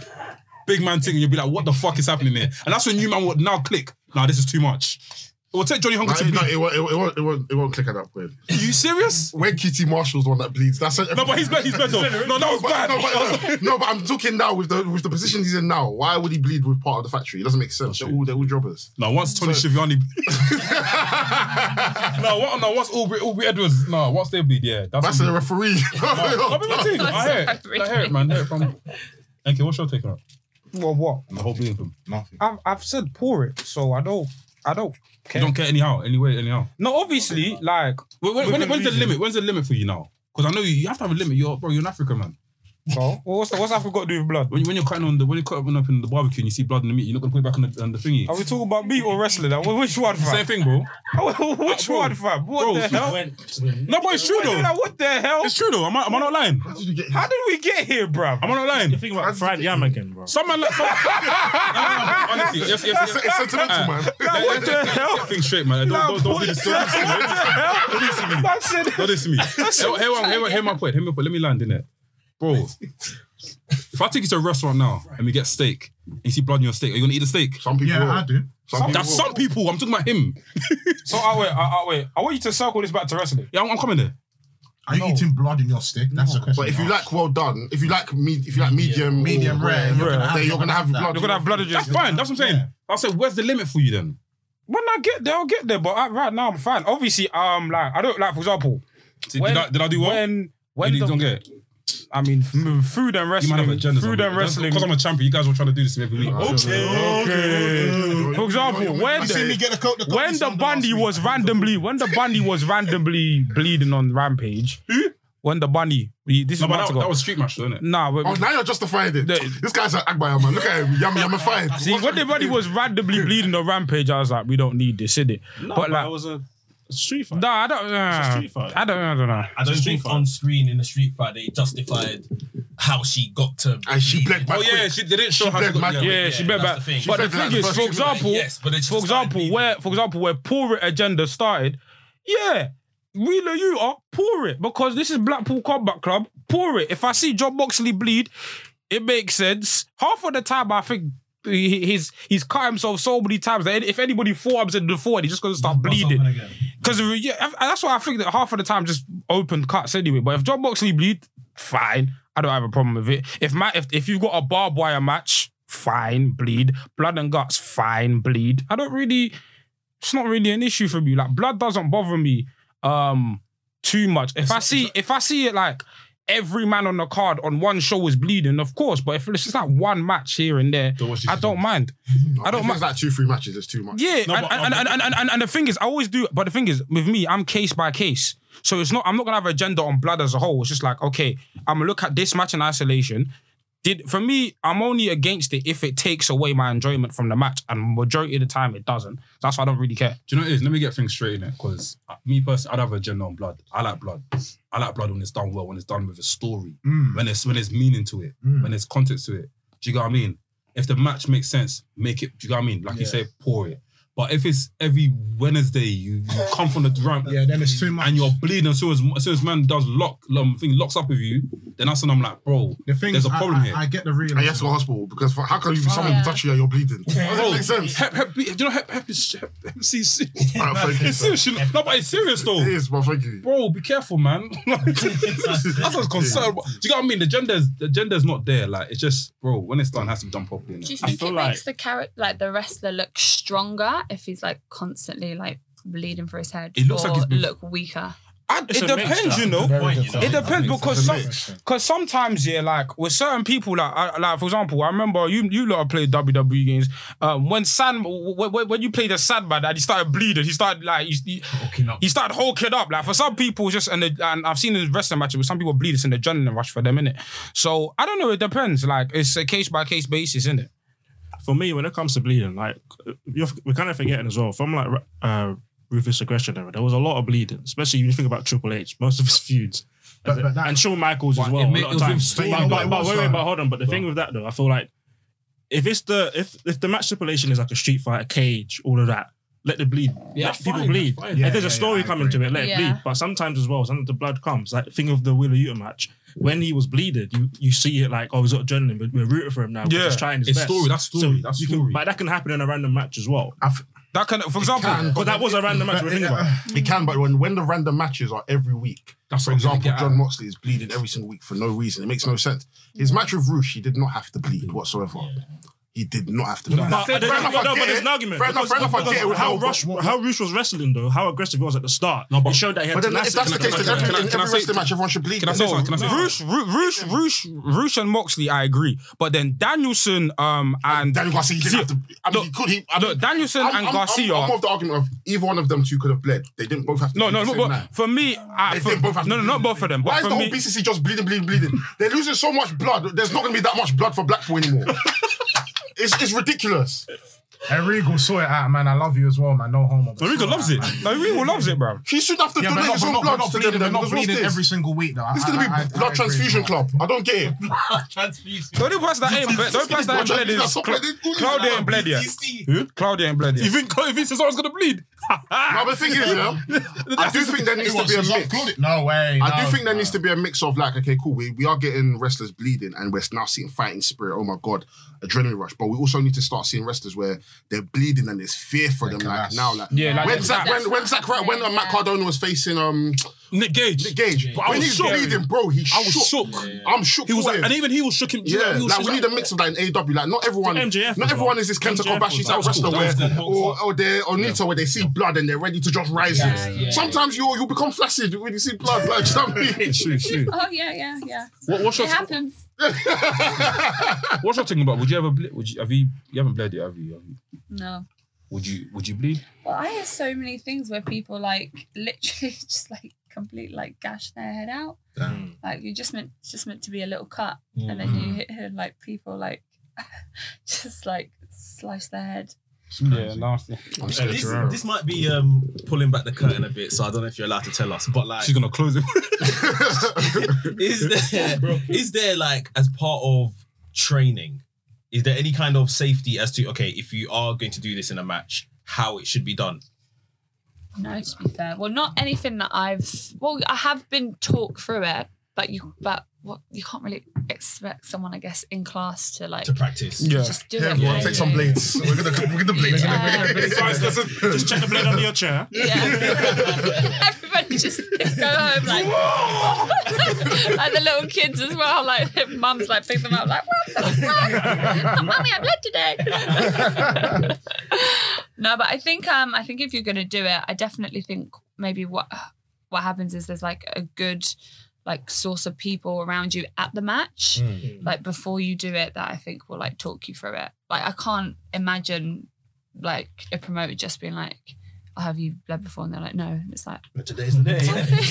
Speaker 1: Big man thing, and you'll be like, what the fuck is happening here? And that's when you man would now click. Nah, this is too much. It will take Johnny Hungy
Speaker 3: Nah,
Speaker 1: to
Speaker 3: it,
Speaker 1: bleed.
Speaker 3: no, it, won't, it, won't- it, won't, it, won't, it won't click at that point.
Speaker 1: you serious?
Speaker 3: When Kitty Marshall's the one that bleeds, that's it.
Speaker 1: No, but he's better. He's better. No, that was bad.
Speaker 3: No, but, no, no, but I'm talking now with the with the position he's in now. Why would he bleed with part of the factory? It doesn't make sense. They're all they're all jobbers.
Speaker 1: No, once Tony Schiavone. no, what, no, once Aubrey, Aubrey Edwards. No, once they bleed, yeah.
Speaker 3: That's
Speaker 1: That's
Speaker 3: the referee.
Speaker 1: I've been team. I hear it. I hear it, man. I hear it from. Okay, what's your take on it?
Speaker 6: Well, what?
Speaker 1: On the whole bleeding thing.
Speaker 5: Nothing.
Speaker 6: I've, I've said pour it, so I don't. I don't.
Speaker 1: You don't care anyhow, anyway, anyhow.
Speaker 6: No, obviously, like,
Speaker 1: When, when,
Speaker 6: Within
Speaker 1: when's the
Speaker 6: reason.
Speaker 1: limit? When's the limit for you now? Because I know you, you have to have a limit. You're bro, you're an African man.
Speaker 6: well, what's the, what's Africa got to do with blood?
Speaker 1: When, you- when you're cutting on the when you're cutting up in the barbecue and you see blood in the meat, you're not gonna put it back on the, on the thingy.
Speaker 6: Are we talking about meat or wrestling? Like, which one, fam?
Speaker 1: Same thing, bro.
Speaker 6: which
Speaker 1: Bro.
Speaker 6: one, fam? What
Speaker 1: Bro,
Speaker 6: the
Speaker 1: we
Speaker 6: hell?
Speaker 1: No, but it's true though.
Speaker 6: Like, what the hell?
Speaker 1: It's true though. Am I, am I not lying?
Speaker 3: How did you get?
Speaker 6: How did we get here, bruv?
Speaker 1: Am I not lying?
Speaker 2: You think about fried yam again, bro.
Speaker 1: Some man like some, honestly, yes, yes, yes.
Speaker 3: It's, it's sentimental, man.
Speaker 6: Like, what the hell?
Speaker 1: Think straight, man.
Speaker 6: Nah,
Speaker 1: Don't, don't, don't
Speaker 6: what
Speaker 1: do this.
Speaker 6: the
Speaker 1: Don't do this.
Speaker 6: hell? What the hell? That's it.
Speaker 1: Not this to me. Hear, hear, my- hear, my- hear my point. Hear my point. Let me land in it, bro. If I take you to a restaurant now and we get steak, and you see blood on your steak, are you gonna eat the steak?
Speaker 3: Some people.
Speaker 5: Yeah,
Speaker 3: will.
Speaker 5: I do.
Speaker 3: Some people.
Speaker 1: That's some people. I'm talking about him.
Speaker 6: So, I wait, I, I wait. I want you to circle this back to wrestling.
Speaker 1: Yeah, I'm, I'm coming there.
Speaker 5: Are you eating blood in your stick? That's the question.
Speaker 3: But if you like well done, if you like me, if you like medium,
Speaker 5: medium
Speaker 3: or
Speaker 5: rare, you're gonna have-
Speaker 3: then you're gonna have
Speaker 5: that.
Speaker 3: blood.
Speaker 6: You're gonna have blood in your
Speaker 1: That's fine. That's what I'm saying.
Speaker 5: Yeah.
Speaker 1: I said, where's the limit for you then?
Speaker 6: When I get there, I'll get there. But I, right now, I'm fine. Obviously, um, like I don't like, for example,
Speaker 1: See,
Speaker 6: When-
Speaker 1: did, I, did I do what?
Speaker 6: when
Speaker 1: you
Speaker 6: when
Speaker 1: didn't-
Speaker 6: the-
Speaker 1: don't get it.
Speaker 6: I mean, f- food and
Speaker 1: You might have
Speaker 6: wrestling,
Speaker 1: agendas.
Speaker 6: food and wrestling. Oh,
Speaker 1: Because I'm a champion, you guys were trying to do this to me every week.
Speaker 6: Okay. For example, when
Speaker 5: You see me get the coat, the
Speaker 6: when the bunny was randomly when the bunny was randomly bleeding on Rampage, when the bunny we- this
Speaker 1: No,
Speaker 6: is
Speaker 1: but
Speaker 6: months
Speaker 1: that,
Speaker 6: ago.
Speaker 1: that was street match, though, innit?
Speaker 6: Nah,
Speaker 3: Oh,
Speaker 6: but
Speaker 3: now you're justifying it.
Speaker 6: No.
Speaker 3: This guy's an Agbaya man. Look at him. Yummy, yummy, fine.
Speaker 6: see when the bunny was randomly bleeding on Rampage, I was like, we don't need this, in it. but
Speaker 2: it
Speaker 6: like,
Speaker 2: was a a street fight.
Speaker 6: nah, I don't,
Speaker 2: a street
Speaker 6: uh,
Speaker 2: fight.
Speaker 6: I don't, I don't know.
Speaker 8: I don't
Speaker 2: Street
Speaker 8: think
Speaker 2: fight.
Speaker 8: on screen in the street fight they justified how she got to.
Speaker 3: And she
Speaker 8: bleed.
Speaker 3: bled back
Speaker 1: Oh yeah,
Speaker 3: quick.
Speaker 1: she they didn't show how
Speaker 3: bled
Speaker 1: she got
Speaker 3: mad
Speaker 1: yeah.
Speaker 3: quick.
Speaker 6: Yeah, she
Speaker 8: yeah,
Speaker 6: bet
Speaker 8: that's
Speaker 6: back.
Speaker 8: the thing. She
Speaker 6: But the
Speaker 3: bet back
Speaker 6: thing is,
Speaker 3: first,
Speaker 6: for
Speaker 3: she was like,
Speaker 6: example,
Speaker 8: yes, but then she
Speaker 6: for
Speaker 8: was
Speaker 6: example,
Speaker 8: like,
Speaker 6: where for example where poor agenda started, yeah, Wheeler, you are poor it because this is Blackpool Combat Club. Poor it. If I see John Moxley bleed, it makes sense. Half of the time, I think. he- He's he's cut himself so many times that if anybody forearms in the forward, he's just gonna start bleeding. Because that's why I think that half of the time just open cuts anyway. But if John Moxley bleed, fine. I don't have a problem with it. If my if, if you've got a barbed wire match, fine, bleed. Blood and guts, fine, bleed. I don't really. It's not really an issue for me. Like blood doesn't bother me um too much. If I see if I see it like every man on the card on one show is bleeding, of course. But if it's just like one match here and there, I don't mind. I don't
Speaker 3: If
Speaker 6: mind.
Speaker 3: it's like two, three matches. It's too much.
Speaker 6: Yeah,
Speaker 1: No,
Speaker 6: and,
Speaker 1: but-
Speaker 6: and, and, and, and, and, the thing is, I always do. But the thing is, with me, I'm case by case. So it's not. I'm not gonna have an agenda on blood as a whole. It's just like, okay, I'm gonna look at this match in isolation. Did for me, I'm only against it if it takes away my enjoyment from the match, and majority of the time it doesn't. That's why I don't really care.
Speaker 1: Do you know what it is? Let me get things straight in it, because me personally, I'd have a agenda on blood. I like blood. I like blood when it's done well, when it's done with a story,
Speaker 5: Mm.
Speaker 1: when it's when there's meaning to it, when there's context to it. Do you get what I mean? If the match makes sense, make it. Do you get what I mean? Like you say, pour it. But if it's every Wednesday, you, you come from the ramp
Speaker 5: Yeah, then it's too much.
Speaker 1: and you're bleeding as soon as, as soon as man does lock, um, thing locks up with you, then that's when I'm like, bro,
Speaker 5: the thing
Speaker 1: there's
Speaker 5: is,
Speaker 1: a
Speaker 5: I-
Speaker 1: problem
Speaker 5: I,
Speaker 1: here.
Speaker 5: I, get the real.
Speaker 3: And you have to go to hospital because for, how can you someone
Speaker 4: yeah.
Speaker 3: touch you and you're bleeding? Does that
Speaker 1: Bro,
Speaker 3: make sense?
Speaker 1: Hep, hep B, do you know hep, hep, is- hep, hep C is serious?
Speaker 3: All right, thank you,
Speaker 1: It's
Speaker 3: sir.
Speaker 1: serious. you know- No, but it's serious though.
Speaker 3: It is, but thank you.
Speaker 1: Bro, be careful, man. That's what's concerned. about. Do you get what I mean? The gender's the gender's not there. Like it's just, bro, when it's done, it has to be done properly.
Speaker 4: Do
Speaker 1: innit?
Speaker 4: you
Speaker 2: I
Speaker 4: think
Speaker 2: feel
Speaker 4: it
Speaker 2: like-
Speaker 4: makes the character, like the wrestler, look stronger if he's like constantly like bleeding for his head?
Speaker 1: It looks
Speaker 4: or
Speaker 1: like he's been-
Speaker 4: look weaker.
Speaker 6: I, it
Speaker 2: It's a mixture.
Speaker 6: depends, you know.
Speaker 5: Very good
Speaker 8: you know.
Speaker 6: It
Speaker 5: point.
Speaker 6: depends because some,
Speaker 3: mix.
Speaker 6: because sometimes yeah, like with certain people, like I, like for example, I remember you you lot have played WWE games. Um, when San when, when when you played a sad man and he started bleeding, he started like he, he, he started hulking up. Like for some people, it's just and the, and I've seen in wrestling matches with some people bleed. It's an adrenaline rush for them, innit? So I don't know. It depends. Like it's a case by case basis, innit?
Speaker 2: for me, when it comes to bleeding, like you're, we're kind of forgetting as well from like uh, Ruthless Aggression era, there was a lot of bleeding, especially when you think about Triple H, most of his feuds.
Speaker 5: But- but that-
Speaker 2: and Shawn Michaels as
Speaker 1: But
Speaker 2: well.
Speaker 1: it
Speaker 2: a
Speaker 1: ma-
Speaker 2: lot
Speaker 1: it
Speaker 2: of
Speaker 1: was with
Speaker 2: times.
Speaker 1: Stone
Speaker 2: But,
Speaker 5: Cold.
Speaker 2: but, but, wait, wait,
Speaker 5: Stone.
Speaker 2: but hold on. But the thing with that though, I feel like if it's the if if the match stipulation is like a street fight, a cage, all of that, let the bleed.
Speaker 1: Yeah,
Speaker 2: let people
Speaker 1: fine,
Speaker 2: bleed.
Speaker 1: fine.
Speaker 5: Yeah,
Speaker 2: if there's
Speaker 5: yeah,
Speaker 2: a story
Speaker 5: yeah, I
Speaker 2: coming to
Speaker 5: agree.
Speaker 2: it, let it
Speaker 4: Yeah.
Speaker 2: bleed. But sometimes as well, sometimes the blood comes. Like think of the Wheeler Utah match. When he was bleeding, you you see it like, oh, he's got adrenaline, but we're rooting for him now. Yeah,
Speaker 6: Yeah.
Speaker 2: just trying his
Speaker 1: It's
Speaker 2: best.
Speaker 1: story, that's story,
Speaker 2: So
Speaker 1: that's
Speaker 2: you
Speaker 1: story.
Speaker 2: Can, but that can happen in a random match as well.
Speaker 6: That can, for example,
Speaker 2: But that was a random match.
Speaker 5: But
Speaker 2: We're
Speaker 5: it-
Speaker 2: thinking about.
Speaker 3: It can, but when, when the random matches are every week,
Speaker 1: That's
Speaker 3: for
Speaker 1: what I'm gonna
Speaker 3: example,
Speaker 1: get
Speaker 3: John
Speaker 1: at.
Speaker 3: Moxley is bleeding every single week for no reason. It makes no sense. His match with Roosh, he did not have to bleed whatsoever. He did not have to bleed.
Speaker 2: But,
Speaker 3: Fair
Speaker 2: there's,
Speaker 3: enough, I
Speaker 2: no, but
Speaker 3: get
Speaker 2: there's
Speaker 3: it.
Speaker 2: an argument.
Speaker 3: Fair enough,
Speaker 2: because-
Speaker 3: fair enough, I
Speaker 2: because
Speaker 3: get it with
Speaker 2: how
Speaker 3: Hulk,
Speaker 2: Rush,
Speaker 3: but-
Speaker 2: how Rush was wrestling though, how aggressive he was at the start.
Speaker 1: No, but-
Speaker 2: it showed that he had
Speaker 3: But then if
Speaker 2: tenacity.
Speaker 3: that's the
Speaker 1: Can I-
Speaker 3: case, then
Speaker 1: can I-
Speaker 3: every,
Speaker 1: can I-
Speaker 3: in
Speaker 1: can I
Speaker 3: every
Speaker 1: say-
Speaker 3: wrestling match, everyone should bleed.
Speaker 1: Can I say something? Can I say something?
Speaker 6: Roosh, Roo- Roosh, Roosh, Roosh, and Moxley, I agree. But then Danielson, um, and
Speaker 3: Daniel Garcia, he didn't
Speaker 6: See,
Speaker 3: have to. I mean,
Speaker 6: look,
Speaker 3: he could. He, I
Speaker 6: no,
Speaker 3: mean,
Speaker 6: Danielson
Speaker 3: I'm-
Speaker 6: and
Speaker 3: I'm-
Speaker 6: Garcia.
Speaker 3: I'm, I'm of the argument of either one of them two could have bled. They didn't both have to.
Speaker 6: No,
Speaker 3: bleed
Speaker 6: no,
Speaker 3: the
Speaker 6: no,
Speaker 3: same night.
Speaker 6: but for me, I,
Speaker 3: They
Speaker 6: for,
Speaker 3: didn't both have to
Speaker 6: no, no,
Speaker 3: bleed
Speaker 6: not
Speaker 3: the
Speaker 6: both of them.
Speaker 3: Why
Speaker 6: But
Speaker 3: is the
Speaker 6: for
Speaker 3: whole
Speaker 6: me,
Speaker 3: BCC just bleeding, bleeding, bleeding? They're losing so much blood. There's not going to be that much blood for Blackpool anymore. it's, it's ridiculous.
Speaker 5: And Regal saw it out, man. I love you as well, man. No homo. but
Speaker 6: Norigo
Speaker 5: saw
Speaker 6: loves it.
Speaker 5: out, man.
Speaker 6: Norigo loves it, bro.
Speaker 3: He should have to
Speaker 5: Yeah, but
Speaker 3: donate
Speaker 5: not,
Speaker 3: his
Speaker 5: but
Speaker 3: own
Speaker 5: not, but
Speaker 3: blood
Speaker 5: not
Speaker 3: to
Speaker 5: bleeding,
Speaker 3: them.
Speaker 5: but not
Speaker 3: Because what's
Speaker 5: bleeding
Speaker 3: this?
Speaker 5: every Ah, single week, though.
Speaker 3: This is going to be blood transfusion club. I don't get it.
Speaker 6: The only person that ain't bled, the only person that ain't
Speaker 3: Blood
Speaker 6: bled is
Speaker 3: transfusion club.
Speaker 6: Cla- Claudia ain't bled yet.
Speaker 8: BTC.
Speaker 6: Who? Claudia ain't bled
Speaker 1: You
Speaker 6: yet.
Speaker 1: think Vince is always gonna bleed?
Speaker 5: Ah,
Speaker 3: No, but the thing is, you know, I do think there needs to be a mix.
Speaker 5: No way.
Speaker 3: I do think there needs to be a mix of like, okay, cool, we, we are getting wrestlers bleeding and we're now seeing fighting spirit. Oh my god, adrenaline rush. But we also need to start seeing wrestlers where they're bleeding and there's fear for them. Like
Speaker 5: collapse.
Speaker 3: now, like
Speaker 6: Yeah, like
Speaker 3: when
Speaker 6: that-
Speaker 3: Zach, when, when Zach, Ra- when uh, Matt Cardona was facing um
Speaker 1: Nick Gage.
Speaker 3: Nick Gage,
Speaker 1: I
Speaker 3: when
Speaker 1: was
Speaker 3: he's
Speaker 1: shook.
Speaker 3: bleeding, bro, he
Speaker 1: I was
Speaker 3: shook.
Speaker 1: shook.
Speaker 3: I'm shook.
Speaker 1: He was
Speaker 3: for
Speaker 1: like,
Speaker 3: him.
Speaker 1: and even he was shooking.
Speaker 3: Yeah,
Speaker 1: he was
Speaker 3: like we
Speaker 1: shook-
Speaker 3: need a mix of that in AW. Like not everyone,
Speaker 2: MJF
Speaker 3: not
Speaker 2: as
Speaker 3: everyone
Speaker 2: well.
Speaker 3: is this Kenta
Speaker 2: MJF was
Speaker 3: Kobashi's
Speaker 2: like-
Speaker 3: out wrestler
Speaker 1: that was
Speaker 3: where,
Speaker 1: cool.
Speaker 3: or or they or Nita where they see blood and they're ready to just rise.
Speaker 4: Yeah, yeah,
Speaker 3: Sometimes you you become flaccid when you see blood. Like, do you know what I mean?
Speaker 1: Shoot, shoot.
Speaker 4: Oh yeah, yeah, yeah.
Speaker 1: What, what's your
Speaker 4: It happens.
Speaker 1: What's your thing about? Would you ever bleed? Would you have you? You haven't bled yet, have you? Have you?
Speaker 4: No.
Speaker 1: Would you? Would you bleed?
Speaker 4: Well, I hear so many things where people like literally just like complete like gash their head out.
Speaker 5: Damn.
Speaker 4: Like you just meant it's just meant to be a little cut, and then you hit her like people like just like slice their head.
Speaker 6: Yeah, nasty.
Speaker 3: I'm
Speaker 8: Uh,
Speaker 3: scared
Speaker 8: this,
Speaker 3: Guerrero.
Speaker 8: this might be um, pulling back the curtain a bit, so I don't know if you're allowed to tell us. But like,
Speaker 1: She's gonna close it.
Speaker 8: is there is there like as part of training, is there any kind of safety as to okay, if you are going to do this in a match, how it should be done?
Speaker 4: No, to be fair. Well, not anything that I've. Well, I have been talked through it, but you, but what you can't really expect someone, I guess, in class to like
Speaker 8: To practice,
Speaker 6: Yeah.
Speaker 4: just do
Speaker 3: Yeah,
Speaker 4: it.
Speaker 3: everyone,
Speaker 4: yeah,
Speaker 3: take
Speaker 4: yeah,
Speaker 3: some
Speaker 4: yeah.
Speaker 3: blades. We're gonna we're gonna blades.
Speaker 2: Guys, listen, just check the blade under your chair.
Speaker 4: Yeah. Everybody just go home like, like the little kids as well. Like their mums like pick them up like, what the fuck? Mummy, I'm late today. no, but I think um I think if you're gonna do it, I definitely think maybe what what happens is there's like a good like source of people around you at the match like before you do it that I think will like talk you through it. Like I can't imagine like a promoter just being like, "Oh, have you bled before?" And they're like, "No." And it's like,
Speaker 8: But today's the day.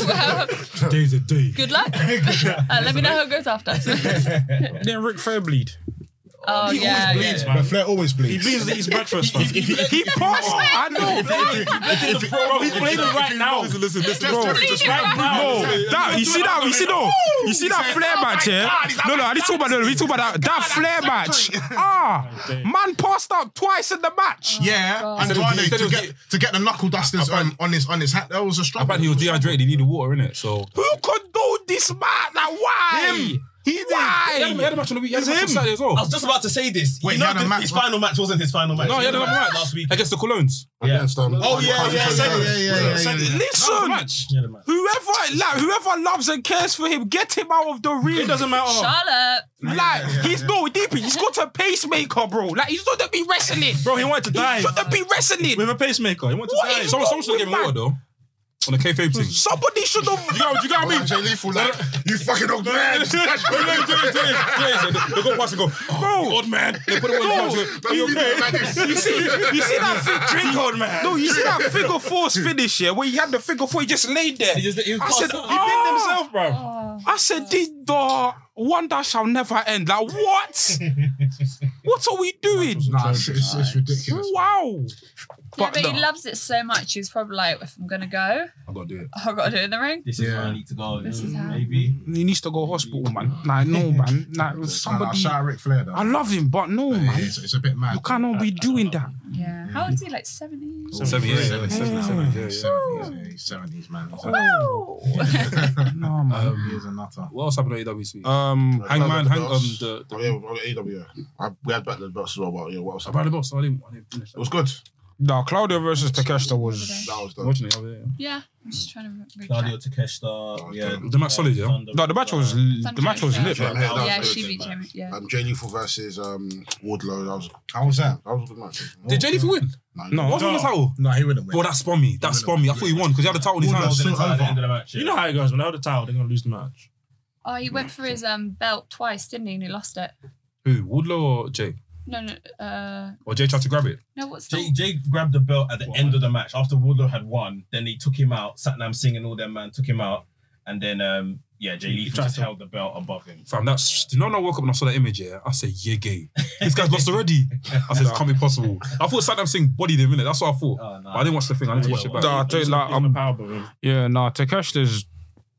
Speaker 4: well,
Speaker 1: Today's a day.
Speaker 4: good luck. Uh, let me know how it goes after.
Speaker 6: Then Rick Fair bleed.
Speaker 4: Oh,
Speaker 1: He
Speaker 4: yeah.
Speaker 1: always
Speaker 4: yeah.
Speaker 1: bleeds,
Speaker 2: man.
Speaker 5: But Flair always
Speaker 2: He
Speaker 5: bleeds.
Speaker 2: bleeds his breakfast, fam.
Speaker 1: If, if he passed, I know.
Speaker 2: Bro, he's playing it right now.
Speaker 1: Listen, listen, listen,
Speaker 5: Bro,
Speaker 1: bro.
Speaker 2: Just right
Speaker 6: No,
Speaker 2: now.
Speaker 6: that you see that you see no, you see that flare match, yeah. No, no, I need to talk about no, no, we talk about that that flare match. Ah, man passed out twice in the
Speaker 3: Uh.
Speaker 6: match.
Speaker 5: Yeah, and
Speaker 1: Instead of-
Speaker 5: Garnet
Speaker 1: instead
Speaker 5: to
Speaker 1: of
Speaker 5: get
Speaker 1: the-
Speaker 5: to get the knuckle dusters um, on his on his hat. That was a
Speaker 1: I
Speaker 5: struggle.
Speaker 1: bet he was dehydrated. He needed water in it. So
Speaker 6: Who condoned this man? Like why?
Speaker 1: Him.
Speaker 6: He did.
Speaker 1: he had, a- he had
Speaker 6: Why?
Speaker 1: a match on the week. He had a
Speaker 6: It's
Speaker 1: match on
Speaker 6: him.
Speaker 1: Saturday as
Speaker 8: I
Speaker 1: well.
Speaker 8: was just about to say this.
Speaker 5: Wait,
Speaker 8: you know
Speaker 5: he had a
Speaker 8: the-
Speaker 5: match,
Speaker 8: his
Speaker 5: right?
Speaker 8: final match wasn't his final match.
Speaker 1: No, he had another match
Speaker 8: last week.
Speaker 1: against the Colognes.
Speaker 5: Against, um,
Speaker 8: Oh, yeah,
Speaker 5: Carlos
Speaker 8: yeah, yeah, yeah,
Speaker 5: Alvarez.
Speaker 8: yeah, yeah,
Speaker 5: yeah, yeah.
Speaker 1: That was the
Speaker 6: Listen,
Speaker 1: match.
Speaker 8: He had a match.
Speaker 6: whoever like whoever loves and cares for him, get him out of the
Speaker 2: It
Speaker 6: ring.
Speaker 2: doesn't matter.
Speaker 4: Charlotte.
Speaker 6: Like he's no DP, he's got a pacemaker, bro. Like he shouldn't be wrestling.
Speaker 2: Bro, he wanted to die.
Speaker 6: He shouldn't be wrestling.
Speaker 2: With a pacemaker. He wanted to
Speaker 6: What
Speaker 2: die.
Speaker 6: is
Speaker 2: So-
Speaker 1: Someone, someone should have given water though. On the kayfabe thing.
Speaker 6: Somebody should have.
Speaker 1: You know, you got me.
Speaker 5: Jay Lethal, like, you fucking old man.
Speaker 1: They go past and go,
Speaker 6: "Oh,
Speaker 1: bro, old man. They put it on the couch. You okay?
Speaker 6: You see, you see that fi-
Speaker 2: Drink, old man.
Speaker 6: No, you see that figure four finish here where he had the figure four, he just laid there. I said,
Speaker 2: pinned
Speaker 6: oh.
Speaker 2: himself, bro.
Speaker 4: Oh.
Speaker 6: I said, the the one that shall never end. Like what? what are we doing?
Speaker 5: Nah, it's, it's, it's ridiculous.
Speaker 6: Wow.
Speaker 4: Yeah, but
Speaker 6: no.
Speaker 4: he loves it so much. He's probably like, if I'm gonna go,
Speaker 5: I gotta do it.
Speaker 4: I've got to do it in the ring.
Speaker 8: This is
Speaker 5: Yeah.
Speaker 8: where I need to go.
Speaker 4: This is how-
Speaker 8: maybe.
Speaker 6: He needs to go hospital, man. Nah, no, man. Nah,
Speaker 5: Nah, nah,
Speaker 6: somebody.
Speaker 5: shout out Ric Flair though.
Speaker 6: I love him, but no,
Speaker 5: Yeah,
Speaker 6: man.
Speaker 5: it's, it's a bit mad.
Speaker 6: You cannot be doing that.
Speaker 4: Yeah. How old is he? Like 70?
Speaker 1: Seven years. Seven, seven, seven, yeah, yeah.
Speaker 5: Seventies, seventies, man.
Speaker 4: Woo!
Speaker 6: No, man.
Speaker 5: Um, he is a nutter.
Speaker 1: What else happened at AWC?
Speaker 6: Um,
Speaker 1: Hangman, hang, um,
Speaker 3: belts.
Speaker 1: the, the,
Speaker 3: Oh, yeah, on AW. I, we had back the belts as well. But yeah, what else?
Speaker 1: about the boss. I didn't, I didn't finish
Speaker 3: It
Speaker 1: that.
Speaker 3: was good.
Speaker 6: nah, Claudio versus Takeshita was.
Speaker 3: That was the.
Speaker 1: Watching it, yeah.
Speaker 4: Yeah. I'm just trying to re-
Speaker 8: Claudio
Speaker 4: recap.
Speaker 5: Oh,
Speaker 8: Takeshita. Yeah.
Speaker 1: The match solid, yeah?
Speaker 8: Thunder-
Speaker 6: No, the match was the match was lit,
Speaker 3: Yeah,
Speaker 6: man.
Speaker 3: that was
Speaker 4: Yeah,
Speaker 3: good.
Speaker 4: she beat Jamie. Yeah.
Speaker 3: Um, Jay Lethal versus um, Wardlow. That was
Speaker 5: How was that?
Speaker 3: that was a good match.
Speaker 1: Did Jay Leafy win?
Speaker 6: No.
Speaker 1: What was on the title?
Speaker 5: No, he wouldn't
Speaker 1: Bro, that spun me. That spun me. I thought he won because he had the title in his
Speaker 8: Thunder
Speaker 1: hands.
Speaker 8: then
Speaker 5: so
Speaker 8: tied at the
Speaker 5: over.
Speaker 8: end of the match, yeah.
Speaker 2: You know how it goes. When they have the towel, they're going to lose the match.
Speaker 4: Oh, he went for his um belt twice, didn't he? And he lost it.
Speaker 1: Who? Woodlow or Jay?
Speaker 4: No, no. Uh,
Speaker 1: Or Jay tried to grab it?
Speaker 4: no. What's
Speaker 8: Jay,
Speaker 4: the?
Speaker 8: Jay grabbed the belt at the end of the match after Wardlow had won. Then he took him out. Satnam Singh and all them man took him out. And then um yeah, Jay Lee
Speaker 2: tried
Speaker 8: just
Speaker 2: to-
Speaker 8: held the belt above him.
Speaker 1: Fam, that's. Do you know when I woke up and I saw that image, yeah? I said, yeah, gay. This guy's lost already. I said, it can't be possible. I thought Saddam Singh bodied him, innit? That's what I thought.
Speaker 8: Oh, no.
Speaker 1: But I didn't watch the thing. I need to watch it back.
Speaker 6: Nah, I tell you, like,
Speaker 2: He's on
Speaker 6: um,
Speaker 2: the power boom.
Speaker 6: Yeah, nah, Takeshita's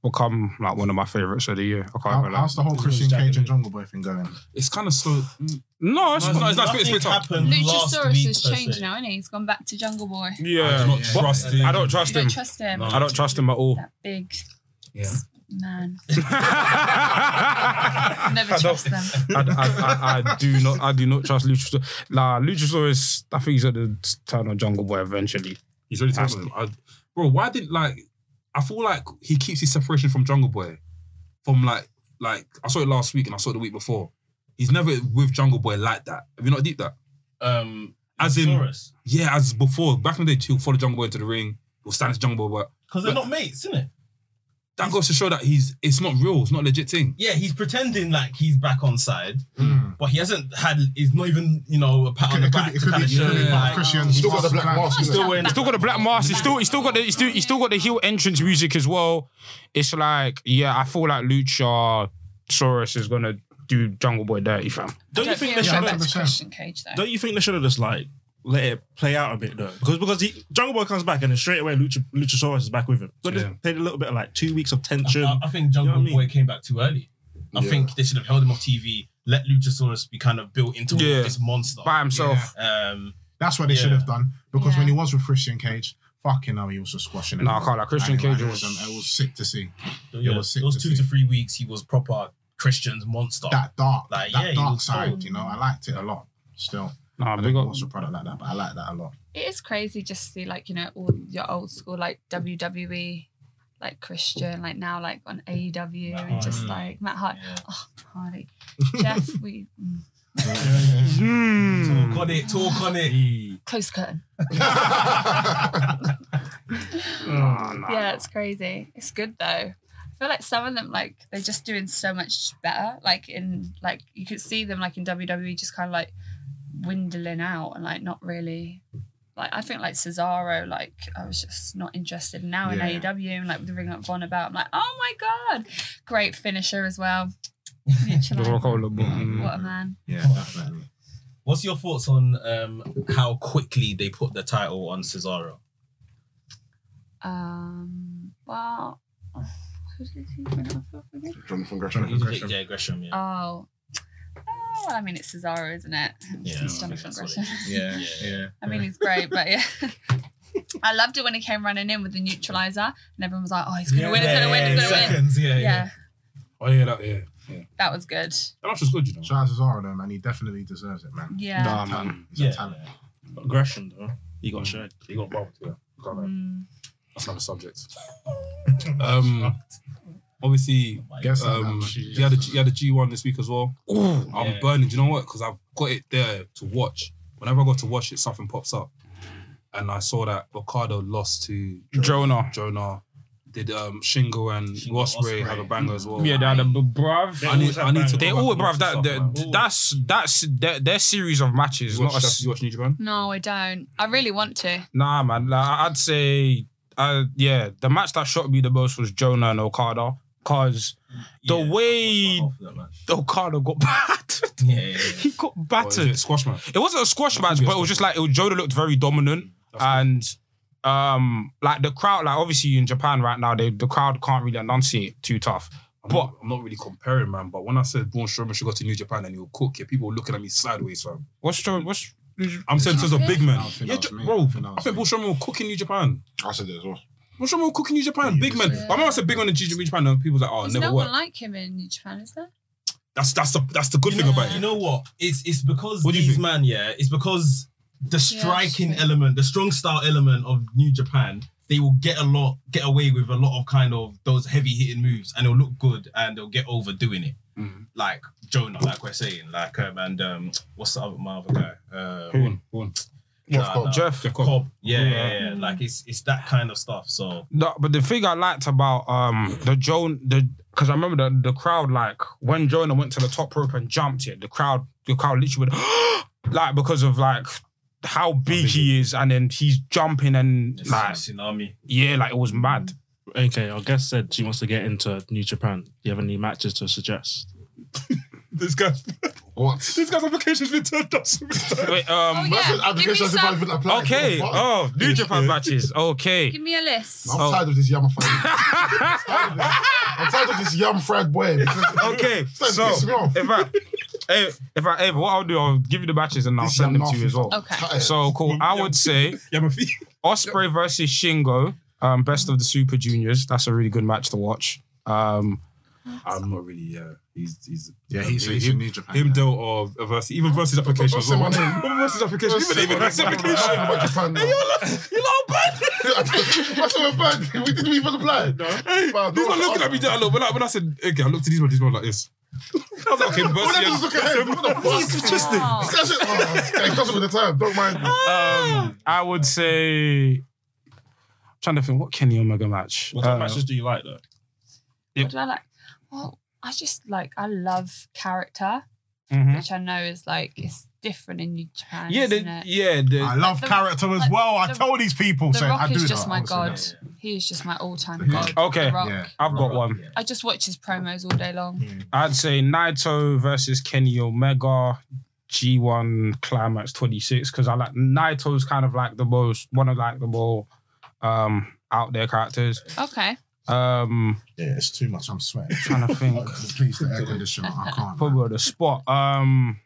Speaker 6: become like one of my favorites of the year. I
Speaker 5: How,
Speaker 6: can't even lie.
Speaker 5: how's the whole Christian Cage and Jungle Boy thing going?
Speaker 1: It's kind of slow. Mm.
Speaker 6: No, it's
Speaker 1: No, it's not.
Speaker 6: not.
Speaker 1: It's not. It's
Speaker 8: Nothing
Speaker 1: picked up.
Speaker 8: happened last
Speaker 4: Luchasaurus
Speaker 8: week,
Speaker 4: has
Speaker 8: per
Speaker 4: changed
Speaker 8: se.
Speaker 4: now, isn't he? He's gone back to Jungle Boy.
Speaker 1: I do
Speaker 6: Yeah,
Speaker 1: not trust him.
Speaker 6: I don't
Speaker 4: You
Speaker 6: trust
Speaker 4: don't
Speaker 6: him.
Speaker 4: trust him.
Speaker 1: No.
Speaker 6: I don't trust him at all.
Speaker 4: That big
Speaker 1: Yeah.
Speaker 4: man.
Speaker 6: I,
Speaker 4: Never trust them.
Speaker 6: I, I, I do not. I do not trust Luchasaurus. Nah, Luchasaurus. I think he's going to turn on Jungle Boy eventually.
Speaker 1: He's already taken him. I, bro, why didn't like? I feel like he keeps his separation from Jungle Boy. From like, like I saw it last week and I saw it the week before. He's never with Jungle Boy like that. Have you not deep that?
Speaker 8: Um,
Speaker 1: As in-
Speaker 8: because
Speaker 1: Yeah, as before, back in the day, he'll follow Jungle Boy into the ring. He'll stand his Jungle Boy. But
Speaker 8: they're not mates, isn't it?
Speaker 1: that goes to show that he's it's not real. It's not a legit thing.
Speaker 8: Yeah, he's pretending like he's back on side, but he hasn't had. He's not even you know a pat on the
Speaker 5: It Hmm. could
Speaker 8: back.
Speaker 5: be, it could
Speaker 8: kind
Speaker 5: be,
Speaker 8: of
Speaker 5: it could be
Speaker 8: showing, like,
Speaker 5: Christian.
Speaker 3: Still got the black mask.
Speaker 4: He's
Speaker 3: isn't it?
Speaker 4: still wearing-
Speaker 6: He's still got the black mask. He's still. He's still got the. He's still. He's still got the heel entrance music as well. It's like, yeah, I feel like Luchasaurus is going to do Jungle Boy dirty, fam.
Speaker 2: Don't you think they
Speaker 4: feel
Speaker 2: should
Speaker 4: like
Speaker 5: should've-
Speaker 4: that's Christian Cage though?
Speaker 2: Don't you think they should have just like let it play out a bit though? Because because he, Jungle Boy comes back and then straight away Lucha, Luchasaurus is back with him. So
Speaker 1: Yeah.
Speaker 2: just played a little bit of like two weeks of tension.
Speaker 8: I, I think Jungle
Speaker 2: You know what I
Speaker 8: Boy
Speaker 2: mean?
Speaker 8: came back too early. I
Speaker 3: Yeah.
Speaker 8: think they should have held him off TV. Let Luchasaurus be kind of built into
Speaker 6: Yeah.
Speaker 8: this monster.
Speaker 6: By himself.
Speaker 8: Um,
Speaker 5: That's what they
Speaker 8: Yeah.
Speaker 5: should have done because when
Speaker 4: Yeah.
Speaker 5: he was with Christian Cage, fucking hell, he was just squashing it.
Speaker 6: Nah, I can't lie. Christian
Speaker 5: And it-
Speaker 6: Cage
Speaker 5: and it
Speaker 6: was-
Speaker 5: um, it was sick to see
Speaker 8: yeah,
Speaker 5: was sick
Speaker 8: those
Speaker 5: to
Speaker 8: two to
Speaker 5: see.
Speaker 8: three weeks, he was proper Christian's monster.
Speaker 5: that dark,
Speaker 8: Like,
Speaker 5: that
Speaker 8: yeah, he
Speaker 5: dark
Speaker 8: was
Speaker 5: side.
Speaker 8: cold.
Speaker 5: You know, I liked it a lot. Still,
Speaker 6: Nah,
Speaker 5: I
Speaker 6: big
Speaker 5: don't
Speaker 6: up.
Speaker 5: watch a product like that, but I like that a lot.
Speaker 4: It is crazy just to see like you know all your old school like WWE, like Christian, like now like on AEW
Speaker 8: Matt
Speaker 4: and just
Speaker 8: Hardy.
Speaker 4: like Matt Hart,
Speaker 8: Yeah.
Speaker 4: oh Hardy, Jeff, we mm,
Speaker 5: Hmm.
Speaker 8: Talk on it. Talk on it.
Speaker 4: close curtain.
Speaker 6: Nah, nah.
Speaker 4: Yeah, it's crazy. It's good though. I feel like some of them like they're just doing so much better. Like in like you could see them like in WWE just kind of like windling out and like not really. Like I think like Cesaro, like I was just not interested now in E
Speaker 5: Yeah.
Speaker 4: AEW and like the ring up Von about. I'm like, oh my god, great finisher as well. Mitchell
Speaker 6: The
Speaker 4: Ireland.
Speaker 6: Rockola book.
Speaker 4: What a man.
Speaker 8: Yeah, definitely. What's your thoughts on um, how quickly they put the title on Cesaro?
Speaker 4: Um, well, who did he win it off of again?
Speaker 3: Jonathan Gresham.
Speaker 8: You did it, Yeah, Gresham. Yeah.
Speaker 4: Oh. Oh, well, I mean, it's Cesaro, isn't it?
Speaker 8: Yeah,
Speaker 4: It's
Speaker 8: I think that's
Speaker 4: Jonathan
Speaker 8: what it
Speaker 4: Gresham.
Speaker 5: Yeah,
Speaker 8: Yeah.
Speaker 5: yeah.
Speaker 4: I mean, he's great, but yeah. I loved it when he came running in with the neutralizer, and everyone was like, "Oh, he's gonna win! He's gonna win! He's gonna win!"
Speaker 8: Seconds. Yeah,
Speaker 4: Yeah,
Speaker 8: yeah.
Speaker 1: Oh yeah, that yeah.
Speaker 4: that was good.
Speaker 1: That match was good, you know.
Speaker 5: Shout out to Cesaro though, man. He definitely deserves it, man.
Speaker 4: Yeah.
Speaker 6: Nah, man.
Speaker 5: Talent. He's
Speaker 8: Yeah.
Speaker 5: a talent.
Speaker 2: Aggression, though. He got shared.
Speaker 1: He got bumped, yeah. Can't lie.
Speaker 4: Mm.
Speaker 1: That's another subject. um, obviously,
Speaker 5: Guess
Speaker 1: um,
Speaker 5: that.
Speaker 1: you had a G- you had a G one this week as well. I'm
Speaker 8: Yeah.
Speaker 1: burning. Do you know what? Because I've got it there to watch. Whenever I go to watch it, something pops up, and I saw that Ricardo lost to
Speaker 6: Jonah.
Speaker 1: Jonah. Did um, Shingo and
Speaker 8: Shingo,
Speaker 1: Osprey
Speaker 8: Ospreay.
Speaker 1: have a banger as well?
Speaker 6: Yeah, they're the bruv.
Speaker 1: I need, I need to.
Speaker 6: They
Speaker 1: go back
Speaker 6: all,
Speaker 1: and
Speaker 6: bruv.
Speaker 1: watch
Speaker 6: That,
Speaker 1: stuff, man.
Speaker 6: that that's that's their, their series of matches.
Speaker 1: You watch,
Speaker 6: Not a,
Speaker 1: stuff-
Speaker 6: s-
Speaker 1: you watch New Japan?
Speaker 4: No, I don't. I really want to.
Speaker 6: nah, man. Like, I- I'd say, uh, yeah, the match that shocked me the most was Jonah and Okada, cause The way-
Speaker 8: I watched about half of that match.
Speaker 6: Okada got battered.
Speaker 8: Yeah, yeah, yeah.
Speaker 6: he got
Speaker 1: Or is
Speaker 6: battered.
Speaker 1: it squash match?
Speaker 6: It wasn't a squash match,
Speaker 1: be a
Speaker 6: but it was just like it was, Jonah looked very dominant,
Speaker 1: That's
Speaker 6: and um, like the crowd, like obviously in Japan right now, they, the crowd can't really enunciate too tough.
Speaker 1: I'm not, I'm not really comparing, man. But when I said Braun Strowman should go to New Japan and he'll cook, yeah, people were looking at me sideways, fam.
Speaker 6: What's Jonah? What's
Speaker 1: I'm saying in terms of big men.
Speaker 3: I think
Speaker 1: Yeah,
Speaker 3: that was
Speaker 1: ju-
Speaker 3: me. I
Speaker 1: bro,
Speaker 3: think that
Speaker 1: I
Speaker 3: was
Speaker 1: think
Speaker 3: me.
Speaker 1: Braun Strowman will cook in New Japan.
Speaker 3: I said it as well.
Speaker 1: Braun Strowman will cook in New Japan,
Speaker 3: Yeah,
Speaker 1: big
Speaker 3: you
Speaker 1: man.
Speaker 4: said
Speaker 1: But I remember I said big man in G- New Japan and people was like, oh, it
Speaker 4: There's
Speaker 1: never
Speaker 4: no
Speaker 1: worked.
Speaker 4: one like him in New Japan, is there?
Speaker 1: that's that's the that's the good thing about
Speaker 8: You
Speaker 1: it.
Speaker 8: know what? It's it's because
Speaker 1: What do you
Speaker 8: these
Speaker 1: think?
Speaker 8: man, yeah, it's because the striking element, the strong style element of New Japan, they will get a lot, get away with a lot of kind of those heavy hitting moves, and they'll look good, and they'll get over doing it.
Speaker 1: Mhm.
Speaker 8: Like Jonah, like we're saying, like um, and um, what's the other my other guy? Uh,
Speaker 1: Go on, go on.
Speaker 8: nah,
Speaker 3: Jeff Cobb.
Speaker 8: nah,
Speaker 6: Jeff?
Speaker 1: Jeff Cobb.
Speaker 8: Cobb. Yeah, yeah, yeah. Like it's it's that kind of stuff. So
Speaker 6: No, but the thing I liked about um the Joan the because I remember the, the crowd like when Jonah went to the top rope and jumped it, the crowd the crowd literally went like because of like how big he is and then he's jumping and
Speaker 8: it's
Speaker 6: like
Speaker 8: tsunami.
Speaker 6: yeah like it was mad.
Speaker 2: Okay, our guest said she wants to get into New Japan. Do you have any matches to suggest?
Speaker 1: This guy's
Speaker 3: What?
Speaker 1: this guy's application's been turned up.
Speaker 6: Wait,
Speaker 4: Yeah,
Speaker 6: um
Speaker 3: That's an
Speaker 4: give me
Speaker 3: application that's
Speaker 4: some-
Speaker 3: even applied.
Speaker 6: okay
Speaker 3: What the fuck?
Speaker 6: oh New Japan matches okay
Speaker 4: Give me a list.
Speaker 3: I'm
Speaker 6: Oh.
Speaker 3: tired of this yam fried. I'm tired of this- I'm tired of this yam fried boy.
Speaker 6: okay
Speaker 3: It's
Speaker 6: so
Speaker 3: pissing me off.
Speaker 6: if I if, if I ever what I'll do I'll give you the matches and I'll
Speaker 3: This
Speaker 6: send
Speaker 3: is
Speaker 6: them to you as well.
Speaker 3: nothing.
Speaker 4: Okay.
Speaker 3: Tired.
Speaker 6: So cool. I would say
Speaker 1: Yamafi.
Speaker 6: Osprey versus Shingo, um, best of the Super Juniors. That's a really good match to watch. Um,
Speaker 1: I'm not really. Yeah, he's he's
Speaker 5: Yeah, he's, he's in
Speaker 1: him,
Speaker 5: New Japan.
Speaker 1: him dealt or versus even versus application.
Speaker 3: Don't
Speaker 1: as
Speaker 3: say
Speaker 1: well.
Speaker 3: my name.
Speaker 1: What versus application?
Speaker 3: Don't
Speaker 1: Even
Speaker 3: say
Speaker 1: even
Speaker 3: my
Speaker 1: versus
Speaker 3: name.
Speaker 1: application.
Speaker 3: Nothing about Japan now.
Speaker 1: You know, bad.
Speaker 3: That's so bad. We didn't even apply.
Speaker 1: Hey,
Speaker 3: But
Speaker 1: these
Speaker 3: no,
Speaker 1: men looking
Speaker 3: I-
Speaker 1: at me down low. When I, when I said, okay, I looked at these men, these men were like this. I was like, okay,
Speaker 3: All they do is
Speaker 1: versus.
Speaker 3: look at him. What the fuck?
Speaker 4: Oh.
Speaker 3: This guy said, oh, this guy does it with the time. Don't mind me.
Speaker 6: um, I would say, I'm trying to think, what Kenny Omega match?
Speaker 2: What type of
Speaker 6: Uh,
Speaker 2: matches do you like, though?
Speaker 4: What do I like? Well, I just like I love character,
Speaker 6: mhm.
Speaker 4: which I know is like it's different in New Japan.
Speaker 6: Yeah,
Speaker 4: isn't
Speaker 6: the,
Speaker 4: it?
Speaker 6: yeah, the,
Speaker 5: I love
Speaker 4: The-
Speaker 5: character as
Speaker 4: like,
Speaker 5: well. I
Speaker 4: The-
Speaker 5: told these people,
Speaker 4: The
Speaker 5: so Oh, I
Speaker 4: Rock
Speaker 5: do
Speaker 4: is
Speaker 5: that.
Speaker 4: just my god.
Speaker 5: Obviously,
Speaker 4: He is just my all-time
Speaker 5: Yeah.
Speaker 4: god.
Speaker 6: Okay.
Speaker 4: The Rock.
Speaker 5: Yeah.
Speaker 6: I've got one.
Speaker 4: I just watch his promos all day long.
Speaker 6: I'd say Naito versus Kenny Omega. G1 Climax 26 because I like Naito's kind of like the most one of like the more um out there characters.
Speaker 4: Okay.
Speaker 6: Um
Speaker 5: Yeah, it's too much. I'm sweating.
Speaker 6: trying to think.
Speaker 5: Please, the air conditioner. I can't. man.
Speaker 6: probably on the spot. Um,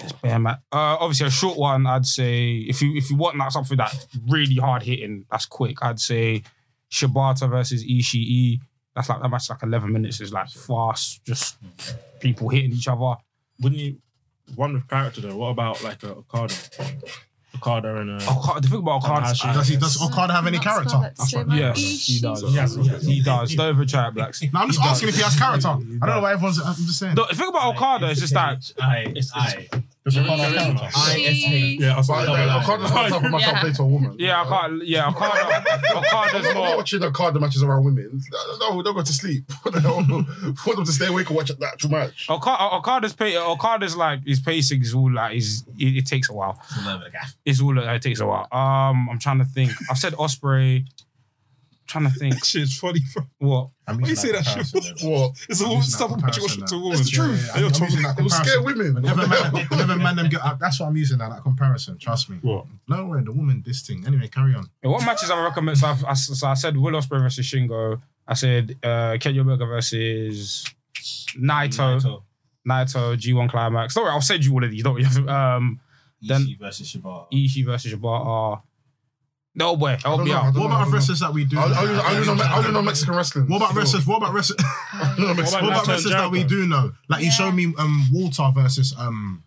Speaker 6: it's bare ma- Uh, obviously a short one. I'd say if you if you want that something that really hard hitting, that's quick. I'd say Shibata versus Ishii. That's like that match. is Like eleven minutes is like fast, just people hitting each other. Oh,
Speaker 2: Wouldn't you one with character though? What about like a Okada? Okada and uh,
Speaker 5: Oh,
Speaker 2: a
Speaker 6: Okada, the thing about Okada,
Speaker 2: Tanahashi.
Speaker 5: Does he? Does Okada Oh, have any
Speaker 4: Not spell
Speaker 5: character?
Speaker 4: that so much.
Speaker 6: yes, he does.
Speaker 2: Yes, yes.
Speaker 6: He does. Don't even try it, blacks.
Speaker 5: No, I'm just asking if he has character. I don't know why everyone's. I'm just saying.
Speaker 6: The thing about Okada is just that
Speaker 8: I, it's I.
Speaker 5: Does Okada have character?
Speaker 4: Ishii.
Speaker 1: Yeah, I saw
Speaker 3: But I I can't just on top of myself
Speaker 4: Yeah.
Speaker 3: play to a woman.
Speaker 6: yeah, Okada, yeah, Okada, Okada's
Speaker 3: I'm not
Speaker 6: more.
Speaker 3: watching the card matches around women. No, don't go to sleep. What the hell? Want them to stay awake and watch the actual match.
Speaker 1: Oh,
Speaker 6: Okada, Okada's pay, Okada's like his pacing is all like is it, it takes a while. uh, It's all it takes a while. Um, I'm trying to think. I've said Osprey. trying to think.
Speaker 1: That shit's funny, bro.
Speaker 6: What?
Speaker 5: I'm
Speaker 1: Why you
Speaker 5: using
Speaker 1: say that shit?
Speaker 5: comparison there, though.
Speaker 1: What? It's a
Speaker 5: I'm
Speaker 1: woman
Speaker 5: using that
Speaker 1: stuff but she
Speaker 5: comparison
Speaker 1: worship to
Speaker 5: there.
Speaker 1: a woman.
Speaker 5: It's
Speaker 1: Yeah,
Speaker 5: true.
Speaker 1: yeah,
Speaker 5: I'm
Speaker 1: yeah.
Speaker 5: using that
Speaker 3: It was
Speaker 5: comparison.
Speaker 3: scared women.
Speaker 5: Never man, never man them. Get, that's what I'm using that, that comparison. Trust me.
Speaker 1: What?
Speaker 5: No way, the woman. This thing. Anyway, carry on.
Speaker 6: Yeah, What matches I recommend? So, I've, I, so I said Will Ospreay versus Shingo. I said uh, Kenny Omega versus Naito. Naito, G1 Climax. Don't worry, I'll send you all of these. Don't worry. Um, Then-
Speaker 8: Ishii versus Shibata.
Speaker 6: Ishii versus Shibata. No way.
Speaker 3: I
Speaker 6: I'll
Speaker 3: don't
Speaker 6: be
Speaker 3: know,
Speaker 6: out.
Speaker 3: I
Speaker 5: What
Speaker 3: don't know, I
Speaker 5: about
Speaker 3: don't
Speaker 5: wrestlers that we do?
Speaker 3: know. I I only- I only know Me- I only know Mexican wrestling.
Speaker 5: What about
Speaker 3: Still.
Speaker 5: wrestlers? What about wrestlers?
Speaker 3: I don't know Mexican-
Speaker 5: What about
Speaker 2: What Naito and
Speaker 5: wrestlers that we
Speaker 2: Jericho?
Speaker 5: do know? Like you
Speaker 4: Yeah.
Speaker 5: showed me um Walter versus um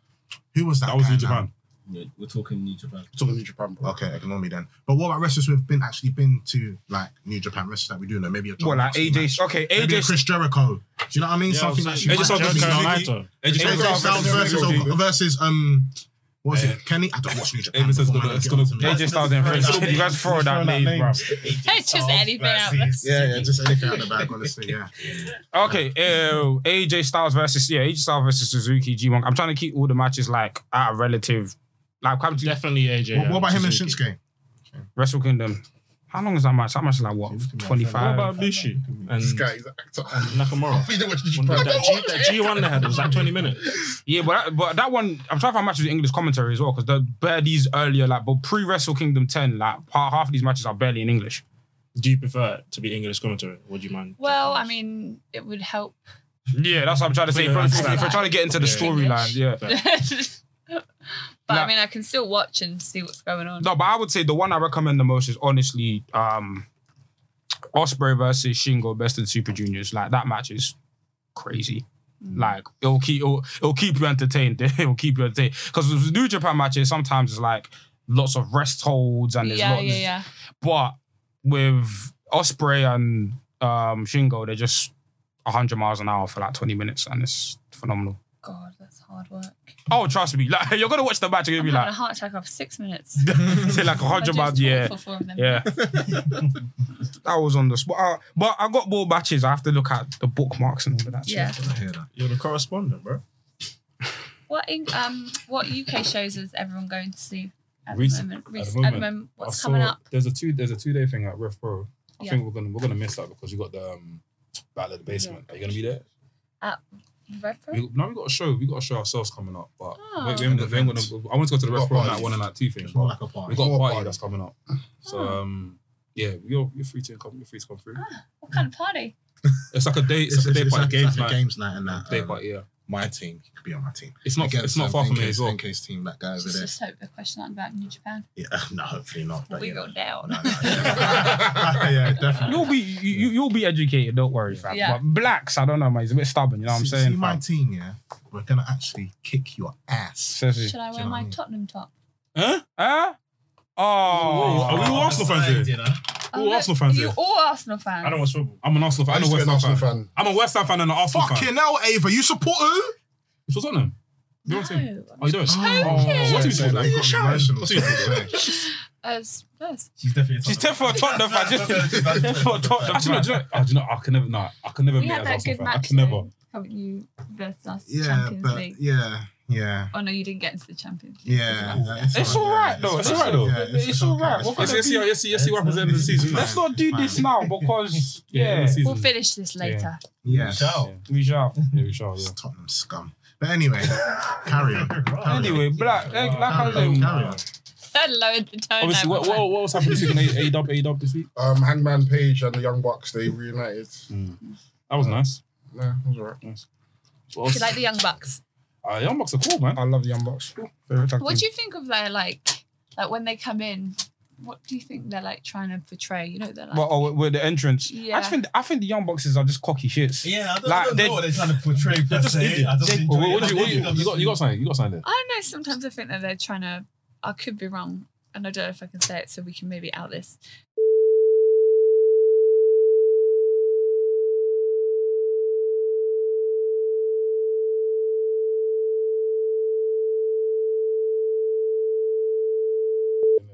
Speaker 5: who was that?
Speaker 1: That was
Speaker 5: guy,
Speaker 1: in
Speaker 5: man?
Speaker 1: Japan.
Speaker 8: Yeah, We're talking New Japan.
Speaker 3: Talking to Japan, bro.
Speaker 5: Okay, ignore me then. But what about wrestlers who've been actually been to like New Japan wrestlers that we do know? Maybe a John
Speaker 6: What, like
Speaker 5: Moxley match.
Speaker 6: AJ? Okay,
Speaker 5: maybe a
Speaker 6: AJ.
Speaker 5: Chris Jericho. Do you know what I mean?
Speaker 2: Yeah,
Speaker 5: Something
Speaker 2: I
Speaker 5: that
Speaker 2: was
Speaker 5: she
Speaker 1: saying- It's
Speaker 5: might
Speaker 1: just
Speaker 5: actually
Speaker 1: something
Speaker 5: know.
Speaker 1: that-
Speaker 2: Naito.
Speaker 5: AJ Styles versus versus um what was it Kenny? I don't watch New Japan.
Speaker 1: Evan says
Speaker 5: before,
Speaker 1: gonna-
Speaker 5: man,
Speaker 1: it's
Speaker 5: get
Speaker 1: gonna-
Speaker 5: onto me.
Speaker 6: AJ Styles and French.
Speaker 5: Throw that
Speaker 6: You guys throw that name, bro.
Speaker 4: It's just anything else.
Speaker 5: Oh, Yeah, yeah, just anything out the bag, honestly. Yeah.
Speaker 6: Okay, uh, AJ Styles versus yeah, AJ Styles versus Suzuki G1. I'm trying to keep all the matches like at a relative, like come to
Speaker 2: Definitely AJ.
Speaker 5: What, what about him and
Speaker 2: Suzuki.
Speaker 5: Shinsuke?
Speaker 6: Wrestle Kingdom. How long is that match? That match is like what, twenty
Speaker 2: What
Speaker 6: five?
Speaker 2: about Bushi and
Speaker 3: This guy, he's an actor.
Speaker 2: Nakamura?
Speaker 3: He didn't watch
Speaker 2: When
Speaker 3: Japan.
Speaker 2: that,
Speaker 3: I
Speaker 2: that,
Speaker 3: don't
Speaker 2: G,
Speaker 3: watch
Speaker 2: that
Speaker 3: it.
Speaker 2: G1 they had it was like 20 minutes.
Speaker 6: Yeah, but that, but that one, I'm trying to find matches with English commentary as well because the bare these earlier like, but pre Wrestle Kingdom ten, like ha- half of these matches are barely in English.
Speaker 2: Do you prefer it to be English commentary? Would you mind?
Speaker 4: Well, I mean, it would help.
Speaker 6: Yeah, that's what I'm trying to say.
Speaker 2: Yeah,
Speaker 6: If,
Speaker 2: I
Speaker 6: if,
Speaker 2: understand.
Speaker 6: if we're trying to get into the
Speaker 2: Yeah.
Speaker 6: storyline, yeah.
Speaker 4: but I mean, I can still watch and see what's going on.
Speaker 6: No, but I would say the one I recommend the most is honestly um Osprey versus Shingo, best in Super Juniors. Like that match is crazy.
Speaker 4: Mm.
Speaker 6: Like it'll keep it'll, it'll keep you entertained. it'll keep you entertained because with New Japan matches sometimes it's like lots of rest holds and there's
Speaker 4: yeah, yeah,
Speaker 6: lots.
Speaker 4: yeah.
Speaker 6: But with Osprey and um Shingo, they're just hundred miles an hour for like twenty minutes, and it's phenomenal.
Speaker 4: God, that's hard work.
Speaker 6: Oh, trust me, like you're gonna watch the match and you'll
Speaker 4: I'm
Speaker 6: be
Speaker 4: having a
Speaker 6: like,
Speaker 4: heart attack after six minutes.
Speaker 6: say like hundred miles, yeah.
Speaker 4: For four of them.
Speaker 6: Yeah. that was on the spot. Uh, but I got more matches. I have to look at the bookmarks and all of that. shit.
Speaker 4: Yeah.
Speaker 2: You're the correspondent, bro.
Speaker 4: What in, um what UK shows is everyone going to see at
Speaker 1: Reese-
Speaker 4: the moment? Reese-
Speaker 1: moment,
Speaker 4: at the moment, what's
Speaker 1: I
Speaker 4: coming
Speaker 1: saw-
Speaker 4: up?
Speaker 1: There's a two there's a two day thing at Ref Pro. I
Speaker 4: Yeah.
Speaker 1: think we're gonna we're gonna miss that because we got the um, battle of the basement. Are you gonna be there?
Speaker 4: Redford?
Speaker 1: We, no, we got a show. We got a show ourselves coming up, but
Speaker 4: Oh.
Speaker 1: we, we ain't gonna, we ain't gonna- I want to go to the
Speaker 5: We
Speaker 1: Ref
Speaker 5: got
Speaker 1: Pro on that
Speaker 5: parties.
Speaker 1: one and that two thing.
Speaker 5: It's more
Speaker 1: But
Speaker 5: like a party.
Speaker 1: we got a
Speaker 5: More
Speaker 1: party that's coming up. So um, yeah, you're you're free to come. You're free to come through.
Speaker 4: What kind of party?
Speaker 1: It's like a day. It's, like a day
Speaker 5: it's
Speaker 1: party.
Speaker 5: like-
Speaker 1: games
Speaker 5: it's like a
Speaker 1: night. uh,
Speaker 5: games night and that.
Speaker 1: Day
Speaker 5: um,
Speaker 1: party. Yeah,
Speaker 5: My team could be on my team.
Speaker 1: it's not
Speaker 5: Against,
Speaker 1: it's not
Speaker 5: um,
Speaker 1: far from here
Speaker 5: NK's
Speaker 1: as well.
Speaker 5: NK's team, that guy over
Speaker 4: Just,
Speaker 5: there.
Speaker 4: just hope the question aren't about New Japan.
Speaker 5: Yeah, no, hopefully not. But
Speaker 4: we
Speaker 5: yeah.
Speaker 4: go
Speaker 6: Oh,
Speaker 4: down.
Speaker 5: No, no, yeah. yeah, definitely.
Speaker 6: You'll be you, you'll be educated. Don't worry, fam.
Speaker 4: Yeah.
Speaker 6: But blacks, I don't know, man. He's a bit stubborn. You know what I'm
Speaker 5: see,
Speaker 6: saying?
Speaker 5: See my
Speaker 6: fam?
Speaker 5: team, yeah. We're gonna actually kick your ass.
Speaker 6: Seriously.
Speaker 4: Should I
Speaker 5: Do you know what
Speaker 4: wear
Speaker 5: I
Speaker 4: my
Speaker 5: mean?
Speaker 4: Tottenham top?
Speaker 1: Huh?
Speaker 6: Huh? Oh,
Speaker 1: Are we all Arsenal fans here?
Speaker 8: You know?
Speaker 1: All Arsenal fans
Speaker 4: Oh, You
Speaker 1: here.
Speaker 4: all Arsenal fans.
Speaker 2: I don't watch football.
Speaker 1: I'm an Arsenal fan.
Speaker 3: I
Speaker 1: I'm a
Speaker 3: used to be
Speaker 1: West
Speaker 3: an
Speaker 1: Ham fan.
Speaker 3: Arsenal fan.
Speaker 1: I'm a West Ham fan and an Arsenal fan.
Speaker 5: Fucking hell, Ava, you support who?
Speaker 1: She was on them. You know what I'm saying?
Speaker 4: No.
Speaker 1: Oh, you don't.
Speaker 4: cares?
Speaker 1: What do you
Speaker 5: Sorry,
Speaker 1: support?
Speaker 5: that got me emotional.
Speaker 1: What do you
Speaker 4: As, as
Speaker 8: She's definitely.
Speaker 6: She's ten for a Tottenham fan. She's 10 for a Tottenham
Speaker 1: Actually, no,
Speaker 6: fan.
Speaker 1: do you know? Oh, do you know? I can never. Nah, I can never
Speaker 4: we
Speaker 1: meet
Speaker 4: had
Speaker 1: as
Speaker 4: that
Speaker 1: Arsenal
Speaker 4: good
Speaker 1: fan. I
Speaker 4: match.
Speaker 1: can never.
Speaker 4: though, Haven't you versus us
Speaker 5: Yeah,
Speaker 4: Champions
Speaker 5: but
Speaker 4: League?
Speaker 5: yeah, yeah,
Speaker 4: Oh no, you didn't get into the Champions League.
Speaker 5: yeah.
Speaker 4: Because of us.
Speaker 5: yeah,
Speaker 6: It's all right though. It's all right though.
Speaker 5: Yeah,
Speaker 6: It's, all right.
Speaker 5: it's
Speaker 6: What
Speaker 5: fine.
Speaker 6: can it
Speaker 1: Yes, yes,
Speaker 6: be?
Speaker 1: yes, yes. He represented the season.
Speaker 5: It's
Speaker 6: Let's
Speaker 5: fine.
Speaker 6: not do this now because yeah,
Speaker 1: the season.
Speaker 4: We'll finish this later.
Speaker 5: Yeah.
Speaker 6: we shall.
Speaker 1: Yeah, we shall.
Speaker 5: It's
Speaker 1: Yeah.
Speaker 5: Tottenham scum. But anyway, carry on. Carry on.
Speaker 6: Anyway, black like, like I
Speaker 5: carry on.
Speaker 6: said,
Speaker 5: Carry on.
Speaker 4: That lowered the tone.
Speaker 1: Obviously,
Speaker 4: now,
Speaker 1: what,
Speaker 4: my
Speaker 1: what
Speaker 4: friend.
Speaker 1: what was happening this week in A Dub A Dub this week?
Speaker 3: Um, Hangman Page and the Young Bucks, they reunited.
Speaker 5: Mm.
Speaker 1: That was nice.
Speaker 3: Nah, it was alright.
Speaker 1: Nice.
Speaker 4: Do you like the Young Bucks?
Speaker 1: Uh, Young Bucks are cool, man.
Speaker 6: I love the Young Bucks. Favorite tag
Speaker 4: What
Speaker 6: team.
Speaker 4: do you think of their like, like when they come in? What do you think they're like trying to portray? You know, they're like.
Speaker 6: Well, oh, with- with the entrance. I
Speaker 4: Yeah.
Speaker 6: just think I think the young boxes are just cocky shits.
Speaker 8: Yeah, I don't,
Speaker 6: Like,
Speaker 8: I don't
Speaker 6: they-
Speaker 8: know what they're trying to portray per
Speaker 2: just
Speaker 8: se. I just enjoy
Speaker 1: What, what, do
Speaker 8: it.
Speaker 1: you, what do you,
Speaker 8: I'm
Speaker 1: you
Speaker 8: just-
Speaker 1: got? You got something? You got something there?
Speaker 4: I don't know. Sometimes I think that they're trying to. I could be wrong, and I don't know if I can say it, so we can maybe out this.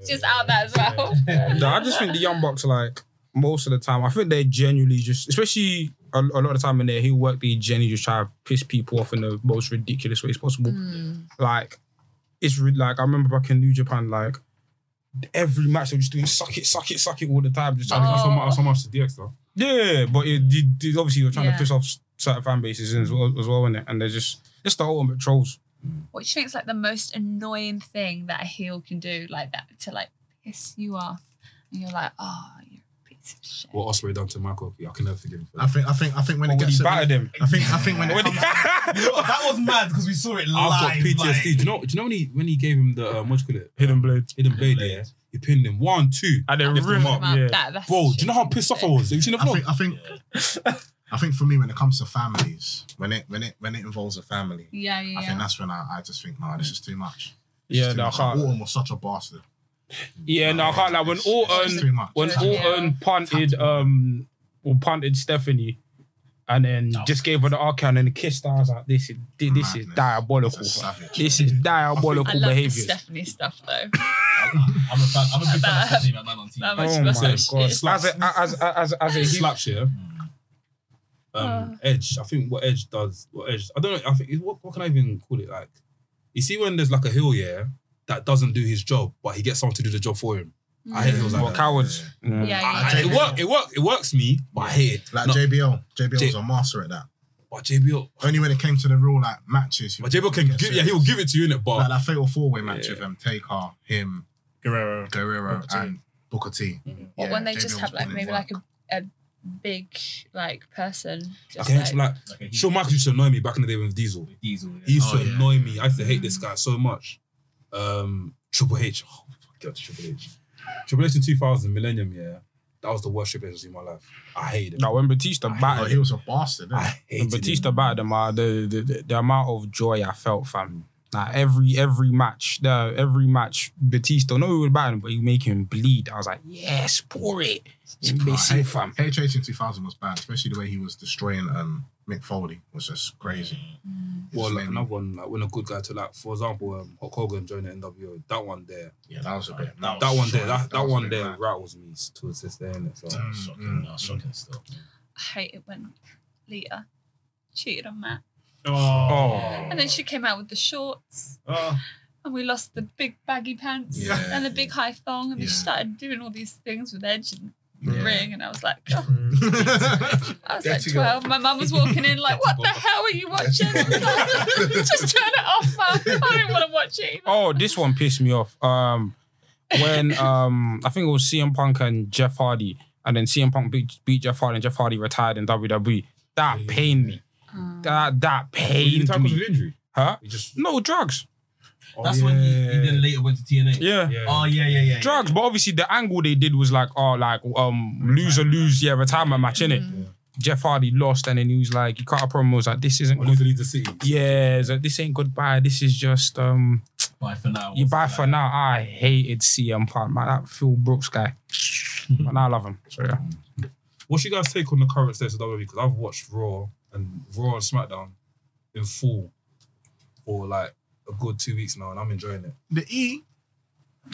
Speaker 4: Just out that as well.
Speaker 6: No, I just think the young bucks like most of the time. I think they're genuinely just, especially a, a lot of the time in their heel work, they genuinely just try to piss people off in the most ridiculous ways possible.
Speaker 4: Mm.
Speaker 6: Like it's re- like I remember back in New Japan, like every match they were just doing suck it, suck it, suck it all the time. Just trying to-
Speaker 1: That's how much- that's how much the DX though.
Speaker 6: yeah, but it, did did- obviously you're trying
Speaker 4: Yeah.
Speaker 6: to piss off certain fan bases as well, as well, innit? And they're just just the ultimate trolls.
Speaker 4: What do you think is like the most annoying thing that a heel can do like that to like piss you off? And you're like, oh, you're a piece of shit.
Speaker 1: What Osprey done to Michael? I can never forgive him. For
Speaker 5: I
Speaker 1: that.
Speaker 5: think I think I think when it
Speaker 6: But when
Speaker 5: gets
Speaker 6: he
Speaker 5: to-
Speaker 6: battered him.
Speaker 5: I think I think when it
Speaker 6: When he-
Speaker 5: comes
Speaker 8: that was mad because we saw it live.
Speaker 1: I've got PTSD. do
Speaker 8: like-
Speaker 1: you know? Do you know when he when he gave him the um, what do you call it?
Speaker 6: Hidden blade.
Speaker 1: Hidden blade.
Speaker 8: blade.
Speaker 1: Yeah, he pinned him one, two.
Speaker 6: And then
Speaker 1: Lift him
Speaker 6: ripped
Speaker 1: up.
Speaker 4: Well,
Speaker 6: Yeah.
Speaker 4: that- that's
Speaker 1: Bro, do you know how
Speaker 4: shit.
Speaker 1: pissed off I was? Have you seen the
Speaker 5: I
Speaker 1: vlog?
Speaker 5: think I think I think for me when it comes to families, when it when it when it involves a family,
Speaker 4: Yeah, yeah,
Speaker 5: I think
Speaker 4: yeah.
Speaker 5: that's when I, I just think, nah, this is too much. This is
Speaker 6: Yeah,
Speaker 5: too
Speaker 6: no, I
Speaker 5: much.
Speaker 6: can't.
Speaker 5: Orton was such a bastard.
Speaker 6: Yeah, no, I can't. Like when
Speaker 5: It's- it's
Speaker 6: Orton,
Speaker 5: too much.
Speaker 6: when
Speaker 4: Yeah.
Speaker 6: Orton punted, um, or punted Stephanie, and then just gave her the arcan and kissed. her, I was like, this is this is
Speaker 5: Madness.
Speaker 6: diabolical.
Speaker 5: It's a
Speaker 6: fam.
Speaker 5: savage.
Speaker 6: This is
Speaker 4: I
Speaker 6: diabolical
Speaker 4: love the
Speaker 6: behavior.
Speaker 4: Stephanie stuff though.
Speaker 8: I'm a fan. I'm a big fan of Stephanie McMahon on
Speaker 4: That
Speaker 8: TV.
Speaker 4: much
Speaker 6: Oh
Speaker 4: better.
Speaker 6: my god!
Speaker 4: shit.
Speaker 6: As a as a- as a- as a heel-
Speaker 1: slaps yeah. Um, Edge. I think what Edge does, what Edge. I don't know. I think what, what can I even call it? Like, you see when there's like a heel, yeah, that doesn't do his job, but he gets someone to do the job for him. I hate heels like
Speaker 6: Well,
Speaker 1: that.
Speaker 6: cowards.
Speaker 4: Yeah,
Speaker 6: Yeah.
Speaker 4: yeah.
Speaker 1: And it work. It work. It works me, but I hate it.
Speaker 5: Like
Speaker 1: No,
Speaker 5: JBL, JBL was
Speaker 1: J-
Speaker 5: a master at that.
Speaker 1: but JBL.
Speaker 5: Only when it came to the real like matches, he
Speaker 1: But
Speaker 5: would
Speaker 1: JBL can
Speaker 5: get
Speaker 1: give. Yeah,
Speaker 5: serious.
Speaker 1: he will give it to you in it,
Speaker 5: like
Speaker 1: but
Speaker 5: that fatal four way match with them, Taker, him,
Speaker 2: Guerrero.
Speaker 5: Guerrero,
Speaker 2: Booker T.
Speaker 5: and Booker T.
Speaker 4: Or
Speaker 5: Yeah,
Speaker 4: when they
Speaker 5: JBL
Speaker 4: just
Speaker 5: was
Speaker 4: have like
Speaker 5: putting in
Speaker 4: maybe
Speaker 5: work.
Speaker 4: like a, a big like person. Just
Speaker 1: okay,
Speaker 4: like,
Speaker 1: like
Speaker 8: Like a heel.
Speaker 1: Shawn Michaels used to annoy me back in the day with Diesel.
Speaker 8: Diesel. yeah.
Speaker 1: He used
Speaker 8: Oh,
Speaker 1: to
Speaker 8: yeah.
Speaker 1: annoy me. I used to hate this guy so much. Um, Triple H. Oh my god, Triple H. Triple H in 2000, Millennium, yeah. That was the worst Triple H I've seen in my life. I hated him.
Speaker 6: Now when Batista
Speaker 5: Oh,
Speaker 6: battered,
Speaker 5: he was a bastard. innit?
Speaker 1: I
Speaker 6: when
Speaker 1: hated him.
Speaker 6: Batista battered him, uh, the, the the the amount of joy I felt, fam. Like every every match, the every match, Batista. No, he was batting, but he make him bleed. I was like, yes, pour it,
Speaker 5: Nah,
Speaker 6: Messi,
Speaker 5: H-
Speaker 6: fam.
Speaker 5: H H in 2000 was bad, especially the way he was destroying um, Mick Foley was just crazy. It
Speaker 1: Well,
Speaker 5: just
Speaker 1: like
Speaker 5: made me-
Speaker 1: another one, like when a good guy to like, for example, um, Hulk Hogan joined the NWO. That one there,
Speaker 5: yeah, that was a bit.
Speaker 8: That
Speaker 1: that one there,
Speaker 5: shocking.
Speaker 1: that, that
Speaker 5: was a
Speaker 1: one
Speaker 5: bit
Speaker 1: there
Speaker 5: mad.
Speaker 1: rattles me to a sister innit? So
Speaker 5: Mm,
Speaker 8: Shocking.
Speaker 5: mm.
Speaker 8: That was shocking still.
Speaker 4: I hate it when Lita cheated on Matt,
Speaker 6: Oh.
Speaker 4: and then she came out with the shorts.
Speaker 8: Oh.
Speaker 4: And we lost the big baggy pants
Speaker 5: Yeah.
Speaker 4: and the big high thong, and then she
Speaker 5: Yeah.
Speaker 4: started doing all these things with Edge and
Speaker 1: Oh.
Speaker 4: the
Speaker 5: Yeah.
Speaker 4: ring. And I was like, "Oh,
Speaker 5: yeah,
Speaker 4: I was
Speaker 5: There
Speaker 4: like
Speaker 5: you go.
Speaker 4: 12. My mum was walking in, like, what the hell are you watching? I was like, Just turn it off, mum. I don't want to watch it.
Speaker 6: Oh, this one pissed me off. Um, when um, I think it was CM Punk and Jeff Hardy, and then CM Punk beat, beat Jeff Hardy, and Jeff Hardy retired in WWE. That pained me. That that
Speaker 1: you
Speaker 6: pained
Speaker 1: tackle with
Speaker 6: me.
Speaker 1: injury.
Speaker 6: Huh?
Speaker 1: You just
Speaker 6: No drugs.
Speaker 8: That's when he, he then later went to TNA.
Speaker 6: Oh, Yeah.
Speaker 8: Oh yeah, yeah, yeah.
Speaker 6: drugs. But obviously, the angle they did was like, oh, like um, lose or lose, yeah, retirement match, innit? Jeff Hardy lost, and then he was like, he cut a promo, was like, this isn't
Speaker 1: or lose
Speaker 6: good.
Speaker 1: to leave the city.
Speaker 6: Yeah, it's like, this ain't goodbye. This is just um,
Speaker 8: Bye for now.
Speaker 6: you buy for now. I hated CM Punk, man. That Phil Brooks guy, but now I love him. So yeah,
Speaker 1: What's your guys' take on the current state of WWE? Because I've watched Raw and Raw and SmackDown in full for like a good two weeks now, and I'm enjoying it.
Speaker 5: the E.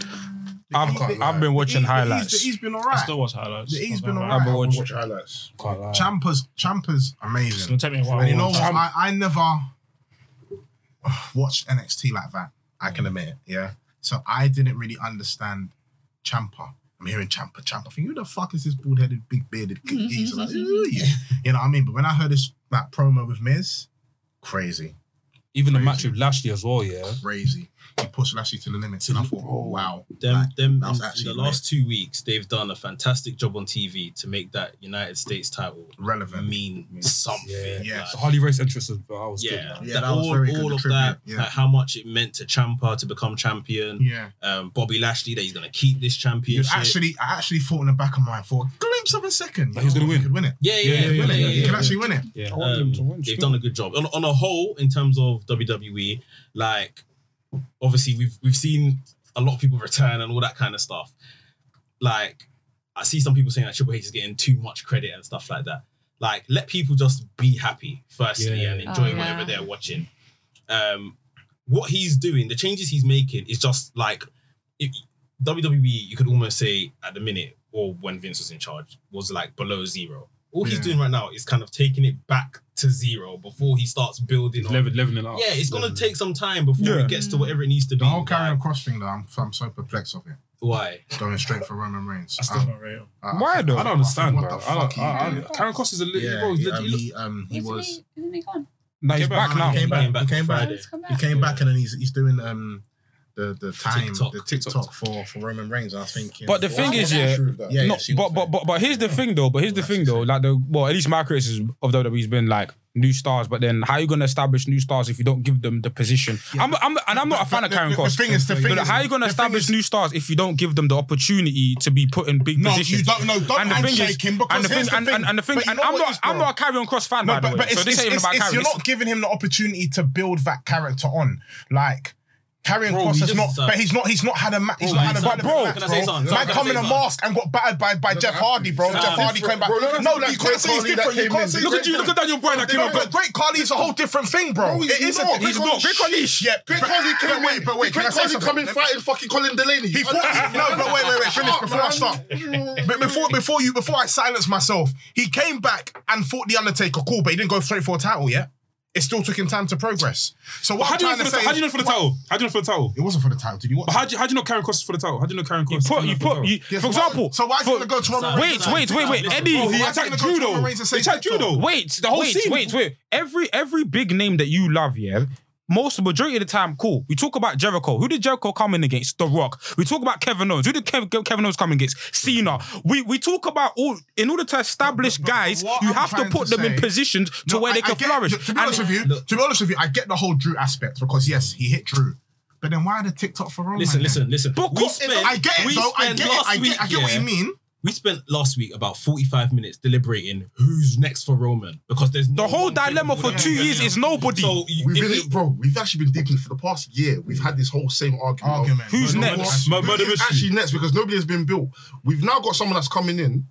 Speaker 5: Um,
Speaker 6: I've
Speaker 1: can't
Speaker 6: I've been watching
Speaker 5: the E-
Speaker 6: highlights.
Speaker 5: The E's been
Speaker 2: I
Speaker 5: alright.
Speaker 2: still watch highlights.
Speaker 5: The E's been
Speaker 2: Not gonna
Speaker 5: alright.
Speaker 6: been
Speaker 5: I've
Speaker 6: watching-
Speaker 5: watched highlights.
Speaker 1: Can't lie.
Speaker 5: Champa's Champa's
Speaker 2: lie. It's
Speaker 5: amazing.
Speaker 2: gonna take me a while.
Speaker 5: And you know what?
Speaker 2: Watch.
Speaker 5: I, I never watched NXT like that. I can admit it. Yeah. So I didn't really understand Champa. I'm hearing Champa, Champa. I think who the fuck is this bald headed, big bearded kid? He's like, "Who are you?" you know what I mean? But when I heard this that promo with Miz, crazy,
Speaker 1: Even the match with Lashley as well, yeah.
Speaker 5: crazy. He pushed Lashley to the limits, and I thought, oh wow,
Speaker 8: Them,
Speaker 5: Like,
Speaker 8: them um,
Speaker 5: that's
Speaker 8: in- in,
Speaker 5: actually
Speaker 8: the last two weeks, they've done a fantastic job on TV to make that United States title Mm.
Speaker 5: relevant.
Speaker 8: mean something.
Speaker 1: Yeah.
Speaker 5: Yeah.
Speaker 1: The
Speaker 8: Like,
Speaker 1: Harley Race entrance was, I was good.
Speaker 8: yeah,
Speaker 1: man.
Speaker 5: Yeah,
Speaker 8: that
Speaker 5: that was
Speaker 8: all,
Speaker 5: very good
Speaker 8: all of
Speaker 5: tribute,
Speaker 8: that,
Speaker 5: yeah.
Speaker 8: like how much it meant to Champa to become champion,
Speaker 5: Yeah.
Speaker 8: um, Bobby Lashley that he's gonna keep this
Speaker 5: You
Speaker 8: championship.
Speaker 5: actually, I actually thought in the back of my mind for a glimpse of a second,
Speaker 1: That he's gonna
Speaker 5: you
Speaker 1: win.
Speaker 5: could win it.
Speaker 8: yeah, yeah,
Speaker 1: Yeah,
Speaker 8: yeah,
Speaker 1: yeah,
Speaker 8: yeah,
Speaker 5: Win it.
Speaker 8: yeah,
Speaker 5: You
Speaker 8: yeah.
Speaker 5: can actually win it.
Speaker 8: Um, they've done a good job on, on a whole in terms of WWE. Like, obviously, we've we've seen a lot of people return and all that kind of stuff. Like, I see some people saying that Triple H is getting too much credit and stuff like that. Like, let people just be happy firstly
Speaker 1: Yeah.
Speaker 8: and enjoy
Speaker 4: Oh,
Speaker 8: whatever
Speaker 4: yeah.
Speaker 8: they're watching. Um, what he's doing, the changes he's making, is just like it, WWE. E, You could almost say at the minute, or when Vince was in charge, was like below zero. All he's
Speaker 5: Yeah.
Speaker 8: doing right now is kind of taking it back to zero before he starts building on.
Speaker 1: Leveling, leveling up.
Speaker 8: Yeah, it's gonna take some time before it gets to whatever it needs to be.
Speaker 5: The whole carrying cross thing, though, I'm, I'm so perplexed of it.
Speaker 8: Why?
Speaker 5: Going straight for Roman Reigns.
Speaker 2: I still
Speaker 5: Um,
Speaker 2: don't rate him.
Speaker 5: I- I
Speaker 6: Why
Speaker 5: think-
Speaker 6: though?
Speaker 1: I don't understand,
Speaker 5: What
Speaker 1: bro.
Speaker 5: the
Speaker 1: I
Speaker 5: fuck
Speaker 1: don't, I,
Speaker 5: he
Speaker 1: I,
Speaker 5: did?
Speaker 1: Karen Cross is a little.
Speaker 5: Yeah,
Speaker 1: bro, he's
Speaker 5: um,
Speaker 1: legit-
Speaker 5: he, um, he
Speaker 4: Isn't
Speaker 5: was.
Speaker 4: He, isn't he gone?
Speaker 6: No, he's
Speaker 1: Came
Speaker 6: back
Speaker 5: He
Speaker 6: now.
Speaker 5: came
Speaker 8: Came
Speaker 5: back.
Speaker 8: back
Speaker 5: He came
Speaker 8: Friday.
Speaker 5: back.
Speaker 4: Oh, he's come
Speaker 5: He
Speaker 4: back.
Speaker 5: came back and then he's he's doing um the the time
Speaker 8: TikTok.
Speaker 5: the TikTok for for Roman Reigns. I was thinking.
Speaker 6: But the thing
Speaker 5: Why
Speaker 6: is,
Speaker 5: would
Speaker 6: yeah,
Speaker 5: you prove that?
Speaker 6: no,
Speaker 5: she
Speaker 6: but,
Speaker 5: was
Speaker 6: but
Speaker 5: fair.
Speaker 6: but but here's the thing though. But here's the
Speaker 5: That's
Speaker 6: thing
Speaker 5: just
Speaker 6: though. Like the well, at least my criticism of WWE's been like new stars, but then how you gonna establish new stars if you don't give them the position? I'm, I'm and I'm not a fan
Speaker 5: But
Speaker 6: of Karen
Speaker 5: the,
Speaker 6: Cross.
Speaker 5: The thing is, the thing
Speaker 6: But
Speaker 5: is,
Speaker 6: how you gonna
Speaker 5: the thing
Speaker 6: establish
Speaker 5: is-
Speaker 6: new stars if you don't give them the opportunity to be put in big
Speaker 5: No,
Speaker 6: positions?
Speaker 5: you don't. No, don't
Speaker 6: and the thing
Speaker 5: handshake
Speaker 6: is,
Speaker 5: him because
Speaker 6: and the thing,
Speaker 5: here's the
Speaker 6: and,
Speaker 5: thing.
Speaker 6: and, and the thing,
Speaker 5: But you
Speaker 6: and
Speaker 5: know
Speaker 6: I'm
Speaker 5: what
Speaker 6: not,
Speaker 5: it is,
Speaker 6: I'm
Speaker 5: bro?
Speaker 6: not a Carry On Cross fan,
Speaker 5: No,
Speaker 6: by the
Speaker 5: but,
Speaker 6: way.
Speaker 5: but it's,
Speaker 6: so this
Speaker 5: it's,
Speaker 6: ain't even
Speaker 5: it's,
Speaker 6: about
Speaker 5: it's-
Speaker 6: Carry.
Speaker 5: you're not giving him the opportunity to build that character on. Like, carrying
Speaker 8: Bro,
Speaker 5: Cross
Speaker 8: he
Speaker 5: has
Speaker 8: just
Speaker 5: not,
Speaker 8: deserves-
Speaker 5: but he's not, he's not had a match. He's not had a
Speaker 6: he's-
Speaker 5: relevant
Speaker 6: bro,
Speaker 5: match,
Speaker 6: can
Speaker 8: I say something?
Speaker 5: Man
Speaker 8: Can I
Speaker 5: come
Speaker 8: say
Speaker 5: in a
Speaker 8: something?
Speaker 5: mask and got battered by, by Jeff
Speaker 3: have
Speaker 5: Hardy,
Speaker 3: to.
Speaker 5: bro.
Speaker 3: Nah,
Speaker 5: Jeff Hardy
Speaker 3: bro,
Speaker 5: came back.
Speaker 3: bro, look at
Speaker 5: No,
Speaker 3: this
Speaker 5: like, you
Speaker 3: Great
Speaker 5: can't say he's
Speaker 3: Khali that
Speaker 5: different. You
Speaker 3: came in.
Speaker 5: can't say
Speaker 3: Look
Speaker 1: Look at you, look at Daniel Bryan that came
Speaker 5: No,
Speaker 1: out.
Speaker 5: but Great Khali's a whole different thing, bro.
Speaker 3: No, he's
Speaker 5: It is a
Speaker 3: not.
Speaker 5: different-
Speaker 3: He's not. Great
Speaker 6: Khali-
Speaker 5: Yeah,
Speaker 3: Great Khali came in.
Speaker 5: But wait,
Speaker 3: Great
Speaker 5: can I say
Speaker 3: Khali come
Speaker 5: something?
Speaker 3: in fighting fucking Colin Delaney.
Speaker 5: He fought. No, but wait, wait, wait. Finish before I start. But before, before you, before I silence myself, he came back and fought the Undertaker. Cool, but he didn't go straight for a title yet. It still took him time to progress. So what
Speaker 1: How
Speaker 5: I'm
Speaker 1: do you
Speaker 5: trying
Speaker 1: know
Speaker 5: to
Speaker 1: for the
Speaker 5: say?
Speaker 1: how do you
Speaker 5: is-
Speaker 1: know for the title? How do you know for the title?
Speaker 5: It wasn't for the title. Did you watch?
Speaker 1: But how do you, how do you know Karen Cross is for the title? How do you know Karen
Speaker 6: You
Speaker 1: Cross?
Speaker 6: put,
Speaker 1: is
Speaker 6: you
Speaker 1: for the
Speaker 6: put,
Speaker 1: title?
Speaker 6: you,
Speaker 5: Yes,
Speaker 6: for
Speaker 5: why-
Speaker 6: example,
Speaker 5: so why is he
Speaker 6: for-
Speaker 5: gonna go to Roman
Speaker 6: Wait,
Speaker 5: Reigns?
Speaker 6: wait, wait, wait, Eddie.
Speaker 1: Bro, he
Speaker 5: Why is he
Speaker 1: attacked
Speaker 5: gonna go to
Speaker 1: judo.
Speaker 5: Roman Reigns and say
Speaker 1: He attacked
Speaker 5: TikTok?
Speaker 1: judo.
Speaker 6: Wait, the whole
Speaker 1: Wait,
Speaker 6: scene. Wait,
Speaker 1: wait.
Speaker 6: wait. Every every big name that you love, yeah. Most majority of the time, cool. We talk about Jericho. Who did Jericho come in against? The Rock. We talk about Kevin Owens. Who did Kev- Kevin Owens come in against? Cena. We we talk about all in order to establish guys,
Speaker 5: what
Speaker 6: you
Speaker 5: I'm
Speaker 6: have to
Speaker 5: trying
Speaker 6: put
Speaker 5: to
Speaker 6: them in
Speaker 5: say-
Speaker 6: positions to
Speaker 5: No,
Speaker 6: where
Speaker 5: I-
Speaker 6: they
Speaker 5: I
Speaker 6: can
Speaker 5: get-
Speaker 6: flourish.
Speaker 5: To, to be honest
Speaker 6: And-
Speaker 5: with you, to be honest with you, I get the whole Drew aspect because yes, he hit Drew. But then why the TikTok for Roman?
Speaker 8: Listen,
Speaker 5: then?
Speaker 8: listen, listen.
Speaker 6: But
Speaker 8: we
Speaker 6: co-
Speaker 8: spent,
Speaker 5: I get
Speaker 8: we
Speaker 5: it though. I
Speaker 8: spent
Speaker 5: get it.
Speaker 8: last
Speaker 5: I
Speaker 8: week,
Speaker 5: get, I get what
Speaker 8: yeah,
Speaker 5: you mean.
Speaker 8: We spent last week about 45 minutes deliberating who's next for Roman because there's
Speaker 6: the
Speaker 8: no
Speaker 6: whole
Speaker 8: one thing
Speaker 6: dilemma
Speaker 8: we
Speaker 6: for
Speaker 8: wanna
Speaker 6: two
Speaker 8: do
Speaker 6: years
Speaker 8: now.
Speaker 6: is nobody.
Speaker 8: So you-
Speaker 3: We've
Speaker 8: if
Speaker 3: been,
Speaker 8: you-
Speaker 3: bro, we've actually been deep in it for the past year. We've had this whole same argument. of
Speaker 5: Argument.
Speaker 6: Who's
Speaker 5: But no
Speaker 6: next?
Speaker 5: one-
Speaker 1: My
Speaker 3: Who
Speaker 1: murder
Speaker 3: is
Speaker 1: mystery.
Speaker 3: actually next because nobody has been built. We've now got someone that's coming in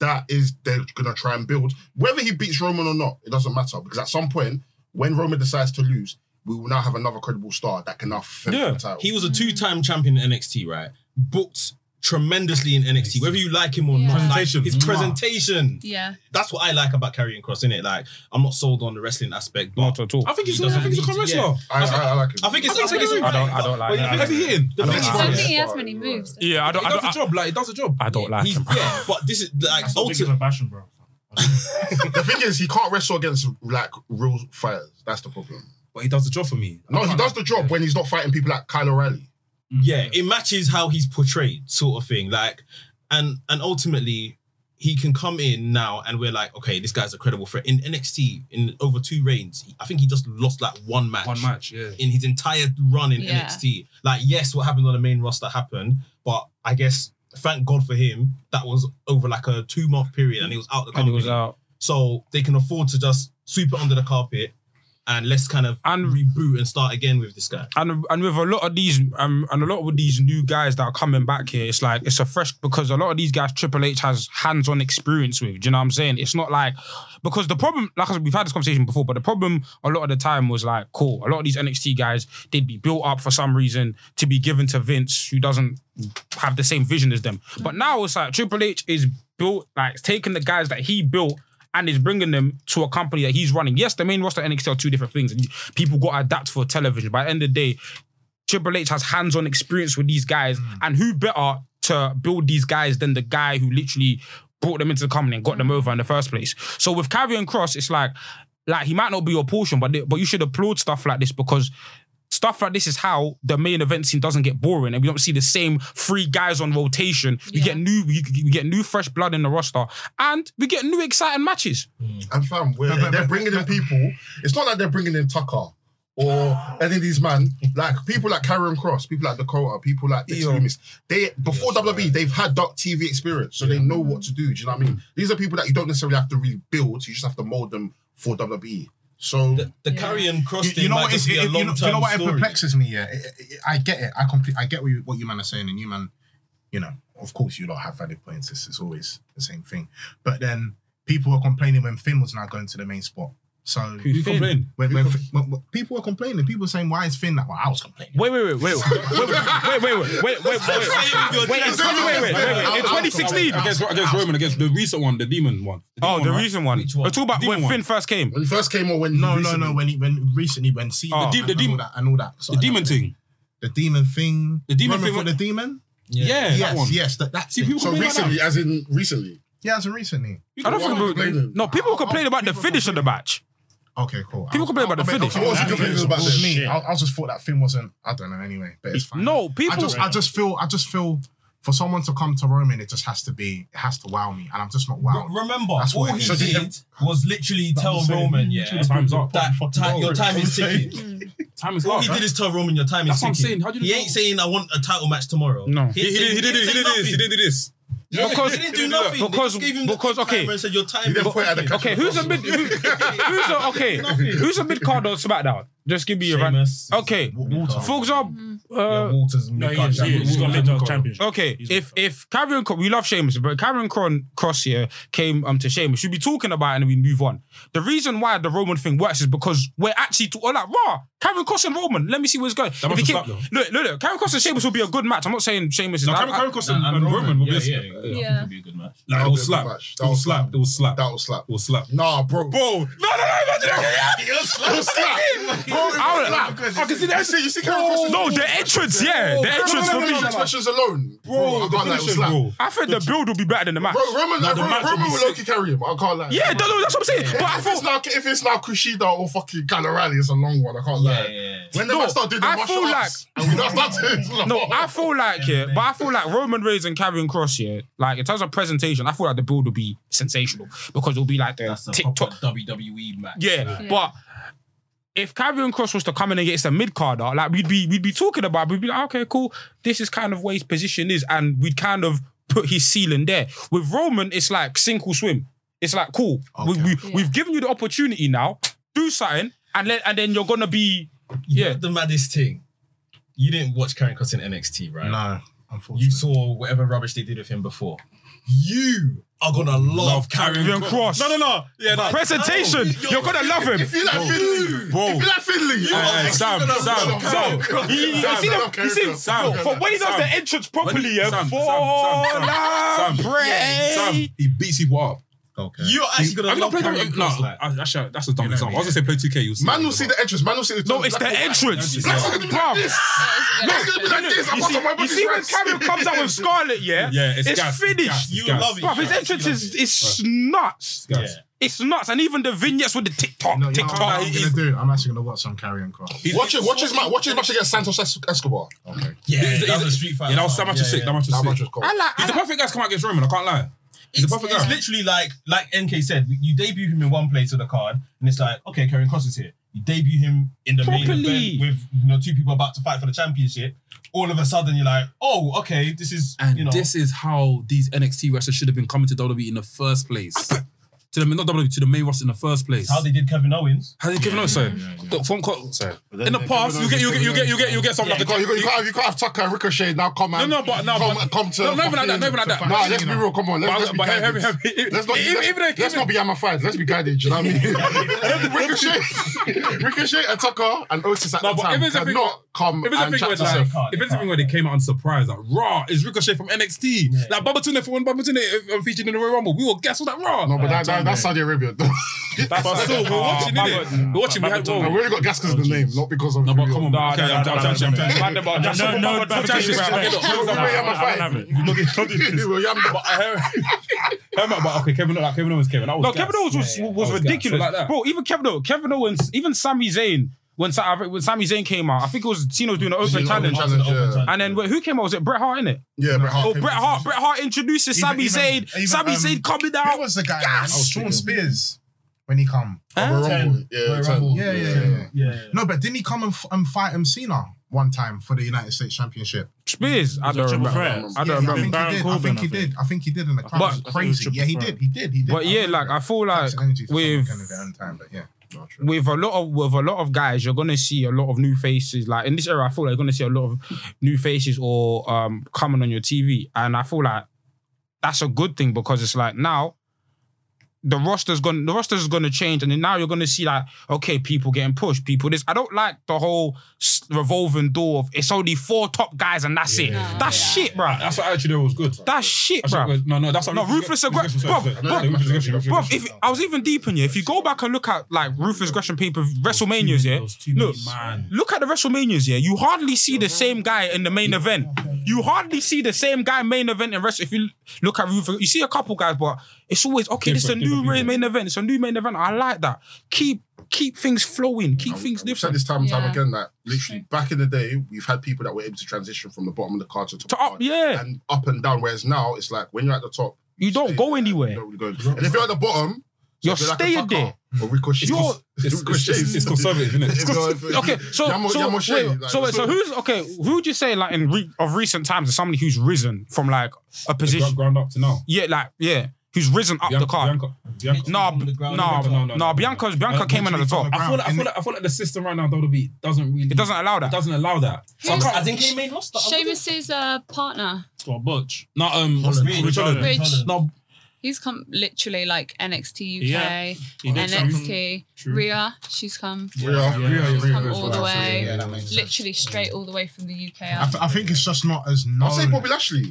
Speaker 3: that is they're gonna try and build. Whether he beats Roman or not, it doesn't matter because at some point, when Roman decides to lose, we will now have another credible star that can now fend
Speaker 1: Yeah,
Speaker 3: for the title.
Speaker 8: He was a two-time champion in NXT, right? Booked tremendously in NXT, whether you like him or
Speaker 4: Yeah.
Speaker 8: not. Like,
Speaker 1: Presentation.
Speaker 8: his
Speaker 1: Mwah.
Speaker 8: presentation.
Speaker 4: Yeah.
Speaker 8: That's what I like about carrying cross, innit? Like, I'm not sold on the wrestling aspect, but
Speaker 6: Not at all.
Speaker 1: I think he's
Speaker 8: He
Speaker 1: I think
Speaker 8: doesn't
Speaker 1: he's a con
Speaker 8: need to-
Speaker 1: wrestler.
Speaker 3: I, I, I like it.
Speaker 8: I think it's.
Speaker 1: I think it's-
Speaker 6: I don't. I don't like.
Speaker 1: Has he
Speaker 6: That.
Speaker 1: hitting?
Speaker 8: The
Speaker 6: I
Speaker 5: Ah,
Speaker 8: thing
Speaker 6: don't
Speaker 8: is,
Speaker 4: I
Speaker 6: like
Speaker 4: don't
Speaker 6: him.
Speaker 4: think he has many moves. though.
Speaker 6: Yeah, I
Speaker 1: It
Speaker 6: don't. I
Speaker 1: does
Speaker 6: don't,
Speaker 1: the
Speaker 6: I,
Speaker 1: job. Like it does the job.
Speaker 6: I don't like
Speaker 8: he's-
Speaker 6: him.
Speaker 8: yeah, but this is like
Speaker 2: That's not big of
Speaker 8: ultimately.
Speaker 2: a bashing, bro.
Speaker 3: the thing is he can't wrestle against like real fighters. That's the problem.
Speaker 1: But he does the job for me.
Speaker 3: No, he does the job when he's not fighting people like Kyle O'Reilly.
Speaker 8: Yeah, it matches how he's portrayed, sort of thing. Like, and and ultimately, he can come in now, and we're like, okay, this guy's a credible threat in NXT in over two reigns. he- I think he just lost like one match.
Speaker 1: One match, yeah.
Speaker 8: in his entire run in
Speaker 4: Yeah.
Speaker 8: NXT. Like, yes, what happened on the main roster happened, but I guess thank God for him, that was over like a two month period and he was out the
Speaker 6: And he
Speaker 8: company.
Speaker 6: was out.
Speaker 8: So they can afford to just sweep it under the carpet and let's kind of
Speaker 6: And-
Speaker 8: reboot and start again with this guy.
Speaker 6: and and with a lot of these um, and a lot of these new guys that are coming back here, it's like it's a fresh because a lot of these guys Triple H has hands-on experience with. Do you know what I'm saying? It's not like because the problem, like I said, we've had this conversation before, but the problem a lot of the time was like, cool, a lot of these NXT guys they'd be built up for some reason to be given to Vince, who doesn't have the same vision as them. But now it's like Triple H is built like taking the guys that he built and is bringing them to a company that he's running. Yes, the main roster and NXT are two different things, and people got to adapt for television. By the end of the day, Triple H has hands-on experience with these guys, and who better to build these guys than the guy who literally brought them into the company and got them over in the first place? So with and Cross, it's like, like he might not be your portion, but but you should applaud stuff like this because stuff like this is how the main event scene doesn't get boring and we don't see the same three guys on rotation. We
Speaker 4: Yeah.
Speaker 6: get new, we, we get new fresh blood in the roster, and we get new exciting matches.
Speaker 3: And fam, we're,
Speaker 5: But- but-
Speaker 3: they're
Speaker 5: but-
Speaker 3: bringing in people. It's not like they're bringing in Tucker or any of these man. Like people like Karen Cross, people like Dakota, people like the
Speaker 1: Yo.
Speaker 3: Extremists. They before
Speaker 8: Yeah,
Speaker 3: WWE, they've had dark TV experience, so they know what to do. Do you know what I mean? These are people that you don't necessarily have to really build. You just have to mold them for WWE. So
Speaker 8: The, the
Speaker 4: Yeah.
Speaker 8: carrying cross
Speaker 5: You,
Speaker 8: thing
Speaker 5: you know
Speaker 8: might
Speaker 5: what? It's,
Speaker 8: just be
Speaker 5: it,
Speaker 8: a
Speaker 5: you, know,
Speaker 8: long
Speaker 5: you
Speaker 8: term
Speaker 5: know what? It
Speaker 8: story.
Speaker 5: perplexes me. Yeah, It- it- it- I get it. I complete. I get what you, what you man are saying, and you man, you know, of course, you lot have valid points. It's, it's always the same thing. But then people were complaining when Finn was now going to the main spot. So
Speaker 1: Who complained?
Speaker 5: when, when, when- when people were complaining, people were saying, "Why is Finn that?" Well, I was complaining.
Speaker 6: Wait, wait, wait, wait, wait, wait, wait, wait, wait, wait, wait, wait, wait, wait, wait, wait. In 2016.
Speaker 1: Against, against Roman, against the recent one, the demon one. The
Speaker 6: Oh,
Speaker 1: demon
Speaker 6: the
Speaker 1: one, right?
Speaker 6: recent one.
Speaker 8: Which one?
Speaker 6: We're talking about
Speaker 1: Demon
Speaker 6: when
Speaker 1: one.
Speaker 6: Finn first came.
Speaker 3: When he first came on, when
Speaker 5: No, no,
Speaker 3: recently-
Speaker 5: no. When he, when recently when see
Speaker 6: Oh,
Speaker 1: Ah. the
Speaker 5: and all
Speaker 1: demon-
Speaker 5: that and all that.
Speaker 1: The demon thing.
Speaker 5: The demon thing.
Speaker 1: The demon
Speaker 5: Roman
Speaker 1: thing
Speaker 5: for
Speaker 1: was-
Speaker 5: the demon.
Speaker 1: Yeah, that one.
Speaker 5: yes, yes. That, that's
Speaker 1: See,
Speaker 5: it.
Speaker 1: people
Speaker 5: So
Speaker 3: So
Speaker 1: complain about
Speaker 5: recently,
Speaker 3: recently, as in recently.
Speaker 5: yeah, so recently.
Speaker 6: I don't think
Speaker 3: Why
Speaker 6: we-
Speaker 3: complaining?
Speaker 6: No, people complain about the
Speaker 5: People
Speaker 6: finish of the match.
Speaker 5: Okay, cool.
Speaker 6: People complain about the
Speaker 5: I mean,
Speaker 6: finish.
Speaker 5: I was
Speaker 3: That
Speaker 5: complaining
Speaker 3: finish
Speaker 5: about
Speaker 3: was
Speaker 5: this.
Speaker 3: shit.
Speaker 5: Me, I, I just thought that Finn wasn't. I don't know. Anyway, but it's fine.
Speaker 6: No,
Speaker 5: I
Speaker 6: people.
Speaker 5: just, I just feel, I just feel for someone to come to Roman, it just has to be, it has to wow me, and I'm just not
Speaker 8: Re-
Speaker 5: wowed.
Speaker 8: Remember,
Speaker 5: That's
Speaker 8: all
Speaker 5: what it
Speaker 8: he
Speaker 5: is. So did
Speaker 8: did was literally tell
Speaker 5: saying,
Speaker 8: Roman, yeah,
Speaker 1: Time's up.
Speaker 8: that ti- your time is ticking.
Speaker 1: Time is
Speaker 8: All
Speaker 1: up.
Speaker 8: he did is tell Roman your time
Speaker 1: Uh-huh. That's
Speaker 8: is
Speaker 1: what I'm
Speaker 8: ticking.
Speaker 1: saying. How do you
Speaker 8: he
Speaker 1: know?
Speaker 8: ain't saying I want a title match tomorrow.
Speaker 6: No.
Speaker 1: He, he, did, he, did, he, did this. He did this.
Speaker 6: Because-
Speaker 8: he didn't do nothing. They
Speaker 6: because-
Speaker 8: just gave him the
Speaker 6: because,
Speaker 8: big
Speaker 6: okay.
Speaker 8: timer and said your time.
Speaker 3: He didn't
Speaker 8: is
Speaker 3: point at the
Speaker 8: ticking.
Speaker 6: Okay, who's a mid? who- Who's a okay? Who's a mid card on SmackDown? Just give me your random.
Speaker 8: Sheamus.
Speaker 6: Okay, for example,
Speaker 8: Yeah,
Speaker 6: uh,
Speaker 8: Walter's
Speaker 2: yeah,
Speaker 8: mid-card champion.
Speaker 2: he's got
Speaker 1: Walter.
Speaker 2: mid-card championship.
Speaker 6: Okay,
Speaker 2: He's
Speaker 6: if
Speaker 2: a-
Speaker 6: if Karen, we love Sheamus, but Karen Cron Cross here came um to Sheamus, we'd be talking about it and we move on. The reason why the Roman thing works is because we're actually to, oh, like raw Karen Cross and Roman. Let me see where it's going.
Speaker 1: That
Speaker 6: If
Speaker 1: match
Speaker 6: it
Speaker 1: was
Speaker 6: came-
Speaker 1: slap,
Speaker 6: look, look, look, Karen Cross and Sheamus will be a good match. I'm not saying Sheamus is.
Speaker 1: No,
Speaker 6: I-
Speaker 1: Karen,
Speaker 6: I-
Speaker 1: Karen Cross
Speaker 8: Nah,
Speaker 1: and,
Speaker 8: I'm
Speaker 1: and Roman will be.
Speaker 8: Yeah,
Speaker 1: a-
Speaker 8: yeah,
Speaker 1: Like,
Speaker 8: yeah.
Speaker 4: Yeah.
Speaker 8: It'll be a good match.
Speaker 1: it will
Speaker 3: That
Speaker 1: slap.
Speaker 3: was
Speaker 1: It will slap. It will slap. It
Speaker 3: That was slap.
Speaker 1: will slap.
Speaker 3: Nah, bro.
Speaker 1: Bro, no, no, no, imagine that.
Speaker 6: I would-
Speaker 1: I can see that.
Speaker 3: You see Karen Cross?
Speaker 6: no, the entrance, yeah, the entrance for me.
Speaker 3: Expressions alone,
Speaker 1: Bro,
Speaker 3: I can't lie,
Speaker 1: the
Speaker 3: it was
Speaker 1: finish,
Speaker 3: slap.
Speaker 1: bro.
Speaker 6: I think the build will be better than the match.
Speaker 3: Bro, Roman,
Speaker 1: No, the
Speaker 3: Roman,
Speaker 1: match would
Speaker 3: Roman
Speaker 1: be
Speaker 3: will
Speaker 1: sick.
Speaker 3: low carry him. I can't lie.
Speaker 6: Yeah, no, no, that's what I'm saying. But I
Speaker 3: If it's
Speaker 6: thought.
Speaker 3: now, if it's now Kushida or fucking Gallerani, it's a long one. I can't lie. When they
Speaker 6: No,
Speaker 3: no, start doing the
Speaker 6: I
Speaker 3: martial
Speaker 6: feel
Speaker 3: arts, and we don't start doing it,
Speaker 6: No, I feel like yeah, but I feel like Roman Reigns and Karrion Cross yeah, like in terms of presentation, I feel like the build will be sensational because it'll be like the
Speaker 8: That's a proper
Speaker 6: TikTok.
Speaker 8: WWE match.
Speaker 6: Yeah,
Speaker 4: Yeah.
Speaker 6: but if Karrion Cross was to come in and get some mid carder, like we'd be we'd be talking about, we'd be like, okay, cool, this is kind of where his position is, and we'd kind of put his ceiling there. With Roman, it's like sink or swim. It's like cool, we, we,
Speaker 4: Yeah.
Speaker 6: we've given you the opportunity now, do something, and then and then you're gonna be
Speaker 8: You
Speaker 6: Yeah.
Speaker 8: know The maddest thing. You didn't watch Karen Cross in NXT, right?
Speaker 5: No,
Speaker 8: You
Speaker 5: unfortunately.
Speaker 8: saw whatever rubbish they did with him before. You are gonna love Karen
Speaker 6: Karrion Cross.
Speaker 1: No, no, no. Yeah, no.
Speaker 6: Presentation, you're gonna love him.
Speaker 3: if you like Finley,
Speaker 1: Bro.
Speaker 3: if you like Finley, you
Speaker 1: Hey,
Speaker 3: are
Speaker 1: hey, Sam,
Speaker 3: actually
Speaker 1: Sam,
Speaker 3: gonna
Speaker 1: Sam.
Speaker 3: love
Speaker 6: You, you- you
Speaker 3: Sam,
Speaker 6: see
Speaker 3: Sam,
Speaker 6: them,
Speaker 3: Sam,
Speaker 6: you see,
Speaker 1: Sam,
Speaker 6: no, for when he does
Speaker 1: Sam.
Speaker 6: the entrance properly, yeah,
Speaker 1: Sam, Sam, Sam,
Speaker 6: for
Speaker 1: Sam, Sam, Sam. Sam, he beats people up.
Speaker 5: Okay.
Speaker 8: You're actually gonna
Speaker 1: Have you not
Speaker 8: love
Speaker 1: played?
Speaker 8: Karen
Speaker 1: No,
Speaker 8: Cross. like-
Speaker 1: I- actually, that's a dumb example. I was gonna say play 2K. You'll see.
Speaker 3: Man will see the entrance. Man will see the
Speaker 6: No, it's the entrance.
Speaker 1: Black's
Speaker 3: gonna be like
Speaker 6: Bruv.
Speaker 3: this. It's gonna be like this. I'm
Speaker 6: You
Speaker 3: not
Speaker 6: see,
Speaker 3: on my
Speaker 6: you see when
Speaker 3: body's
Speaker 6: Carrion comes out with Scarlet, yeah?
Speaker 1: Yeah, it's
Speaker 6: It's
Speaker 1: gas,
Speaker 6: finished.
Speaker 1: gas,
Speaker 8: You
Speaker 1: gas.
Speaker 8: love it.
Speaker 6: Bruv, his entrance is, is nuts.
Speaker 1: Gas.
Speaker 8: Yeah.
Speaker 6: It's nuts. And even the vignettes with the TikTok,
Speaker 5: No, you know what
Speaker 6: TikTok.
Speaker 5: I'm gonna do? I'm actually gonna watch some Carrion Cross.
Speaker 1: He's-
Speaker 3: Watch it. Watch his match. Watch his match against Santos Es- Escobar.
Speaker 5: Okay.
Speaker 8: Yeah,
Speaker 1: Is it-
Speaker 8: that
Speaker 1: is
Speaker 8: was a
Speaker 1: it-
Speaker 8: street fight.
Speaker 1: Yeah, that was that match was sick. That match was
Speaker 3: That
Speaker 1: sick.
Speaker 3: match was cold.
Speaker 6: I like,
Speaker 1: He's
Speaker 6: I
Speaker 1: the
Speaker 6: like
Speaker 1: perfect guy to come out against Roman. I can't lie. He's
Speaker 8: It's,
Speaker 1: the perfect
Speaker 8: it's
Speaker 1: guy.
Speaker 8: literally like like NK said, you debut him in one place of the card, and it's like, okay, Karen Cross is here. You debut him in the
Speaker 6: Properly.
Speaker 8: main event with you know two people about to fight for the championship. All of a sudden, you're like, oh, okay, this is
Speaker 1: And
Speaker 8: you know.
Speaker 1: this is how these NXT wrestlers should have been coming to WWE in the first place. to the not WWE to the main roster in the first place.
Speaker 8: how they did Kevin Owens.
Speaker 1: How they giving us sorry? The phone call. Sorry. In the past, you get you get you get you get you get something
Speaker 3: You
Speaker 1: like the
Speaker 3: can't, you, can't, you, can't, you can't have Tucker and Ricochet now come and
Speaker 1: No, no, but- no,
Speaker 3: come,
Speaker 1: but-
Speaker 3: come to
Speaker 1: No, not even like that, not even like that.
Speaker 3: Nah, let's be real. Come on,
Speaker 1: But-
Speaker 3: let's, let's be
Speaker 1: but
Speaker 3: guided.
Speaker 1: heavy, heavy-
Speaker 3: Let's not,
Speaker 1: even-
Speaker 3: let's,
Speaker 1: even if-
Speaker 3: let's not be amplified. Let's be guided. Do you know what I mean? Ricochet, Ricochet, and Tucker and Otis at
Speaker 1: No,
Speaker 3: the
Speaker 1: but
Speaker 3: time
Speaker 1: if it's a
Speaker 3: cannot
Speaker 1: thing-
Speaker 3: come
Speaker 1: If it's a
Speaker 3: and
Speaker 1: thing
Speaker 3: chat
Speaker 1: where
Speaker 3: to
Speaker 1: like,
Speaker 3: Seth.
Speaker 1: if it's a thing where they came out on surprise, like Raw is Ricochet from NXT. Like Baba Tune for when Baba Tune featured in the Royal Rumble, we will guess all that Raw.
Speaker 3: No, but that, that, that's Saudi Arabia. though.
Speaker 1: but still, we're watching
Speaker 2: Baba-
Speaker 1: it. We're watching. We had
Speaker 3: No,
Speaker 1: well,
Speaker 3: we only got Gaskas in the name, not because of.
Speaker 1: No, but come on,
Speaker 2: Nah,
Speaker 1: man. Okay,
Speaker 2: nah,
Speaker 1: I'm
Speaker 2: nah,
Speaker 1: I'm- I'm-
Speaker 2: nah,
Speaker 1: I'm- I'm-
Speaker 2: nah, nah, nah,
Speaker 1: I'm-
Speaker 2: nah,
Speaker 1: I'm-
Speaker 2: nah,
Speaker 1: I'm-
Speaker 2: nah,
Speaker 1: I'm- I'm-
Speaker 2: nah, nah,
Speaker 1: I'm-
Speaker 3: No,
Speaker 1: I'm-
Speaker 3: no,
Speaker 1: I'm-
Speaker 3: way
Speaker 1: I'm-
Speaker 3: am I
Speaker 2: I don't have
Speaker 3: fighting?
Speaker 2: it. You
Speaker 3: Well, yeah, I'm-
Speaker 1: I heard, I heard about, but okay, Kevin, like Kevin Owens, Kevin. I was
Speaker 6: No,
Speaker 1: gassed.
Speaker 6: Kevin Owens was,
Speaker 8: Yeah, yeah.
Speaker 6: was
Speaker 1: I was
Speaker 6: ridiculous,
Speaker 1: gassed. Like that.
Speaker 6: bro. Even Kevin Owens, Kevin Owens, even Sami Zayn. When, Sa- when Sami Zayn came out, I think it was Cena was doing an open
Speaker 3: Cena
Speaker 6: challenge,
Speaker 3: open challenge,
Speaker 8: Open
Speaker 3: yeah.
Speaker 8: challenge.
Speaker 6: and then who came out? Was it Bret Hart in it?
Speaker 3: Yeah, Bret Hart.
Speaker 6: Oh,
Speaker 3: came
Speaker 6: Bret
Speaker 3: to
Speaker 6: Hart.
Speaker 3: the-
Speaker 6: Bret Hart introduces
Speaker 5: Even-
Speaker 6: Sami
Speaker 5: even-
Speaker 6: Zayn.
Speaker 5: even,
Speaker 6: Sami
Speaker 5: um,
Speaker 6: Zayn coming
Speaker 5: Who
Speaker 6: out.
Speaker 5: was the guy?
Speaker 6: Gas!
Speaker 5: Oh, Sean Spears when he come.
Speaker 3: Oh, Royal Rumble. Yeah,
Speaker 8: Royal
Speaker 3: ten.
Speaker 8: Rumble.
Speaker 5: Yeah, yeah, yeah. yeah.
Speaker 8: Yeah,
Speaker 5: No, but didn't he come and, f- and fight him Cena one time for the United States Championship?
Speaker 6: Spears. I
Speaker 2: It was a
Speaker 6: don't
Speaker 2: triple
Speaker 6: remember.
Speaker 2: threat.
Speaker 6: I
Speaker 5: yeah,
Speaker 6: don't
Speaker 5: I
Speaker 6: remember.
Speaker 5: think
Speaker 2: Baron
Speaker 5: he did. I
Speaker 2: Corbin,
Speaker 5: think
Speaker 2: I
Speaker 5: he
Speaker 2: think.
Speaker 5: did. I think he did, and the crowd
Speaker 6: But-
Speaker 5: was
Speaker 2: I think it was
Speaker 5: crazy.
Speaker 2: triple
Speaker 5: yeah, he
Speaker 2: threat.
Speaker 5: did. He did. He did.
Speaker 6: But
Speaker 5: I
Speaker 6: yeah,
Speaker 5: remember
Speaker 6: like
Speaker 5: that.
Speaker 6: I feel like
Speaker 5: Tax energy to someone
Speaker 6: with-
Speaker 5: can do their own time, but yeah. Not true.
Speaker 6: with a lot of with a lot of guys, you're gonna see a lot of new faces. Like in this era, I feel like you're gonna see a lot of new faces or um coming on your TV, and I feel like that's a good thing because it's like now the roster's going the roster's going to change, and then now you're going to see like okay, people getting pushed, people this. I don't like the whole s- revolving door of it's only four top guys and that's it. That's shit, bro.
Speaker 1: That's what actually was good.
Speaker 6: That's shit,
Speaker 1: Actually,
Speaker 6: bro.
Speaker 1: No, no, that's what
Speaker 6: No, ruthless aggression, bruv,
Speaker 1: No,
Speaker 6: bruv,
Speaker 1: no, ruthless aggression, ruthless
Speaker 6: Bro,
Speaker 1: aggression.
Speaker 6: if I was even deep in here, if you go back and look at like Ruthless Aggression paper WrestleManias, yeah,
Speaker 1: Those two
Speaker 6: look,
Speaker 1: man.
Speaker 6: look at the WrestleManias, yeah. You hardly see the same guy in the main event. You hardly see the same guy main event in rest. If you look at Ruthless, you see a couple guys, but it's always okay. This is a
Speaker 1: Different,
Speaker 6: new
Speaker 1: different
Speaker 6: main,
Speaker 1: people.
Speaker 6: main event. It's a new main event. I like that. Keep keep things flowing. Keep things
Speaker 3: We've said
Speaker 6: different.
Speaker 3: this time and time
Speaker 4: Yeah.
Speaker 3: again that literally back in the day, we've had people that were able to transition from the bottom of the card to the top,
Speaker 6: To
Speaker 3: of
Speaker 6: up,
Speaker 3: the card.
Speaker 6: yeah.
Speaker 3: and up and down. Whereas now it's like when you're at the top,
Speaker 6: You don't
Speaker 3: stay
Speaker 6: go
Speaker 3: there.
Speaker 6: anywhere.
Speaker 3: You don't really go. And if you're at the bottom,
Speaker 6: You're
Speaker 3: you're like a
Speaker 6: staying there.
Speaker 3: Tucker Or ricochet.
Speaker 6: You're-
Speaker 1: It's, it's, it's, it's conservative, isn't it?
Speaker 6: Okay, so so, wait, so, wait, so who's okay? Who would you say like in re- of recent times is somebody who's risen from like a
Speaker 1: Ground,
Speaker 6: position?
Speaker 1: ground up to now.
Speaker 6: Yeah, like yeah, who's risen up the
Speaker 1: Bianca-
Speaker 6: card?
Speaker 1: Bianca- Bianca.
Speaker 6: No,
Speaker 8: From the
Speaker 6: b- no,
Speaker 8: ground
Speaker 1: up.
Speaker 6: no, no, Bianca's Bianca
Speaker 1: Uh,
Speaker 6: came in at the top.
Speaker 1: I feel, like, I, feel like, I feel like the system right now, WWE, doesn't really.
Speaker 6: It doesn't allow
Speaker 1: It
Speaker 6: that.
Speaker 1: doesn't allow that.
Speaker 4: Who's
Speaker 7: I think he main roster.
Speaker 4: Sheamus's uh, partner.
Speaker 2: Well, Butch.
Speaker 1: No, um, Rich Holland.
Speaker 4: Rich.
Speaker 1: No,
Speaker 4: He's come literally like NXT UK,
Speaker 2: Yeah. He did something-
Speaker 4: NXT,
Speaker 2: True.
Speaker 4: Rhea. She's come
Speaker 3: Yeah, yeah,
Speaker 4: She's
Speaker 3: yeah,
Speaker 4: come
Speaker 3: yeah,
Speaker 4: all
Speaker 3: yeah,
Speaker 4: the way,
Speaker 5: Yeah, that makes sense.
Speaker 4: literally straight all the way from the UK.
Speaker 5: I, th- I think it's just not as known.
Speaker 3: I'll say Bobby Lashley.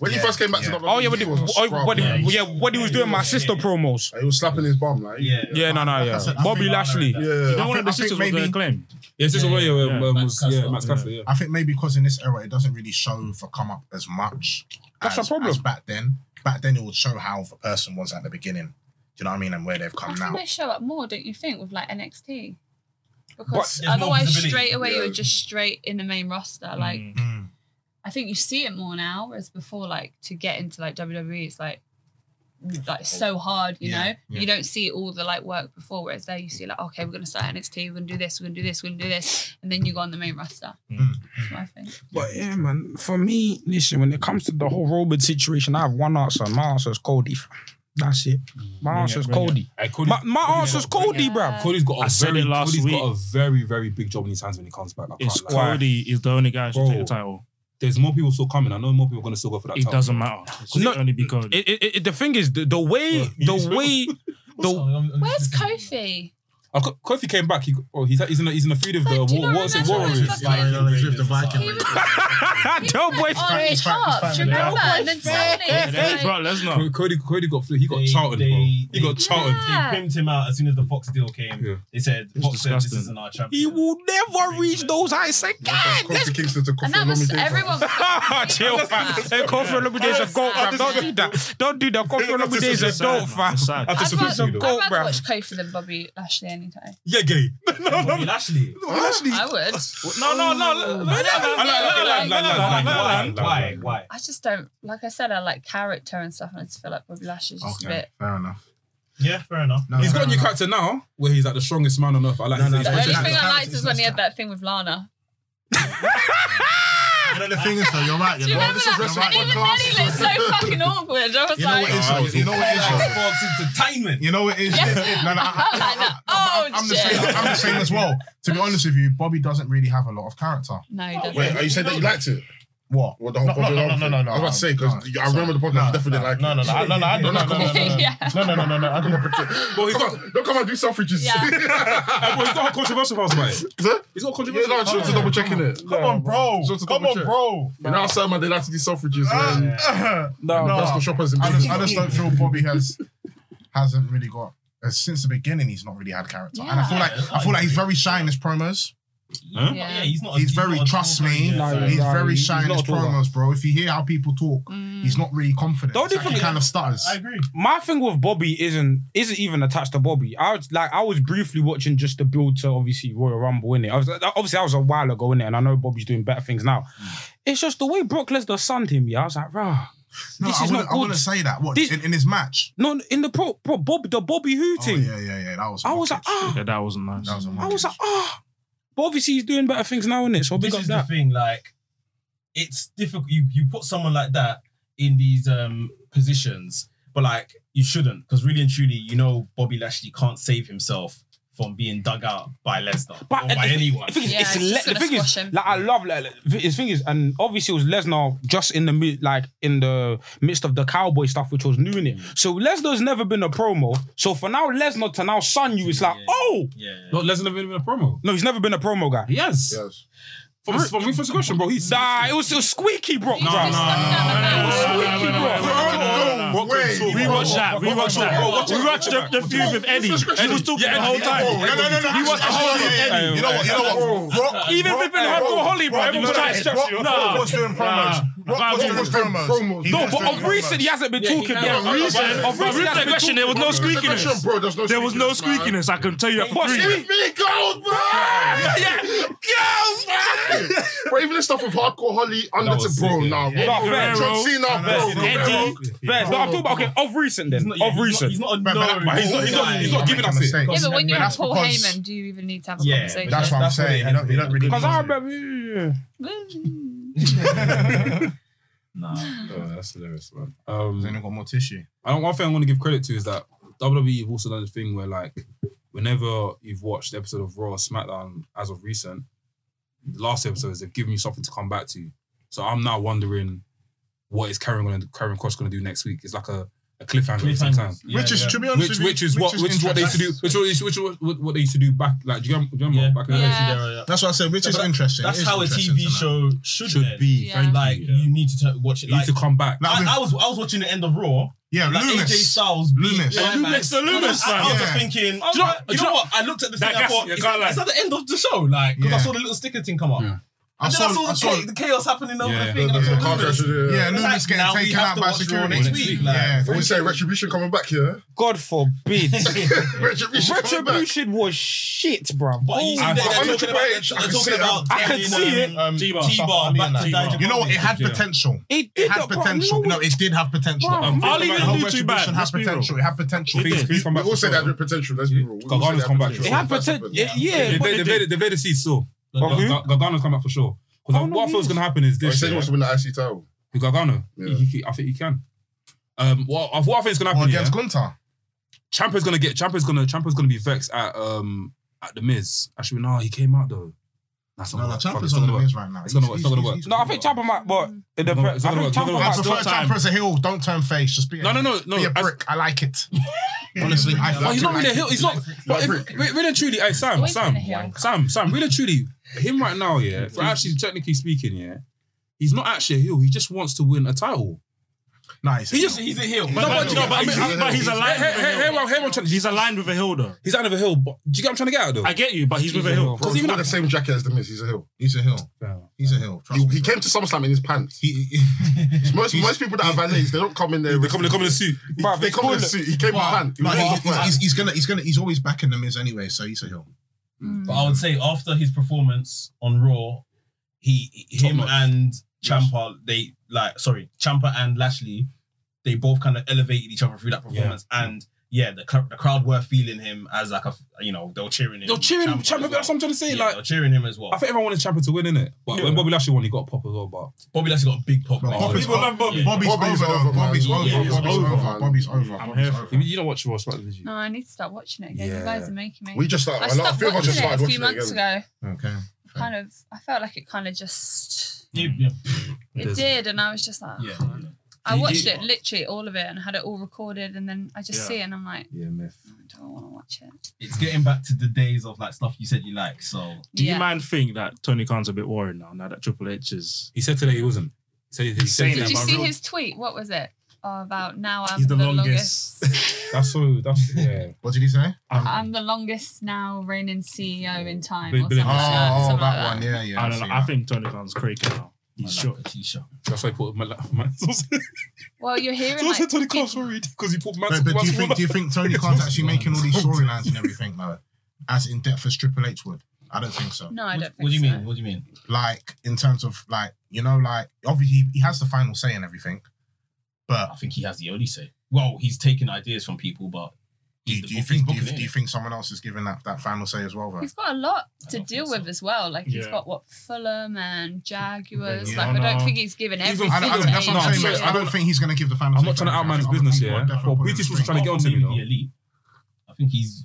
Speaker 3: When he
Speaker 5: Yeah,
Speaker 3: first came back
Speaker 5: yeah.
Speaker 3: to WWE,
Speaker 6: Oh yeah, what
Speaker 3: he
Speaker 6: he,
Speaker 3: was a
Speaker 6: oh,
Speaker 3: scrub,
Speaker 6: what he,
Speaker 3: man.
Speaker 6: yeah, what he was doing my sister promos.
Speaker 3: He was slapping his bum, like.
Speaker 8: Yeah.
Speaker 6: Yeah, no, no,
Speaker 5: I
Speaker 6: yeah.
Speaker 5: said- I
Speaker 6: Bobby
Speaker 5: think-
Speaker 6: Lashley.
Speaker 5: Yeah.
Speaker 3: Yeah.
Speaker 5: think-
Speaker 2: One of the
Speaker 5: I think
Speaker 2: sisters was
Speaker 5: maybe-
Speaker 2: the acclaim.
Speaker 1: yeah, it's just a way of
Speaker 2: Yeah.
Speaker 1: um,
Speaker 2: Max
Speaker 1: was- yeah,
Speaker 8: Caster.
Speaker 1: Max
Speaker 2: Yeah.
Speaker 1: Caster, yeah.
Speaker 5: I think maybe because in this era it doesn't really show for come up as much.
Speaker 6: That's
Speaker 5: as,
Speaker 6: the problem.
Speaker 5: As back then, back then it would show how the person was at the beginning. Do you know what I mean? And where they've
Speaker 4: How
Speaker 5: come
Speaker 4: can
Speaker 5: now.
Speaker 4: they show up more, don't you think, with like NXT?
Speaker 6: There's
Speaker 4: Because
Speaker 8: more
Speaker 4: otherwise,
Speaker 8: visibility.
Speaker 4: straight away
Speaker 3: Yeah.
Speaker 4: you're just straight in the main roster. Like
Speaker 2: Mm.
Speaker 5: Mm.
Speaker 4: I think you see it more now, whereas before, like to get into like WWE, it's like like so hard, you
Speaker 5: Yeah,
Speaker 4: know.
Speaker 5: yeah.
Speaker 4: You don't see all the like work before, whereas there you see like, okay, we're gonna start NXT, we're gonna do this, we're gonna do this, we're gonna do this, and then you go on the main roster.
Speaker 5: Mm.
Speaker 4: That's what I think.
Speaker 6: But yeah, man, for me, listen, when it comes to the whole Roman situation, I have one answer. My answer is Cody. fam. That's it. My
Speaker 2: Bring
Speaker 6: answer
Speaker 2: it,
Speaker 6: is
Speaker 2: bring it.
Speaker 6: Cody.
Speaker 1: Hey, Cody-
Speaker 6: My, my
Speaker 1: Cody-
Speaker 6: answer's Cody,
Speaker 4: Yeah.
Speaker 6: bruv.
Speaker 1: Cody's got a
Speaker 2: I said
Speaker 1: very
Speaker 2: it last
Speaker 1: Cody's got
Speaker 2: week.
Speaker 1: a very very big job in his hands when he comes back. I
Speaker 2: It's
Speaker 1: can't lie.
Speaker 2: Cody is the only guy who should
Speaker 1: Bro.
Speaker 2: take the title.
Speaker 1: There's more people still coming. I know more people are going to still go for that.
Speaker 2: It
Speaker 1: title.
Speaker 2: doesn't matter. It's
Speaker 6: No,
Speaker 2: only be Cody.
Speaker 6: It, it, it, the thing is, the, the way,
Speaker 1: Well,
Speaker 6: the
Speaker 1: he's-
Speaker 6: way, the
Speaker 4: Where's Kofi?
Speaker 1: I co- Kofi came back. He, oh, he's he's in a, he's in a feud of the
Speaker 4: But do you
Speaker 1: war,
Speaker 4: not
Speaker 1: what's it?
Speaker 4: remember
Speaker 1: Warriors.
Speaker 4: his
Speaker 5: Yeah,
Speaker 4: Viking
Speaker 5: no, no, he's with the Viking.
Speaker 4: He was-
Speaker 6: Del Boy-
Speaker 4: on his
Speaker 5: It's fine, it's
Speaker 4: heart,
Speaker 5: fine,
Speaker 4: do you
Speaker 5: man.
Speaker 4: remember? And then
Speaker 2: And then
Speaker 4: suddenly,
Speaker 2: Brock Lesnar.
Speaker 1: Co- Cody Cody got flu. He got
Speaker 8: They-
Speaker 1: Charlton.
Speaker 8: they-
Speaker 1: bro. He
Speaker 8: they-
Speaker 1: got Charlton.
Speaker 8: They pimped him out as soon as the Fox deal came.
Speaker 1: Yeah.
Speaker 8: They said,
Speaker 2: It's
Speaker 8: Fox said, this
Speaker 2: disgusting.
Speaker 8: isn't our
Speaker 6: He
Speaker 8: champion.
Speaker 6: will never reach those heights again.
Speaker 3: Kofi Kingston to Kofi
Speaker 4: and that was
Speaker 3: Olomide, bro.
Speaker 4: everyone.
Speaker 6: Chill, fam. Hey, Coffee on Days a goat, fam. Don't do that. Don't do that. Coffee on Days a
Speaker 2: It's sad,
Speaker 6: dope,
Speaker 2: man.
Speaker 6: fam.
Speaker 2: It's sad.
Speaker 4: I'd
Speaker 1: It's
Speaker 4: rather,
Speaker 1: a
Speaker 4: I'd
Speaker 1: goat,
Speaker 6: bruv.
Speaker 4: rather watch Kofi than Bobby Lashley anytime.
Speaker 1: Yeah, gay. No, no,
Speaker 8: Bobby Lashley.
Speaker 4: I would.
Speaker 2: No, no, no. no, no, no, no, no, no, no, no, no, no.
Speaker 8: Why? Why?
Speaker 4: I just don't like I said, I like character and stuff, and I just feel like Bobby Lashley's just a
Speaker 5: Okay,
Speaker 4: bit
Speaker 5: fair enough.
Speaker 8: Yeah, fair enough.
Speaker 5: No,
Speaker 1: He's
Speaker 5: no,
Speaker 1: got a
Speaker 5: no,
Speaker 1: new
Speaker 5: no.
Speaker 1: character now where he's like the strongest man on earth. I like.
Speaker 5: No, no,
Speaker 1: his-
Speaker 5: no,
Speaker 4: the
Speaker 5: It's
Speaker 4: only
Speaker 5: just
Speaker 4: thing I
Speaker 5: character,
Speaker 4: liked
Speaker 5: it's
Speaker 4: is when he
Speaker 5: just
Speaker 4: had that thing with Lana.
Speaker 5: You know the thing is though, you're right.
Speaker 4: Do you
Speaker 5: know,
Speaker 4: remember
Speaker 5: this is
Speaker 4: that?
Speaker 5: wrestling
Speaker 4: And even then
Speaker 5: podcast.
Speaker 4: he looked so fucking awkward. I was
Speaker 5: You know
Speaker 4: like,
Speaker 5: what it is, though? You know what it is, though?
Speaker 8: Fox Entertainment.
Speaker 5: You know it is.
Speaker 4: Yeah.
Speaker 5: No, no, I,
Speaker 4: I was like, no.
Speaker 5: I,
Speaker 4: Oh,
Speaker 5: am the
Speaker 4: shit.
Speaker 5: same. I'm the same as well. To be honest with you, Bobby doesn't really have a lot of character.
Speaker 4: No, he doesn't.
Speaker 3: Wait, are you saying that you liked it?
Speaker 5: What?
Speaker 3: What, the whole
Speaker 9: No, no,
Speaker 3: Bobby
Speaker 9: no,
Speaker 3: Lashley
Speaker 9: no,
Speaker 3: thing?
Speaker 9: no, no,
Speaker 3: I was about to say, because I remember the podcast, I definitely didn't like it.
Speaker 9: No, no, no, I- no, no, I- no, no, no, no, no, no.
Speaker 4: yeah.
Speaker 9: No, no, no, no, no. I can protect it.
Speaker 1: Well, he's got.
Speaker 3: Don't come and do suffrages.
Speaker 4: Yeah.
Speaker 1: Hey, bro, he's got a controversial past, mate. He's got a
Speaker 3: Yeah,
Speaker 1: controversial.
Speaker 3: no, just to double checking it.
Speaker 9: Come on, bro.
Speaker 3: Just to
Speaker 9: Come
Speaker 3: double
Speaker 9: on,
Speaker 3: check.
Speaker 9: bro.
Speaker 3: You know how some man, they like to do suffrages.
Speaker 6: Hmm?
Speaker 3: and then
Speaker 9: No,
Speaker 3: That's the shoppers in
Speaker 5: I just, I
Speaker 3: business.
Speaker 5: just don't feel Bobby has hasn't really got. uh, Since the beginning, he's not really had character, and I feel like I feel like he's very shy in his promos.
Speaker 1: Huh?
Speaker 8: Yeah, Oh, he's not.
Speaker 5: He's very trust me.
Speaker 6: No,
Speaker 5: He's
Speaker 6: no,
Speaker 5: very
Speaker 6: he's
Speaker 5: shy in
Speaker 6: not
Speaker 5: his
Speaker 6: a talker. Mm.
Speaker 5: promos, bro. If you hear how people talk,
Speaker 4: Mm.
Speaker 5: he's not really confident.
Speaker 6: Don't
Speaker 5: It's like
Speaker 6: even-
Speaker 5: he kind of stutters.
Speaker 8: I agree.
Speaker 6: My thing with Bobby isn't isn't even attached to Bobby. I was like I was briefly watching just the build to obviously Royal Rumble in it. I was obviously I was a while ago in it, and I know Bobby's doing better things now.
Speaker 5: Mm.
Speaker 6: It's just the way Brock Lesnar sunned him. Yeah, I was like, rah.
Speaker 5: No,
Speaker 6: this
Speaker 5: I
Speaker 6: is
Speaker 5: wouldn't,
Speaker 6: not
Speaker 5: I wouldn't
Speaker 6: good.
Speaker 5: say that. What
Speaker 6: This-
Speaker 5: in, in his match?
Speaker 6: No, in the pro, pro Bob the Bobby Who
Speaker 5: Oh,
Speaker 6: thing.
Speaker 5: yeah, yeah, yeah. That was.
Speaker 6: I was like, ah,
Speaker 2: Yeah, that wasn't nice.
Speaker 5: That was a
Speaker 6: I was like, ah. But obviously he's doing better things now, in it? So big
Speaker 8: this
Speaker 6: up
Speaker 8: is
Speaker 6: that.
Speaker 8: the thing. Like, it's difficult. You you put someone like that in these um positions, but like you shouldn't, because really and truly, you know, Bobby Lashley can't save himself. for from being dug out by Lesnar
Speaker 6: But-
Speaker 8: or by
Speaker 6: if-
Speaker 8: anyone.
Speaker 6: The thing is,
Speaker 4: Yeah,
Speaker 6: it's
Speaker 4: he's
Speaker 6: le-
Speaker 4: just
Speaker 6: the
Speaker 4: gonna
Speaker 6: thing is
Speaker 4: squash him.
Speaker 6: like I love like, like, the thing is, and obviously it was Lesnar just in the mi- like in the midst of the cowboy stuff, which was new in it.
Speaker 8: Mm.
Speaker 6: So Lesnar's never been a promo. So for now, Lesnar to now son you, it's like
Speaker 8: Yeah.
Speaker 6: oh
Speaker 8: yeah,
Speaker 1: Not Lesnar been in a promo.
Speaker 6: no, he's never been a promo guy.
Speaker 1: Yes.
Speaker 3: Yes.
Speaker 1: From, from me first question, bro. He's
Speaker 6: Nah, it was it was squeaky, bro.
Speaker 4: He's just stuck down the middle.
Speaker 3: No way.
Speaker 2: We watched that. We watched that. We watched the, the feud with Eddie. Eddie was talking the whole time.
Speaker 3: No, no, no, no.
Speaker 2: He was the whole of
Speaker 3: Eddie. You know what? You know what? Rock,
Speaker 6: Even if
Speaker 3: Rock-
Speaker 6: it's been hardcore Holly, bro,
Speaker 3: Rock-
Speaker 6: everyone's
Speaker 3: Rock-
Speaker 6: trying to
Speaker 3: Rock-
Speaker 6: stretch you.
Speaker 3: Rock-
Speaker 2: Nah.
Speaker 3: Rock was doing promos.
Speaker 2: Nah.
Speaker 3: Rock was
Speaker 2: Nah.
Speaker 3: doing promos. He
Speaker 6: No,
Speaker 3: was
Speaker 6: but
Speaker 3: doing
Speaker 6: of
Speaker 3: promos.
Speaker 6: recent he hasn't been
Speaker 8: Yeah, he
Speaker 6: talking.
Speaker 8: has.
Speaker 6: Yeah,
Speaker 8: But
Speaker 6: recent,
Speaker 3: recent-
Speaker 6: of
Speaker 2: But
Speaker 6: recent, he hasn't been
Speaker 2: reflection, there was no squeakiness.
Speaker 3: Resurrection, bro. There's no
Speaker 2: There was no
Speaker 3: squeakiness, man.
Speaker 2: squeakiness. I can tell you that for
Speaker 6: What's
Speaker 2: free.
Speaker 6: he-
Speaker 3: Give me gold, bro. But even the stuff with hardcore Holly under
Speaker 8: was
Speaker 3: to bro
Speaker 8: sick,
Speaker 3: now.
Speaker 8: yeah.
Speaker 3: Rock-
Speaker 6: Guerrero,
Speaker 3: John Cena, bro.
Speaker 6: Eddie,
Speaker 3: Guerrero.
Speaker 6: Fair. No, I'm talking about okay, of recent then.
Speaker 8: He's not, yeah,
Speaker 6: of
Speaker 8: he's not-
Speaker 6: recent.
Speaker 8: He's not a
Speaker 5: But- but-
Speaker 8: known
Speaker 5: but he's not-
Speaker 1: he's not- he's not
Speaker 8: guy.
Speaker 1: giving us it.
Speaker 5: Mistake.
Speaker 4: Yeah, but when you're
Speaker 5: That's
Speaker 4: at Paul
Speaker 5: because-
Speaker 4: Heyman, do you even need to have a
Speaker 8: Yeah,
Speaker 4: conversation?
Speaker 5: That's what I'm
Speaker 8: That's what it
Speaker 5: saying. You don't, you
Speaker 8: has
Speaker 5: don't really.
Speaker 6: Because I
Speaker 5: need it.
Speaker 6: remember yeah.
Speaker 8: Nah.
Speaker 1: Oh, that's hilarious, man.
Speaker 5: He's
Speaker 1: Um,
Speaker 5: only got more tissue.
Speaker 1: I don't, one thing I want to give credit to is that WWE have also done this thing where, like, whenever you've watched the episode of Raw or SmackDown as of recent, the last episodes, they've given you something to come back to. So I'm now wondering what is Karen going to Karen Cross going to do next week? It's like a, a cliffhanger, at the same time.
Speaker 8: Yeah,
Speaker 5: which is,
Speaker 8: yeah.
Speaker 5: to be honest,
Speaker 1: Which,
Speaker 5: with you,
Speaker 1: which is what which is what they used to do which was- which was what, what they used to do back like do you remember, do you remember
Speaker 8: Yeah.
Speaker 1: back in the
Speaker 4: Yeah.
Speaker 1: day?
Speaker 5: That's what I said. Which
Speaker 8: That's-
Speaker 5: is interesting. It
Speaker 8: That's
Speaker 5: is
Speaker 8: how a
Speaker 5: interesting
Speaker 8: TV
Speaker 5: to know.
Speaker 8: show should,
Speaker 1: should
Speaker 8: end.
Speaker 1: be
Speaker 4: Yeah.
Speaker 1: thank
Speaker 8: Like
Speaker 1: you.
Speaker 8: you need to t- watch it.
Speaker 1: You need
Speaker 8: Like
Speaker 1: to come back
Speaker 5: Like,
Speaker 8: I,
Speaker 5: with-
Speaker 8: I was I was watching the end of Raw.
Speaker 5: Yeah,
Speaker 8: Like AJ
Speaker 5: Loomis.
Speaker 8: Styles, beat-
Speaker 5: Loomis.
Speaker 8: Yeah,
Speaker 5: Yeah,
Speaker 8: man.
Speaker 2: Loomis, the Loomis
Speaker 8: I, I was
Speaker 5: man.
Speaker 8: just
Speaker 5: Yeah.
Speaker 8: thinking.
Speaker 2: you know
Speaker 8: oh,
Speaker 2: what-
Speaker 8: you know what? I looked at the
Speaker 2: That
Speaker 8: thing. I
Speaker 2: guy's-
Speaker 8: thought,
Speaker 2: yeah,
Speaker 8: is
Speaker 2: can't
Speaker 8: that,
Speaker 2: lie.
Speaker 8: is that the end of the show? Like, because
Speaker 5: Yeah.
Speaker 8: I saw the little sticker thing come up.
Speaker 1: Yeah.
Speaker 5: I
Speaker 8: And then I
Speaker 5: saw-
Speaker 8: saw the,
Speaker 5: I saw-
Speaker 8: cha- the chaos happening over
Speaker 1: Yeah.
Speaker 8: the thing. and I
Speaker 3: The- the
Speaker 8: saw
Speaker 3: car
Speaker 8: Loomis.
Speaker 3: crash, yeah.
Speaker 5: Yeah,
Speaker 8: It's
Speaker 5: Loomis
Speaker 8: like,
Speaker 5: getting
Speaker 8: now we
Speaker 5: taken
Speaker 8: have
Speaker 5: out
Speaker 8: to
Speaker 5: by
Speaker 8: watch Raw
Speaker 5: security.
Speaker 8: next week. Like,
Speaker 5: Yeah,
Speaker 3: We say retribution coming back here.
Speaker 6: God forbid.
Speaker 3: Retribution coming back.
Speaker 6: Retribution was shit, bro.
Speaker 8: But you see, they're,
Speaker 3: I- I-
Speaker 8: they're talking about, they're
Speaker 3: I can
Speaker 8: talking
Speaker 5: see
Speaker 8: about uh,
Speaker 6: I can see it.
Speaker 9: Um,
Speaker 2: T-Bar.
Speaker 8: T-Bar back to
Speaker 9: T-Bar.
Speaker 8: Dijakovic.
Speaker 5: You know what? It had potential.
Speaker 6: It
Speaker 5: It
Speaker 6: did
Speaker 5: had
Speaker 6: that, bro.
Speaker 5: potential. No, it did have potential.
Speaker 6: Bro,
Speaker 5: Um,
Speaker 2: Ali
Speaker 5: the
Speaker 2: didn't
Speaker 5: whole
Speaker 2: do too bad.
Speaker 5: retribution
Speaker 2: Let's
Speaker 5: had
Speaker 2: be real.
Speaker 5: potential. It had potential.
Speaker 1: please, please come
Speaker 3: We
Speaker 1: back
Speaker 3: all
Speaker 1: for
Speaker 3: said that
Speaker 1: Raw.
Speaker 3: had potential. Let's be real. We all
Speaker 1: Gargano's
Speaker 3: said had
Speaker 1: come back.
Speaker 6: It
Speaker 3: potential.
Speaker 6: had
Speaker 3: That's
Speaker 6: potential.
Speaker 3: happened.
Speaker 6: Yeah,
Speaker 1: They
Speaker 6: yeah. but
Speaker 1: made-
Speaker 6: it
Speaker 1: they made
Speaker 6: did.
Speaker 1: it- they made it see so
Speaker 6: Of who?
Speaker 1: Gar- Gargano's come back for sure because
Speaker 6: Oh, no,
Speaker 1: what I feel is
Speaker 6: yes.
Speaker 1: going to happen is
Speaker 3: He
Speaker 1: this
Speaker 3: said he wants to win the IC title.
Speaker 1: With Gargano,
Speaker 3: Yeah.
Speaker 1: he, he, I think he can. Um, what, what I think is gonna
Speaker 5: Or
Speaker 1: happen? Yeah?
Speaker 5: against Gunter.
Speaker 1: Champa's gonna get Champa's gonna Champa's gonna be vexed at um at the Miz. Actually, no, he came out though. That's not
Speaker 5: No, no,
Speaker 1: gonna- fuck,
Speaker 5: Champa's
Speaker 1: it's
Speaker 5: on
Speaker 1: not gonna
Speaker 5: the
Speaker 1: work.
Speaker 5: Miz right now.
Speaker 1: It's gonna work,
Speaker 5: He's-
Speaker 1: it's gonna
Speaker 5: he's-
Speaker 1: work.
Speaker 5: he's-
Speaker 6: No, I think Champa might, but it depends.
Speaker 1: It's not gonna work.
Speaker 6: I think Champa
Speaker 1: It's not gonna
Speaker 5: I
Speaker 1: work.
Speaker 6: might still
Speaker 5: prefer Champa as a heel. Don't turn face. Just be a
Speaker 1: No, no, no, no.
Speaker 5: Be a
Speaker 1: as-
Speaker 5: brick. I like it.
Speaker 1: Honestly,
Speaker 5: Honestly, I
Speaker 1: but Oh, he's not really a heel. He's not. But if, re- really and truly, hey, Sam,
Speaker 4: always
Speaker 1: Sam,
Speaker 4: been a heel.
Speaker 1: Sam, Sam, really and truly, him right now, yeah. For actually, technically speaking, yeah, he's not actually a heel. He just wants to win a title.
Speaker 5: nice.
Speaker 1: He just
Speaker 5: he's a heel.
Speaker 1: No, but you know, but I mean, I-
Speaker 2: but he's
Speaker 1: Hey,
Speaker 2: aligned.
Speaker 1: hey,
Speaker 2: with a
Speaker 1: hey, hey,
Speaker 2: hill.
Speaker 1: well, hey, well, Trent,
Speaker 2: He's aligned with a hill, though.
Speaker 1: He's out of a hill, but do you get what I'm trying to get at though?
Speaker 2: I get you, but he's with a hill.
Speaker 3: Bro, he's
Speaker 1: even
Speaker 3: got
Speaker 1: I-
Speaker 3: the same jacket as the Miz. He's a heel.
Speaker 5: He's a heel. He's a heel. Trust
Speaker 3: He,
Speaker 5: me,
Speaker 3: he
Speaker 5: bro.
Speaker 3: came to SummerSlam in his pants.
Speaker 5: He, he,
Speaker 3: Most most people that have valets, they don't come in there.
Speaker 1: they come, they come in a suit.
Speaker 6: Bruv,
Speaker 3: They
Speaker 6: it's
Speaker 3: come in a
Speaker 6: cool.
Speaker 3: suit. He came in pants. He
Speaker 5: no,
Speaker 3: was
Speaker 5: he-
Speaker 3: half
Speaker 5: he's,
Speaker 3: pants.
Speaker 5: he's, he's gonna, he's gonna, he's always backing the Miz anyway, so he's a heel.
Speaker 4: Mm.
Speaker 8: But I would say after his performance on Raw, he him
Speaker 1: notch.
Speaker 8: and Champa, they like sorry, Champa and Lashley, they both kind of elevated each other through that performance, and yeah, the cl- the crowd were feeling him as like a f- you know they were cheering him.
Speaker 1: They're cheering Champa.
Speaker 8: Ciampa as well.
Speaker 1: That's what I'm trying to say.
Speaker 8: Yeah,
Speaker 1: like,
Speaker 8: they were cheering him as well.
Speaker 1: I think everyone wanted Champa to win, innit? But when Bobby Lashley won, he got a pop as well. But
Speaker 8: Bobby Lashley got a big pop.
Speaker 5: Bro,
Speaker 8: man.
Speaker 5: Bobby's
Speaker 8: Yeah.
Speaker 5: over.
Speaker 8: Yeah.
Speaker 5: Bobby's
Speaker 3: Bobby's
Speaker 5: over. though.
Speaker 3: over,
Speaker 5: Bobby's
Speaker 3: man.
Speaker 5: over.
Speaker 8: Yeah, yeah,
Speaker 5: Bobby's
Speaker 3: yeah.
Speaker 5: over. Bobby's over.
Speaker 2: I'm
Speaker 5: Bobby's
Speaker 2: here
Speaker 5: over.
Speaker 1: you, you don't watch Raw SmackDown, did you?
Speaker 4: No, I need to start watching it again.
Speaker 1: Yeah.
Speaker 4: You guys are making me.
Speaker 3: We just started.
Speaker 4: I
Speaker 3: a lot of
Speaker 4: stopped
Speaker 3: few of us
Speaker 4: watching
Speaker 3: just
Speaker 4: it a
Speaker 3: started watching
Speaker 4: few
Speaker 3: it
Speaker 4: months
Speaker 3: again.
Speaker 4: ago.
Speaker 5: Okay.
Speaker 4: Kind of, I felt like it kind of just.
Speaker 8: Yeah,
Speaker 1: It
Speaker 4: It did, and I was just like,
Speaker 8: yeah, yeah.
Speaker 4: I
Speaker 1: You-
Speaker 4: watched
Speaker 1: you-
Speaker 4: it literally all of it and had it all recorded, and then I just
Speaker 2: Yeah.
Speaker 4: see it and I'm like,
Speaker 1: Yeah, myth.
Speaker 4: "No, I don't want to watch it.
Speaker 8: It's getting back to the days of like stuff you said you like. So
Speaker 2: Do you
Speaker 4: Yeah.
Speaker 2: mind think that Tony Khan's a bit worried now? Now that Triple H is
Speaker 1: He said today he wasn't. He said he, he said
Speaker 2: Saying
Speaker 1: today-
Speaker 4: Did you
Speaker 2: my
Speaker 4: see
Speaker 2: real-
Speaker 4: his tweet? What was it? Oh, about now I'm
Speaker 2: He's
Speaker 4: the,
Speaker 2: the
Speaker 4: longest.
Speaker 2: longest.
Speaker 1: That's so. That's yeah.
Speaker 5: What did he say?
Speaker 4: I'm the longest now reigning CEO in time.
Speaker 1: Big
Speaker 4: or
Speaker 1: Bill
Speaker 4: something
Speaker 1: and
Speaker 4: like that.
Speaker 5: Oh,
Speaker 4: something like
Speaker 5: that one. Yeah, yeah.
Speaker 2: I don't know. I think Tony Khan's crazy now. He's
Speaker 8: I
Speaker 2: shook.
Speaker 8: like a t-shirt.
Speaker 1: That's why he put my. my so
Speaker 4: Well, you're hearing
Speaker 1: I
Speaker 4: like,
Speaker 1: said Tony Khan's worried because he put my.
Speaker 5: But, but do you think do you think Tony Khan's actually making all these storylines and everything though, as in depth as Triple H would? I don't think so.
Speaker 4: no,
Speaker 8: What,
Speaker 4: I don't think
Speaker 8: what do you
Speaker 4: so.
Speaker 8: mean? What do you mean?
Speaker 5: Like in terms of like you know like obviously he has the final say in everything, but
Speaker 8: I think he has the only say. Well, he's taking ideas from people, but
Speaker 5: do,
Speaker 8: he's
Speaker 5: do
Speaker 8: the
Speaker 5: you
Speaker 8: book-
Speaker 5: think do
Speaker 8: he's
Speaker 5: you,
Speaker 8: booking
Speaker 5: do
Speaker 8: it.
Speaker 5: you think someone else is giving that, that final say as well though?
Speaker 4: He's got a lot
Speaker 8: I
Speaker 4: to
Speaker 8: don't
Speaker 4: deal
Speaker 8: think
Speaker 4: with
Speaker 8: so.
Speaker 4: as well. Like he's
Speaker 2: Yeah.
Speaker 4: got what Fulham and Jaguars.
Speaker 5: Yeah.
Speaker 4: like I don't
Speaker 2: No.
Speaker 4: think he's given
Speaker 1: Even
Speaker 4: everything.
Speaker 5: I, don't- I,
Speaker 4: to
Speaker 5: don't- that's what I'm
Speaker 1: No,
Speaker 5: saying.
Speaker 1: I'm
Speaker 5: mate.
Speaker 1: saying-
Speaker 5: I don't think he's going to give the final.
Speaker 1: I'm
Speaker 5: say
Speaker 1: not trying to
Speaker 5: for
Speaker 1: outman his
Speaker 5: everything. I
Speaker 1: business,
Speaker 5: think people
Speaker 1: yeah.
Speaker 5: are definitely
Speaker 1: But
Speaker 5: putting
Speaker 1: Beatty's
Speaker 5: him Hmm.
Speaker 1: was
Speaker 5: straight.
Speaker 1: trying to get
Speaker 8: Apart
Speaker 1: onto
Speaker 8: from
Speaker 1: me
Speaker 8: maybe
Speaker 1: though.
Speaker 8: Elite. I think he's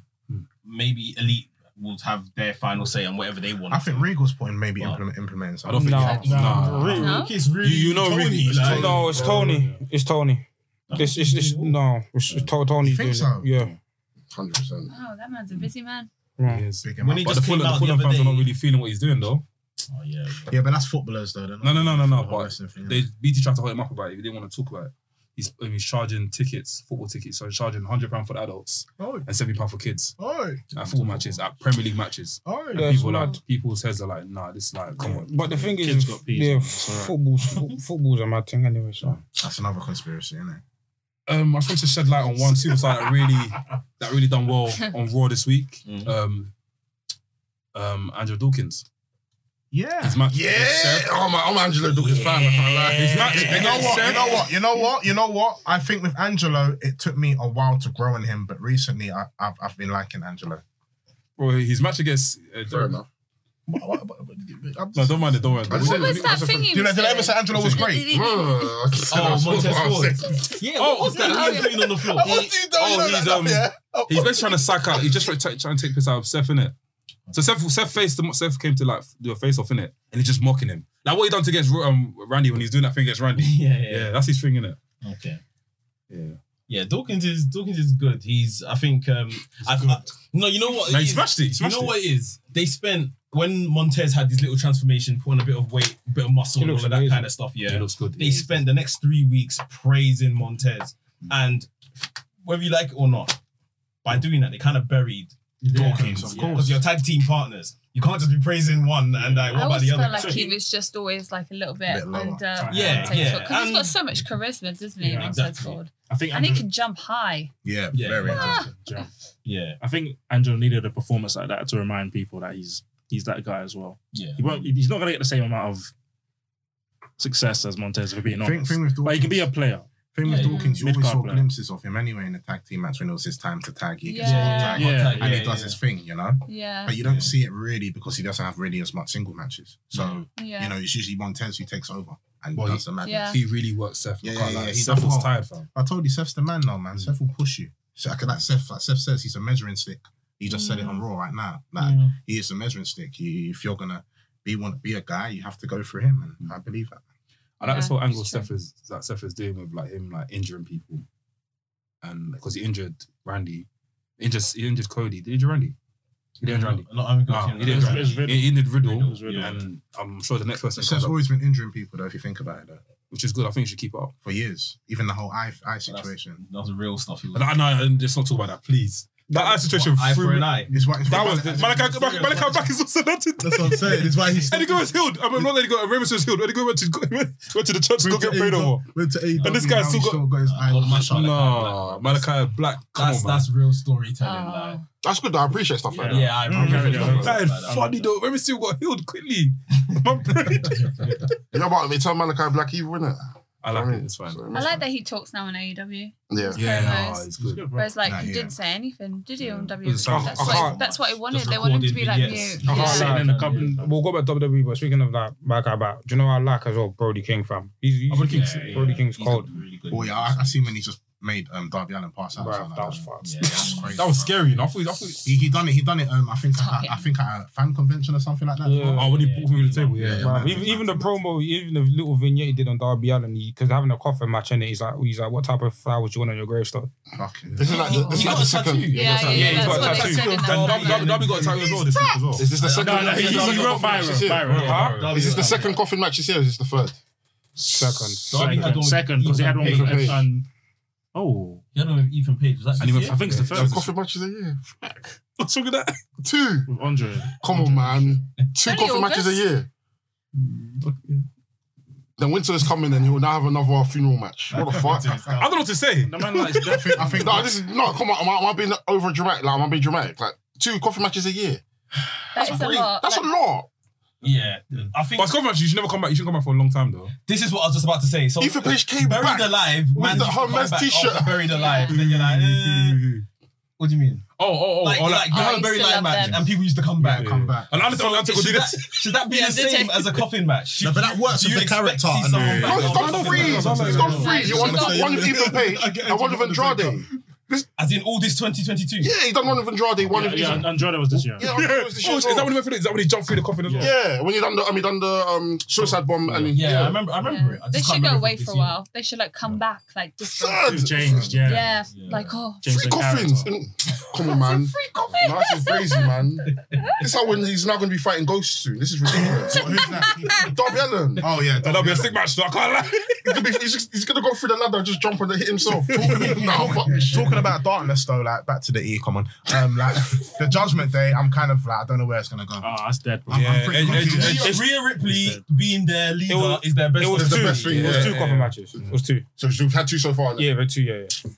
Speaker 8: maybe elite will have their final say on whatever they want.
Speaker 5: I think Regal's point maybe
Speaker 8: Wow.
Speaker 5: implement, implementing
Speaker 1: I
Speaker 5: something.
Speaker 1: don't think.
Speaker 6: No.
Speaker 1: No.
Speaker 2: Really?
Speaker 4: No?
Speaker 8: it's really
Speaker 1: You- you know
Speaker 8: Tony,
Speaker 1: Regal, it's
Speaker 8: like-
Speaker 6: No, it's Tony. It's Tony. It's it's, it's no. It's, it's To- Tony's doing
Speaker 5: think
Speaker 6: it.
Speaker 5: so?
Speaker 6: Yeah.
Speaker 3: Hundred percent.
Speaker 4: Oh, that man's a busy man.
Speaker 6: Right.
Speaker 5: Big
Speaker 8: When he
Speaker 5: amount.
Speaker 1: But
Speaker 8: just
Speaker 1: the Fulham,
Speaker 8: came
Speaker 1: the
Speaker 8: out
Speaker 1: Fulham
Speaker 8: the other
Speaker 1: fans are not
Speaker 8: day.
Speaker 1: really feeling what he's doing though.
Speaker 8: Oh, yeah.
Speaker 5: yeah, but that's footballers though. they're not-
Speaker 1: No, no, no, no, no.
Speaker 5: Oh,
Speaker 1: But
Speaker 5: wrestling thing.
Speaker 1: they BT tried to hold him up about it. He didn't want to talk about it. He's I mean, he's charging tickets, football tickets. So he's charging hundred pound for the adults
Speaker 5: Oi,
Speaker 1: and seventy pound for kids
Speaker 5: oi,
Speaker 1: at football matches, at Premier League matches.
Speaker 5: oi.
Speaker 6: Yeah.
Speaker 1: People like people's heads are like, nah, this is like, come on.
Speaker 6: But the thing is,
Speaker 2: Kids got peas,
Speaker 6: yeah,
Speaker 2: man. It's alright.
Speaker 6: football's fo- football's a mad thing anyway. So
Speaker 5: That's another conspiracy, isn't it?
Speaker 1: Um, I just want to shed light on one superstar that really that really done well on Raw this week.
Speaker 8: Mhm.
Speaker 1: Um, um, Andrew Dawkins.
Speaker 5: Yeah.
Speaker 1: His match
Speaker 3: Yeah.
Speaker 1: against Seth.
Speaker 3: Oh my, I'm Angelo Dawkins fan. I can't lie.
Speaker 1: His match
Speaker 5: You know
Speaker 1: against
Speaker 5: what? You
Speaker 1: Seth.
Speaker 5: know what? You know what? You know what? I think with Angelo, it took me a while to grow in him, but recently I, I've, I've been liking Angelo.
Speaker 1: Well, his match against. Uh,
Speaker 3: Fair enough.
Speaker 5: What- what- what- what- I'm
Speaker 1: No,
Speaker 5: just-
Speaker 1: don't mind it. Don't worry.
Speaker 3: I
Speaker 1: Don't
Speaker 3: just
Speaker 1: worry.
Speaker 4: What was
Speaker 3: it
Speaker 4: that
Speaker 3: was a-
Speaker 4: thing he
Speaker 5: Did I,
Speaker 4: was
Speaker 5: did I ever say
Speaker 4: doing?
Speaker 5: Angelo was great?
Speaker 3: Oh,
Speaker 8: Montez Ford.
Speaker 7: Yeah, oh, what's that?
Speaker 4: that?
Speaker 7: He was doing on the floor.
Speaker 5: What do you do?
Speaker 1: oh,
Speaker 5: You know
Speaker 1: he's,
Speaker 5: that,
Speaker 1: um,
Speaker 5: yeah?
Speaker 1: He's basically trying to sack out. He's just trying to, trying to take piss out of Seth, innit? So Seth, Seth faced him. Seth came to like do a face off, innit? And he's just mocking him. Like what he done to against um, Randy when he's doing that thing against Randy.
Speaker 8: yeah,
Speaker 1: Yeah, that's his thing, innit?
Speaker 8: Okay.
Speaker 1: Yeah.
Speaker 8: Yeah, Dawkins is Dawkins is good. He's I think um I've, I- no, you know what? it
Speaker 1: No, he
Speaker 8: is?
Speaker 1: smashed it. He
Speaker 8: you
Speaker 1: smashed
Speaker 8: know
Speaker 1: it.
Speaker 8: what it is? They spent when Montez had his little transformation, put on a bit of weight, bit of muscle,
Speaker 6: He
Speaker 8: and all
Speaker 6: looks
Speaker 8: of that
Speaker 6: amazing.
Speaker 8: kind of stuff. Yeah.
Speaker 1: He looks good.
Speaker 8: they spent the next three weeks praising Montez. And whether you like it or not, by doing that, they kind of buried Dawkins.
Speaker 5: of
Speaker 8: Because you're tag team partners. You can't just be praising one and like,
Speaker 4: I
Speaker 8: what about
Speaker 4: always
Speaker 8: the
Speaker 4: felt
Speaker 8: other?
Speaker 4: like
Speaker 8: So
Speaker 4: he was just always like a little bit,
Speaker 5: Bit lower.
Speaker 4: under.
Speaker 8: Yeah, yeah.
Speaker 4: Because he's got
Speaker 8: And-
Speaker 4: so much charisma, doesn't he?
Speaker 2: Yeah,
Speaker 4: Montez
Speaker 8: exactly.
Speaker 4: Ford?
Speaker 2: I think
Speaker 4: And he
Speaker 2: Andrew,
Speaker 4: can jump high.
Speaker 5: Yeah,
Speaker 8: Yeah.
Speaker 5: very
Speaker 4: Ah.
Speaker 5: interesting.
Speaker 2: Yeah.
Speaker 8: yeah.
Speaker 2: I think Angelo needed a performance like that to remind people that he's he's that guy as well.
Speaker 8: Yeah.
Speaker 2: He won't. He's not gonna get the same amount of success as Montez for being
Speaker 5: Thing,
Speaker 2: honest.
Speaker 5: thing with Dawkins,
Speaker 2: but he can be a player.
Speaker 5: thing with
Speaker 8: Yeah,
Speaker 5: Dawkins you
Speaker 2: mid-card
Speaker 5: always saw
Speaker 2: player.
Speaker 5: glimpses of him anyway in the tag team match when it was his time to tag. He gets
Speaker 4: Yeah.
Speaker 5: called tag,
Speaker 2: Yeah,
Speaker 8: Contact,
Speaker 5: and
Speaker 8: yeah,
Speaker 5: he does
Speaker 8: yeah.
Speaker 5: his thing, you know.
Speaker 4: Yeah.
Speaker 5: But you don't
Speaker 8: Yeah.
Speaker 5: see it really because he doesn't have really as much single matches. So you
Speaker 4: Yeah.
Speaker 5: know, it's usually Montez who takes over and
Speaker 1: Well,
Speaker 5: does the madness.
Speaker 4: Yeah.
Speaker 1: He really worked Seth.
Speaker 5: Yeah,
Speaker 1: I can't
Speaker 5: yeah,
Speaker 1: lie.
Speaker 5: yeah, he
Speaker 1: Seth
Speaker 5: done
Speaker 1: was
Speaker 5: well.
Speaker 1: tired, fam.
Speaker 5: I told you, Seth's the man now, man. Seth will push you. So like, that Seth, like Seth says, he's a measuring stick. He just said it
Speaker 4: Mm.
Speaker 5: on Raw right now. Like he is a measuring stick. You, if you're gonna be want be a guy, you have to go through him, and I believe that.
Speaker 1: I like this
Speaker 4: Yeah,
Speaker 1: whole angle
Speaker 4: it's true.
Speaker 1: Seth is that Seth is doing with like him like injuring people, and because he injured Randy, injured he injured Cody. Did he injure Randy? He didn't injure Randy.
Speaker 8: No, I haven't
Speaker 1: No,
Speaker 8: got him.
Speaker 1: he didn't.
Speaker 2: It's- it's
Speaker 1: Randy.
Speaker 2: Riddle.
Speaker 1: He injured Riddle,
Speaker 2: Riddle, it's Riddle.
Speaker 1: and I'm sure the next person comes
Speaker 5: Seth's
Speaker 1: up,
Speaker 5: always been injuring people though, if you think about it, though,
Speaker 1: which is good. I think you should keep it up.
Speaker 5: for years. Even the whole eye eye
Speaker 8: But that's-
Speaker 5: situation.
Speaker 8: That was real stuff. He was
Speaker 1: And I know, and let's not talk about that, please. That eye situation
Speaker 8: eye for
Speaker 1: threw
Speaker 8: an
Speaker 1: me.
Speaker 8: eye.
Speaker 5: It's why, it's
Speaker 1: That
Speaker 5: why-
Speaker 1: was the, Malachi, Malachi, Malachi Black is also not in-
Speaker 5: That's what I'm saying. It's why he's.
Speaker 1: Eddie Guerrero's healed. I mean, not Eddie Guerrero. Remus was healed. Eddie Guerrero went to went to the church to go
Speaker 5: Went to
Speaker 1: get prayed
Speaker 5: AEW,
Speaker 1: over.
Speaker 5: went to AEW,
Speaker 1: And this guy's
Speaker 5: now
Speaker 1: still
Speaker 5: he's
Speaker 1: got-
Speaker 5: his
Speaker 8: Uh,
Speaker 5: eye.
Speaker 8: hold my shot.
Speaker 1: No, Malachi Black. Come
Speaker 8: That's
Speaker 1: on, man.
Speaker 8: that's real storytelling.
Speaker 4: Oh.
Speaker 3: That's good. though. I appreciate stuff like
Speaker 8: Like,
Speaker 3: that.
Speaker 8: yeah, I remember. that.
Speaker 2: Mm.
Speaker 1: That is
Speaker 8: Like, I'm-
Speaker 1: funny though. Remus still got healed quickly. My brain.
Speaker 3: You know what? They tell Malachi Black evil, innit?
Speaker 1: I like it. It's fine.
Speaker 3: So,
Speaker 4: I like that he talks now on AEW.
Speaker 3: Yeah.
Speaker 1: Yeah,
Speaker 4: Promos.
Speaker 1: oh, it's good.
Speaker 4: Whereas, like,
Speaker 5: Nah,
Speaker 4: he
Speaker 5: yeah.
Speaker 4: didn't say anything, did he, on
Speaker 1: Doesn't
Speaker 4: WWE?
Speaker 1: sound-
Speaker 4: That's,
Speaker 3: I
Speaker 4: what,
Speaker 3: can't-
Speaker 4: that's what he wanted.
Speaker 8: Just
Speaker 4: They wanted him to be, like,
Speaker 8: recorded
Speaker 4: new.
Speaker 8: vignettes.
Speaker 6: I can't
Speaker 4: Yeah.
Speaker 6: lie.
Speaker 2: Sitting in a couple.
Speaker 6: We'll go back to WWE, but speaking of that, back about, do you know what I like as well? Brody King, fam. He's, he's
Speaker 1: Brody King's-
Speaker 8: Yeah, yeah,
Speaker 6: Brody
Speaker 8: yeah.
Speaker 6: King's
Speaker 8: He's
Speaker 6: cold.
Speaker 8: a really good
Speaker 5: Oh yeah, I, I see when he just made um, Darby Allen pass out. or
Speaker 6: Bruv,
Speaker 5: something
Speaker 6: that
Speaker 5: like
Speaker 6: was fucked.
Speaker 8: Yeah.
Speaker 5: That's crazy,
Speaker 1: That was
Speaker 5: bruv.
Speaker 1: scary. And I thought, I thought,
Speaker 5: He, he done it. He done it. Um, I think
Speaker 4: Tuck
Speaker 5: I,
Speaker 4: it.
Speaker 5: I think at a fan convention or something like that.
Speaker 6: Yeah.
Speaker 1: oh, when he pulled me to the table,
Speaker 5: Yeah,
Speaker 1: yeah.
Speaker 5: man,
Speaker 6: Bruv, even,
Speaker 5: that's
Speaker 6: even the
Speaker 5: nuts.
Speaker 6: promo, even the little vignette he did on Darby Allen, because having a coffin match in it, he's like, he's like, what type of flowers do you want on your gravestone?
Speaker 5: Fucking.
Speaker 3: This is like the, this is
Speaker 8: He
Speaker 3: like
Speaker 8: got
Speaker 3: the
Speaker 8: a tattoo.
Speaker 3: second.
Speaker 4: Yeah, yeah,
Speaker 1: Yeah, he's
Speaker 4: that's
Speaker 1: got
Speaker 4: what
Speaker 1: a
Speaker 4: they
Speaker 1: tattoo.
Speaker 4: said in the
Speaker 1: And Darby- Darby
Speaker 4: whole
Speaker 1: Darby got a title as well this week as well.
Speaker 3: Is this the second?
Speaker 2: No, no, he,
Speaker 3: is this
Speaker 2: he
Speaker 3: the
Speaker 2: went
Speaker 3: coffin match this
Speaker 2: viral.
Speaker 3: year?
Speaker 2: Viral.
Speaker 1: Huh?
Speaker 2: viral.
Speaker 3: Is this the second coffin match this year? or Is this the third? Second.
Speaker 8: Darby had
Speaker 2: Second,
Speaker 8: one-
Speaker 2: second, because he had one
Speaker 8: Ethan
Speaker 2: with
Speaker 3: Page.
Speaker 2: and oh,
Speaker 8: You know, with Ethan Page was that
Speaker 1: And he went-
Speaker 8: this
Speaker 2: I think it's the
Speaker 3: Seven
Speaker 2: first
Speaker 3: coffin matches a year.
Speaker 1: What's wrong with that?
Speaker 3: Two.
Speaker 2: with Andre.
Speaker 3: Come on, man. Two
Speaker 4: Only
Speaker 3: coffin matches a
Speaker 4: August.
Speaker 3: year. Then Winter's coming and he'll now have another funeral match. What the fuck?
Speaker 1: I don't know what to say.
Speaker 2: The man likes death.
Speaker 5: I think
Speaker 3: No, this is no. Come on, am I, am I being over dramatic? Like, am I being dramatic? Like, two coffee matches a year.
Speaker 4: That is a
Speaker 3: Three.
Speaker 4: lot.
Speaker 3: That's
Speaker 4: Like,
Speaker 3: a lot.
Speaker 8: year? Yeah, I
Speaker 1: But
Speaker 8: think
Speaker 1: it's confident you should never come back. You shouldn't come back for a long time though.
Speaker 8: this is what I was just about to say. So
Speaker 3: Ethan Page came
Speaker 8: buried
Speaker 3: back.
Speaker 8: alive
Speaker 3: with
Speaker 8: man
Speaker 3: the
Speaker 8: used to
Speaker 3: hot
Speaker 8: come
Speaker 3: man's
Speaker 8: back
Speaker 3: t-shirt.
Speaker 8: after Buried alive. and then you're like, eh, what do you mean?
Speaker 1: Oh, oh, oh.
Speaker 8: like,
Speaker 1: oh,
Speaker 8: like, you
Speaker 4: I
Speaker 8: had a
Speaker 4: used
Speaker 8: buried
Speaker 4: to
Speaker 8: alive
Speaker 4: love
Speaker 8: match,
Speaker 4: them.
Speaker 8: and people used to come back.
Speaker 1: Yeah.
Speaker 5: come back.
Speaker 1: and Alexander Alexander go do
Speaker 8: Should that,
Speaker 1: this.
Speaker 8: should that be
Speaker 4: Yeah,
Speaker 8: the
Speaker 4: they
Speaker 8: same
Speaker 4: take-
Speaker 8: as a coffin match?
Speaker 5: No, but that works
Speaker 8: Do you
Speaker 5: with the
Speaker 8: expect to
Speaker 5: character.
Speaker 8: see
Speaker 5: and
Speaker 8: someone back
Speaker 5: the-
Speaker 3: No, he's
Speaker 8: on
Speaker 3: gone
Speaker 8: the
Speaker 3: free.
Speaker 8: coffin
Speaker 3: He's
Speaker 8: match?
Speaker 3: gone free. You want
Speaker 5: Yeah.
Speaker 3: one with Ethan Page
Speaker 5: I get it.
Speaker 3: and one with Andrade.
Speaker 8: As in all this 2022.
Speaker 3: Yeah, he done one with Andrade, one
Speaker 2: Yeah,
Speaker 3: with
Speaker 2: yeah,
Speaker 3: Izzy.
Speaker 2: Andrade was this year.
Speaker 3: Yeah, Andrade was the shit
Speaker 1: Oh, is
Speaker 3: as
Speaker 1: that
Speaker 3: well.
Speaker 1: when he went through? the- Is that when he jumped through the coffin as well?
Speaker 3: Yeah, when he done the, I mean, done the um, suicide bomb, and he,
Speaker 8: Yeah, I remember. I remember it. I
Speaker 4: They
Speaker 8: just can't
Speaker 4: should go
Speaker 8: remember
Speaker 4: away
Speaker 8: if it
Speaker 4: for a
Speaker 8: was
Speaker 4: while. They should like come back, like just
Speaker 3: Sad.
Speaker 2: He's changed, yeah.
Speaker 4: yeah, like oh,
Speaker 2: Changed
Speaker 3: Three
Speaker 2: the
Speaker 3: coffins.
Speaker 2: character.
Speaker 3: Mm, Come on, man. That's is crazy, man. This is how when he's now going to be fighting ghosts soon. This is ridiculous.
Speaker 5: Who's that?
Speaker 3: Darby Allen. Uh,
Speaker 5: Oh yeah,
Speaker 1: That'll be a sick match. So I can't lie.
Speaker 3: He's going to go through the ladder and just jump and hit himself. no, fuck this shit.
Speaker 5: Talking about darkness though, like back to the E, come on. Um, like the Judgment Day, I'm kind of like I don't know where it's gonna go.
Speaker 2: Oh, that's dead, bro.
Speaker 5: I'm,
Speaker 1: Yeah,
Speaker 5: I'm pretty
Speaker 1: and- and-
Speaker 5: confused.
Speaker 1: and-
Speaker 8: Rhea-
Speaker 1: It's-
Speaker 8: Rhea Ripley
Speaker 2: it's
Speaker 8: being their leader
Speaker 1: was-
Speaker 8: is their best.
Speaker 1: It was
Speaker 3: It's the
Speaker 1: two.
Speaker 3: best thing,
Speaker 1: It was
Speaker 3: yeah,
Speaker 1: two
Speaker 3: yeah,
Speaker 1: coffin
Speaker 5: yeah.
Speaker 1: matches. It was two.
Speaker 3: So we've had two so far. innit?
Speaker 6: Yeah, but two, yeah, yeah.
Speaker 5: I
Speaker 6: Because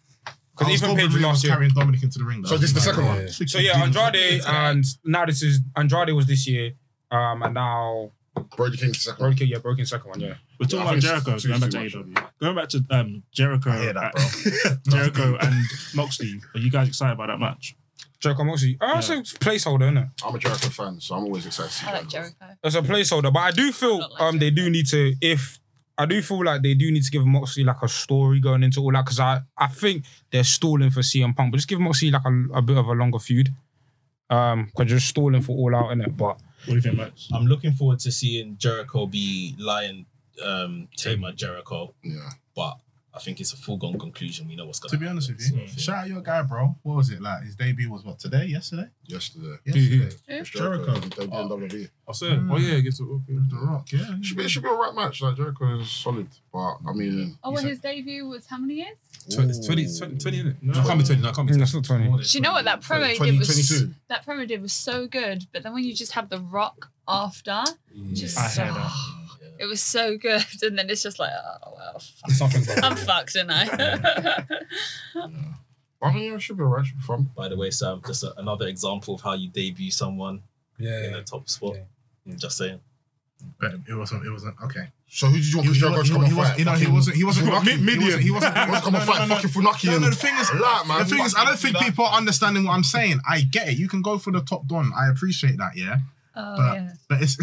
Speaker 5: was
Speaker 6: even
Speaker 5: hoping Rhea
Speaker 6: Page
Speaker 5: was
Speaker 6: last year.
Speaker 5: carrying Dominic into the ring. Though.
Speaker 3: So this is the second
Speaker 5: Like,
Speaker 3: one.
Speaker 5: yeah.
Speaker 6: So yeah, Andrade and now this is Andrade was this year, um, and now
Speaker 3: Brody King's the second one.
Speaker 6: Broken, yeah, Broken second one, yeah.
Speaker 2: We're talking
Speaker 3: I
Speaker 2: about
Speaker 3: think
Speaker 2: Jericho.
Speaker 3: it's
Speaker 2: Going back to
Speaker 3: too
Speaker 2: AEW. Going back to um, Jericho,
Speaker 5: I hear that,
Speaker 2: uh, Jericho and Moxley. Are you guys excited about that match?
Speaker 6: Jericho Moxley. Oh, that's
Speaker 2: Yeah.
Speaker 6: a placeholder, isn't it?
Speaker 3: I'm a Jericho fan, so I'm always excited. to see
Speaker 4: I like
Speaker 3: that.
Speaker 4: Jericho.
Speaker 6: That's a placeholder, but I do feel
Speaker 4: Not like
Speaker 6: um they do need to if I do feel like they do need to give Moxley like a story going into all that because I I think they're stalling for CM Punk, but just give Moxley like a, a bit of a longer feud. Um, because you're stalling for all out in it, but
Speaker 2: What do you think, Max?
Speaker 8: I'm looking forward to seeing Jericho be Lion um, Tamer Jericho,
Speaker 3: Yeah.
Speaker 8: but I think it's a foregone conclusion. We know what's going
Speaker 5: To be honest with you, shout out your guy, bro. What was it like? His debut was what today? Yesterday?
Speaker 3: Yesterday.
Speaker 5: Yesterday.
Speaker 3: It's
Speaker 5: Jericho.
Speaker 3: They did WWE.
Speaker 1: I said, oh yeah, against
Speaker 5: The Rock. Yeah.
Speaker 3: Should be, it should be a right match. Like Jericho is solid, but I mean,
Speaker 4: Oh, well, his debut was how many years?
Speaker 1: It's 20, 20, 20 innit? No, it can't be 20. No, it can't be 20.
Speaker 6: that's not twenty.
Speaker 4: Do you know what that promo he
Speaker 3: 20,
Speaker 4: did was?
Speaker 3: 22.
Speaker 4: That promo did was so good, but then when you just have the Rock after, just
Speaker 2: I hear
Speaker 4: it was so good, and then it's just like, oh well, fuck.
Speaker 1: Something
Speaker 4: I'm
Speaker 1: about
Speaker 4: fucked, and I.
Speaker 3: I mean, yeah, it should be alright. Should be fun.
Speaker 8: By the way, Sam, just a, another example of how you debut someone in
Speaker 1: Yeah.
Speaker 8: the top spot.
Speaker 1: Yeah.
Speaker 8: Just saying.
Speaker 5: But it wasn't. It wasn't. Okay.
Speaker 3: So who did you want? Chris Jericho to come
Speaker 5: he,
Speaker 3: and
Speaker 5: was,
Speaker 3: fight?
Speaker 5: you know, he
Speaker 3: Fucking-
Speaker 5: wasn't. He wasn't.
Speaker 3: Funaki.
Speaker 5: He wasn't. He wasn't.
Speaker 3: He wants to come and
Speaker 5: No, no,
Speaker 3: fight
Speaker 5: no, no.
Speaker 3: fucking Funaki
Speaker 5: No,
Speaker 3: and
Speaker 5: no, the thing is,
Speaker 3: Like, man.
Speaker 5: the thing is, I don't think people are understanding what I'm saying. I get it. You can go for the top don. I appreciate that. Yeah,
Speaker 4: oh
Speaker 5: But-
Speaker 4: yeah.
Speaker 5: but it's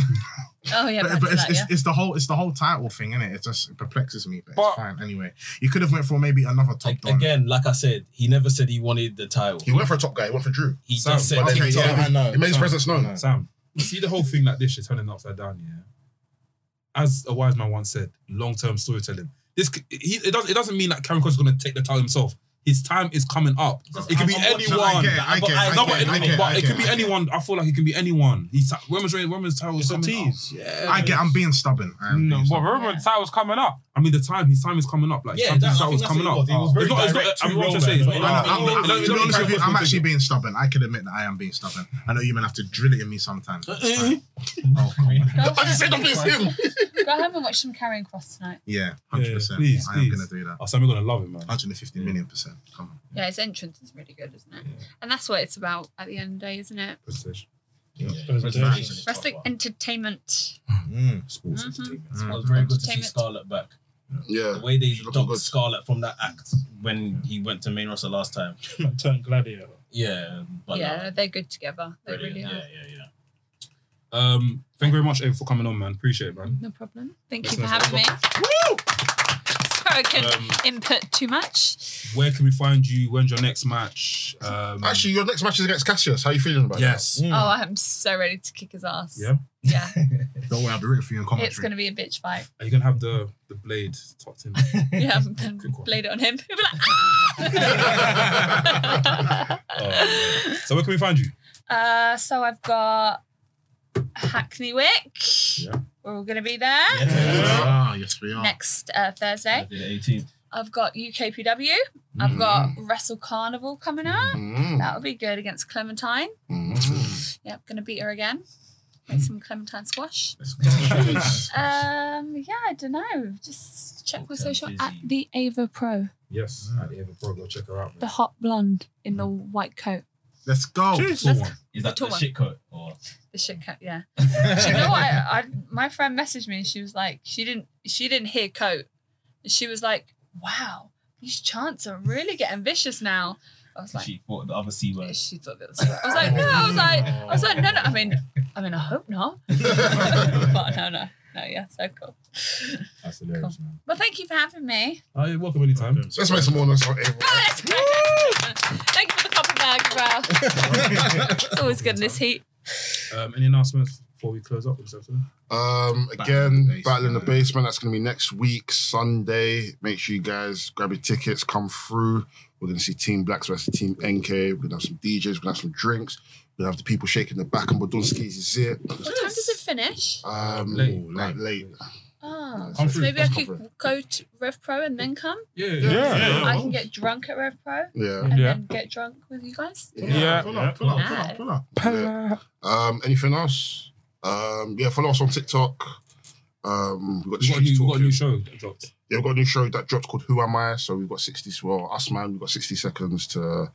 Speaker 4: Oh yeah.
Speaker 5: but,
Speaker 4: back
Speaker 5: but
Speaker 4: to
Speaker 5: it's,
Speaker 4: that,
Speaker 5: it's,
Speaker 4: yeah.
Speaker 5: it's the whole it's the whole title thing, and it? It just it perplexes me. But,
Speaker 6: But-
Speaker 5: it's fine anyway. You could have went for maybe another top
Speaker 8: Like,
Speaker 5: don.
Speaker 8: again, like I said, he never said he wanted the title.
Speaker 3: He went for a top guy. He went for Drew.
Speaker 8: He
Speaker 1: Sam,
Speaker 8: just said
Speaker 1: but
Speaker 3: Okay,
Speaker 8: TikTok.
Speaker 1: yeah,
Speaker 3: yeah,
Speaker 1: I know.
Speaker 3: He made his
Speaker 1: Sorry.
Speaker 3: presence known.
Speaker 1: Sam, you see the whole thing like this, you're turning upside down, yeah? As a wise man once said, long-term storytelling. This c- he, it doesn't it doesn't mean that Karen Cross is gonna take the title himself. His time is coming up. It could be
Speaker 8: I'm watching-
Speaker 1: anyone.
Speaker 5: I get it, I
Speaker 8: But
Speaker 5: get it,
Speaker 8: I-
Speaker 5: I
Speaker 1: No,
Speaker 5: get
Speaker 1: but
Speaker 5: it,
Speaker 1: it,
Speaker 5: I get
Speaker 1: but
Speaker 5: I
Speaker 1: it
Speaker 5: get
Speaker 1: could be
Speaker 5: I get
Speaker 1: anyone. I feel like it can be anyone. He's women's women's title is
Speaker 2: a
Speaker 1: coming up.
Speaker 2: tease.
Speaker 1: Yeah,
Speaker 5: I get. I'm being stubborn. I am
Speaker 6: No,
Speaker 5: being
Speaker 6: but
Speaker 5: stubborn.
Speaker 6: remember
Speaker 4: Yeah.
Speaker 6: the title's coming up.
Speaker 1: I mean, the time his time is coming up. Like,
Speaker 8: Yeah,
Speaker 1: yeah,
Speaker 8: that- I
Speaker 1: his
Speaker 8: think
Speaker 1: time is
Speaker 8: that's
Speaker 1: coming
Speaker 8: what
Speaker 1: up.
Speaker 8: it was. He was very
Speaker 1: It's not. It's not.
Speaker 8: direct
Speaker 1: I'm
Speaker 8: to
Speaker 1: not
Speaker 8: Roman.
Speaker 1: saying it's not.
Speaker 8: I know,
Speaker 5: I
Speaker 1: no,
Speaker 5: know, I'm,
Speaker 1: no, no,
Speaker 5: I'm, to be
Speaker 1: no,
Speaker 5: honest with you, I'm
Speaker 1: no,
Speaker 5: actually being stubborn. I can admit that I am being stubborn. I know you men have to drill it in me sometimes.
Speaker 8: Uh-uh.
Speaker 5: It's fine. oh, come on.
Speaker 4: Go
Speaker 3: I just said,
Speaker 4: home
Speaker 3: don't
Speaker 4: and
Speaker 3: miss
Speaker 4: watch-
Speaker 3: him.
Speaker 4: Go home and watch some Carrying Cross tonight.
Speaker 5: Yeah, hundred percent.
Speaker 1: please,
Speaker 5: I am
Speaker 1: please.
Speaker 5: gonna do that.
Speaker 1: Oh, Sam, we're gonna love him, man.
Speaker 5: 150 million percent. Come on.
Speaker 4: Yeah, his entrance is really good, isn't it? And that's what it's about at the end of the day, isn't it?
Speaker 2: Presentation.
Speaker 4: Wrestling entertainment.
Speaker 5: Mm.
Speaker 1: Sports
Speaker 4: Mhm.
Speaker 1: entertainment.
Speaker 8: It was
Speaker 5: Mm.
Speaker 8: very good to see
Speaker 4: Entertainment.
Speaker 8: Scarlett back.
Speaker 3: Yeah.
Speaker 8: The way they
Speaker 3: She's looking
Speaker 8: docked
Speaker 3: good.
Speaker 8: Scarlett from that act when he went to main roster last time.
Speaker 2: Turn gladiator.
Speaker 8: Yeah, but
Speaker 4: yeah,
Speaker 8: no,
Speaker 4: they're good together. They
Speaker 8: brilliant.
Speaker 4: really
Speaker 8: yeah,
Speaker 4: are.
Speaker 8: yeah, yeah.
Speaker 1: Um, thank you very much, Abe, for coming on, man. Appreciate it, man.
Speaker 4: No problem. Thank you
Speaker 1: That's
Speaker 4: for
Speaker 1: nice.
Speaker 4: having me. Sorry I couldn't
Speaker 1: Um,
Speaker 4: input too much.
Speaker 1: Where can we find you? When's your next match? Um,
Speaker 3: Actually, your next match is against Cassius. How you feeling about
Speaker 1: yes.
Speaker 4: Oh, I'm so ready to kick his ass.
Speaker 1: Hmm. Yeah.
Speaker 4: Yeah.
Speaker 5: Don't worry, I'll be rooting for you in commentary.
Speaker 4: It's going to be a bitch fight.
Speaker 1: Are you gonna have the the blade tucked in?
Speaker 4: Yeah, I'm going
Speaker 1: Quick
Speaker 4: to
Speaker 1: one.
Speaker 4: blade it on him. He'll be "Ah!" like,
Speaker 1: Uh, so where can we find you?
Speaker 4: uh, so I've got Hackney Wick.
Speaker 1: Yeah.
Speaker 4: We're all going to be there
Speaker 5: Ah, yes, we are.
Speaker 4: next uh, Thursday.
Speaker 8: The 18th.
Speaker 4: I've got UKPW.
Speaker 3: Mm-hmm.
Speaker 4: I've got Wrestle Carnival coming up.
Speaker 3: that? Mm,
Speaker 4: That'll be good against Clementine.
Speaker 3: mm.
Speaker 4: Yep, gonna beat her again. Make some Clementine squash. Um, yeah, I don't know. Just check my
Speaker 8: Okay,
Speaker 4: social
Speaker 8: busy.
Speaker 4: at the Ava Pro,
Speaker 1: Yes, at the Ava Pro. Go check her out.
Speaker 4: the hot blonde in the white coat,
Speaker 5: Let's go.
Speaker 1: Cool one.
Speaker 8: Is that the
Speaker 4: tall one.
Speaker 8: shit coat? Or
Speaker 4: the shit coat. Yeah. Do you know what? I, I my friend messaged me. and She was like, she didn't she didn't hear coat. And She was like, wow, these chants are really getting vicious now. I was like.
Speaker 8: she thought the other C
Speaker 4: Yeah,
Speaker 8: word.
Speaker 4: She thought that was. I was like, no. I was like,
Speaker 2: Oh,
Speaker 4: I was like, no, no. I mean, I mean, I hope not. but no, no, no. Yeah, so cool.
Speaker 5: That's hilarious, man.
Speaker 4: Well, thank you for having me.
Speaker 1: Oh, you're welcome anytime.
Speaker 3: Let's make some more noise for Abel.
Speaker 4: Oh, that's great. Thank you for the copper bag, bro. it's always good in this heat.
Speaker 1: Um, any announcements before we close up?
Speaker 3: Um,
Speaker 5: in
Speaker 3: again,
Speaker 5: the Basement.
Speaker 3: Battle in the Basement. That's going to be next week, Sunday. Make sure you guys grab your tickets, come through. We're going to see Team Blacks versus Team NK. We're going to have some DJs, we're going to have some drinks. We're going to have the people shaking the back, and Bodunski's is it.
Speaker 4: What time does it finish?
Speaker 3: Um,
Speaker 1: Late.
Speaker 3: late, like late.
Speaker 4: Oh,
Speaker 1: Come
Speaker 4: so
Speaker 1: through.
Speaker 4: maybe I
Speaker 3: Let's
Speaker 4: could
Speaker 3: come
Speaker 4: go to Rev Pro and then come.
Speaker 1: Yeah,
Speaker 3: Yeah.
Speaker 4: I can get drunk at Rev Pro
Speaker 3: Yeah.
Speaker 4: and
Speaker 6: Oh. Yeah.
Speaker 4: then get drunk with you guys.
Speaker 6: Yeah.
Speaker 5: Pull up, pull up, pull up, pull up.
Speaker 3: Yeah. Um, anything else? Um, yeah, follow us on TikTok. Um, we've
Speaker 1: We've got
Speaker 3: got, the
Speaker 1: a
Speaker 3: Streets
Speaker 1: new, we've got a
Speaker 3: Talking.
Speaker 1: new show that dropped.
Speaker 3: Yeah, we've got a new show that dropped called Who Am I? So we've got 60, well, us man, we've got 60 seconds to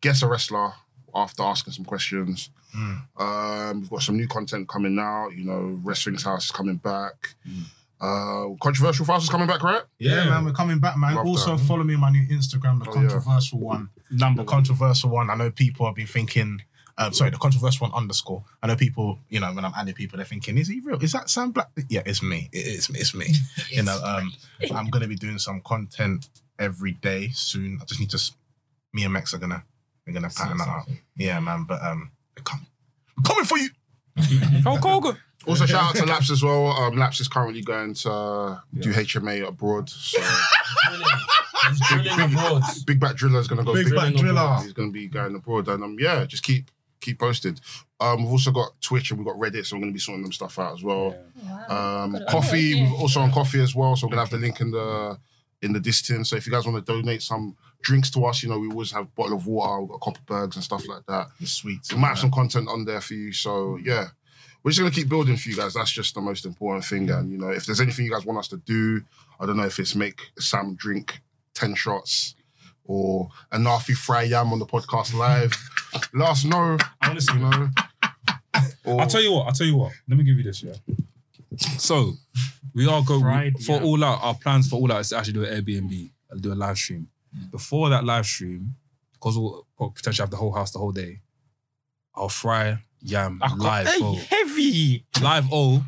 Speaker 3: guess a wrestler after asking some questions.
Speaker 5: Hmm.
Speaker 3: Um, we've got some new content coming out, you know, Wrestling's House is coming back.
Speaker 5: Hmm.
Speaker 3: Uh, controversial Files is coming back, right?
Speaker 5: Yeah, man, we're coming back, man.
Speaker 3: Love
Speaker 5: also,
Speaker 3: that.
Speaker 5: follow me on my new Instagram, the
Speaker 3: Oh, yeah.
Speaker 5: controversial one.
Speaker 2: Number
Speaker 5: The controversial one. I know people have been thinking. Um, sorry, the controversial one underscore. I know people. You know, when I'm adding people, they're thinking, "Is he real? Is that Sam Black?" Yeah, it's me. It is. It's me. you know, um, I'm gonna be doing some content every day soon. I just need to. s- Me and Max are gonna we're gonna pattern that out. Yeah, man. But um, we're coming. We're coming for you.
Speaker 6: Hulk Hogan.
Speaker 3: Also, shout out to Laps as well. Um, Laps is currently going to uh, do HMA abroad. So
Speaker 1: Drilling abroad.
Speaker 3: Big Back Driller is going to go.
Speaker 5: Big Back Driller.
Speaker 3: He's going to be going abroad, and um, yeah, just keep keep posted. Um, we've also got Twitch and we've got Reddit, so we're going to be sorting them stuff out as well.
Speaker 4: Wow.
Speaker 3: Um,
Speaker 4: Good idea.
Speaker 3: coffee, we're also on coffee as well, so we're going to have the link in the in the distance. So if you guys want to donate some drinks to us, you know, we always have a bottle of water, we've got copper bergs and stuff like that.
Speaker 5: The sweets.
Speaker 3: We might have some content on there for you. So yeah, we're just gonna keep building for you guys. That's just the most important thing. And you know, if there's anything you guys want us to do, I don't know if it's make Sam drink ten shots or Anafi fry yam on the podcast live. Let us know.
Speaker 1: Honestly,
Speaker 3: You know. Or,
Speaker 1: I'll tell you what. I'll tell you what. Let me give you this. Yeah. So we are going
Speaker 2: Fried,
Speaker 1: for
Speaker 2: yeah.
Speaker 1: all out. Our plans for all out is to actually do an Airbnb. and do a live stream. Before that live stream, because we'll we'll potentially have the whole house the whole day. I'll fry yam live. oh.
Speaker 6: heavy.
Speaker 1: Live oh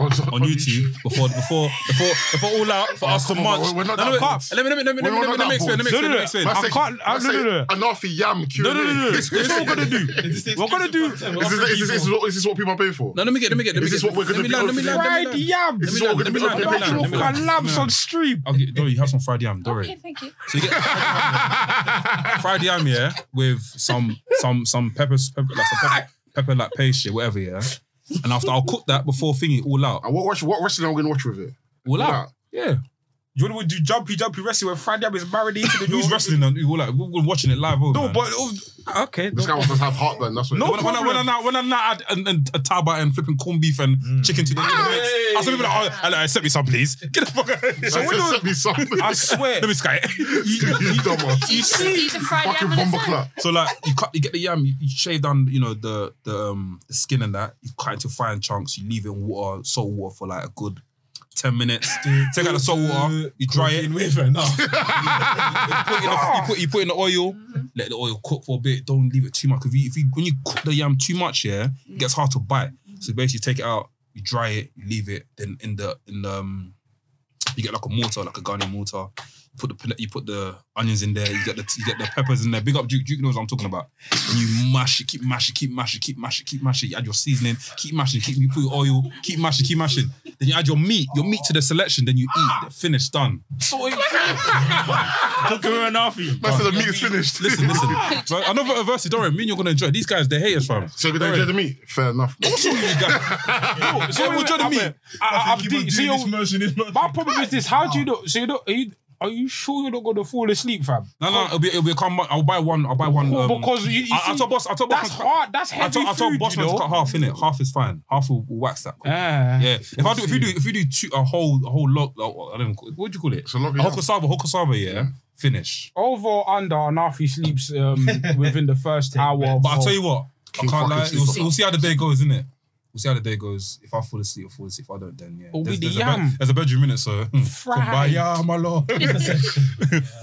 Speaker 3: on,
Speaker 1: on YouTube before before before before all out for us to
Speaker 3: come on,
Speaker 1: munch.
Speaker 3: we're- we're not
Speaker 1: No, no,
Speaker 3: that
Speaker 1: no,
Speaker 3: bored.
Speaker 1: Let me let me let me
Speaker 3: We're
Speaker 1: let me let
Speaker 3: not
Speaker 1: me
Speaker 3: that
Speaker 1: let me explain. Let me
Speaker 3: bored.
Speaker 1: explain. Let me
Speaker 6: No,
Speaker 1: explain.
Speaker 3: That's
Speaker 6: I
Speaker 3: it.
Speaker 6: can't- I-
Speaker 3: That's
Speaker 6: no,
Speaker 3: it.
Speaker 6: no, no.
Speaker 3: Anafi yam. Q&A.
Speaker 6: No, no, no, no, no.
Speaker 3: This is what we're gonna do.
Speaker 6: We're gonna do.
Speaker 3: Is this, is, this, is, this, is this what people are paying for?
Speaker 1: No, let me get. Let me get. Let me
Speaker 3: Is this
Speaker 1: get-
Speaker 3: what we're
Speaker 1: let
Speaker 3: gonna
Speaker 1: me
Speaker 3: be
Speaker 1: learn, let me
Speaker 3: opening?
Speaker 1: learn, let me
Speaker 6: Fried
Speaker 1: learn.
Speaker 6: yam.
Speaker 3: This
Speaker 1: Let
Speaker 3: is
Speaker 1: me
Speaker 3: what
Speaker 1: learn,
Speaker 3: we're gonna
Speaker 1: let
Speaker 3: be
Speaker 1: me learn,
Speaker 3: looking
Speaker 1: let me learn, let
Speaker 3: at.
Speaker 1: me learn.
Speaker 6: Baklava lamps on stream.
Speaker 1: I'll get, Dory, you have some fried yam, Dory.
Speaker 4: Okay, thank you.
Speaker 1: So you get fried yam, yeah, with some some some peppers, pepper, like some pepper, pepper like paste, yeah, whatever, yeah. And after I'll cook that before thingy all out,
Speaker 3: And Uh, what, watch, what wrestling are we gonna watch with it?
Speaker 1: all
Speaker 3: Nah.
Speaker 1: out, yeah.
Speaker 6: You want to do jumpy, jumpy wrestling where Friday is buried into the
Speaker 1: Who's wrestling and all out? We're watching it live, oh,
Speaker 6: No,
Speaker 1: man.
Speaker 6: but oh, okay.
Speaker 3: This guy wants us to have heartburn. That's what.
Speaker 6: No
Speaker 1: When, when, I, when I now when I now add and, and a taba and flipping corned beef and chicken to the to the mix, I said, people like, oh, hello, set me some, please. Get the fuck out. of here.
Speaker 3: So
Speaker 6: we don't-
Speaker 3: me something.
Speaker 6: I swear.
Speaker 1: Let me sky it.
Speaker 3: you dumbass.
Speaker 4: You see, the fried
Speaker 3: Fucking
Speaker 4: yam on its
Speaker 3: bomber
Speaker 4: own?
Speaker 3: club.
Speaker 1: So like you cut, you get the yam, you, you shave down, you know the the um the skin and that. You cut into fine chunks. You leave it in water, salt water for like a good ten minutes. Take out the salt
Speaker 6: Uh,
Speaker 1: water, you dry it. You
Speaker 8: with enough.
Speaker 1: put, in the, you, put, you put in the oil. Let the oil cook for a bit. Don't leave it too much. If you, if you when you cook the yam too much, yeah, it gets hard to bite. So basically, take it out, you dry it, you leave it. Then in the in the um, you get like a mortar, like a Ghanaian mortar. You put the pin- you put the onions in there. You get the you get the peppers in there. Big up Duke. Duke knows what I'm talking about. And you mash it, keep mashing, keep mashing, keep mashing, keep mashing. You add your seasoning, keep mashing, keep you put your oil, keep mashing, keep mashing. Then you add your meat, your meat to the selection. Then you eat. Finished, done.
Speaker 2: Look at Anafi.
Speaker 3: That's the meat is finished.
Speaker 1: Listen, listen. Bro, I know for adversity, don't worry, me and you're gonna enjoy. it. These guys, they're haters, fam.
Speaker 3: So good enjoy the meat. Fair enough. man.
Speaker 1: What's wrong with you guys?
Speaker 6: No, so
Speaker 1: we'll
Speaker 6: wait,
Speaker 1: try to
Speaker 6: I
Speaker 1: meet.
Speaker 6: mean, I- I- I'm deep. So you- My problem is this: How do you know? So you know, are you, are you sure you're not going to fall asleep, fam?
Speaker 1: No, no, it'll be it'll be a calm. I'll buy one. I'll buy one. Um,
Speaker 6: because you, you
Speaker 1: I, I
Speaker 6: see,
Speaker 1: told boss. I told
Speaker 6: that's
Speaker 1: boss. man-
Speaker 6: hard. That's
Speaker 1: I
Speaker 6: heavy
Speaker 1: told, I told
Speaker 6: food,
Speaker 1: boss
Speaker 6: you
Speaker 1: man to
Speaker 6: know.
Speaker 1: cut half in it. Half is fine. Half will, will wax that.
Speaker 6: Ah.
Speaker 1: Yeah. If I do, if you do, if you do two, a whole, a whole lot. I don't. Call, what do you call it?
Speaker 3: It's a lot
Speaker 1: A whole
Speaker 3: of
Speaker 1: cassava, whole cassava. Yeah. Finish.
Speaker 6: Over or under, Anafi sleeps um, within the first hour.
Speaker 1: But I
Speaker 6: of-
Speaker 1: tell you what,
Speaker 3: King
Speaker 1: I can't
Speaker 3: fucking
Speaker 1: lie. We'll,
Speaker 3: sleeper.
Speaker 1: we'll see how the day goes, innit? We'll We'll see how the day goes. If I fall asleep, I fall asleep. If I don't, then yeah.
Speaker 6: But
Speaker 1: There's-
Speaker 6: with Oh, the
Speaker 1: there's a
Speaker 6: yam.
Speaker 1: bed- There's a bedroom in it, so. hmm.
Speaker 6: Fried.
Speaker 1: Kumbaya, ah, my lord. but